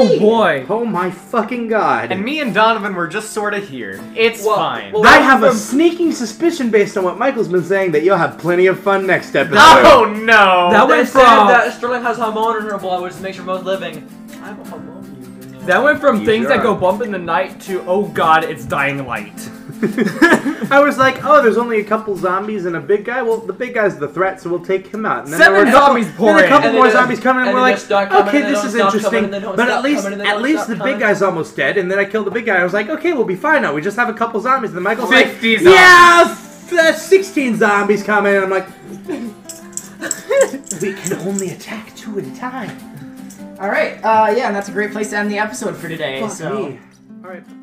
D: Whee!
E: boy.
C: Oh my fucking god.
F: And me and Donovan were just sort of here. It's
B: Well,
F: fine.
B: well-
C: I have a sneaking suspicion based on what Michael's been saying that you'll have plenty of fun next episode.
F: oh no!
E: That
B: They
E: went
B: said
E: from
B: that Sterling has hormone in her blood, which makes her most living. I have a hormone. you know.
E: that went from
C: You
E: things that
C: sure
E: go
C: are.
E: bump in the night to oh god, it's dying light.
C: I was like, oh, there's only a couple zombies and a big guy. Well, the big guy's the threat, so we'll take him out. And
E: Seven
C: there were a couple-
E: zombies
C: then
E: pour
C: a
E: in.
C: couple
B: And
C: more
B: then-
C: zombies coming, and
B: and
C: we're
B: then they
C: like,
B: start coming,
C: okay,
B: and they
C: this
B: don't
C: is
B: stop coming,
C: interesting.
B: and they don't
C: But at
B: stop
C: least,
B: coming, and they
C: at
B: don't
C: least
B: stop
C: the big
B: coming.
C: guy's almost dead, and then I killed the big guy. I was like, okay, we'll be fine now. We just have a couple zombies. And then Michael's like,
F: 50 zombies.
C: yeah, f- uh, 16 zombies coming, and I'm like, we can only attack two at a time.
D: Alright, uh, yeah, and that's a great place to end the episode for today.
C: Fuck
D: so.
C: me. All right.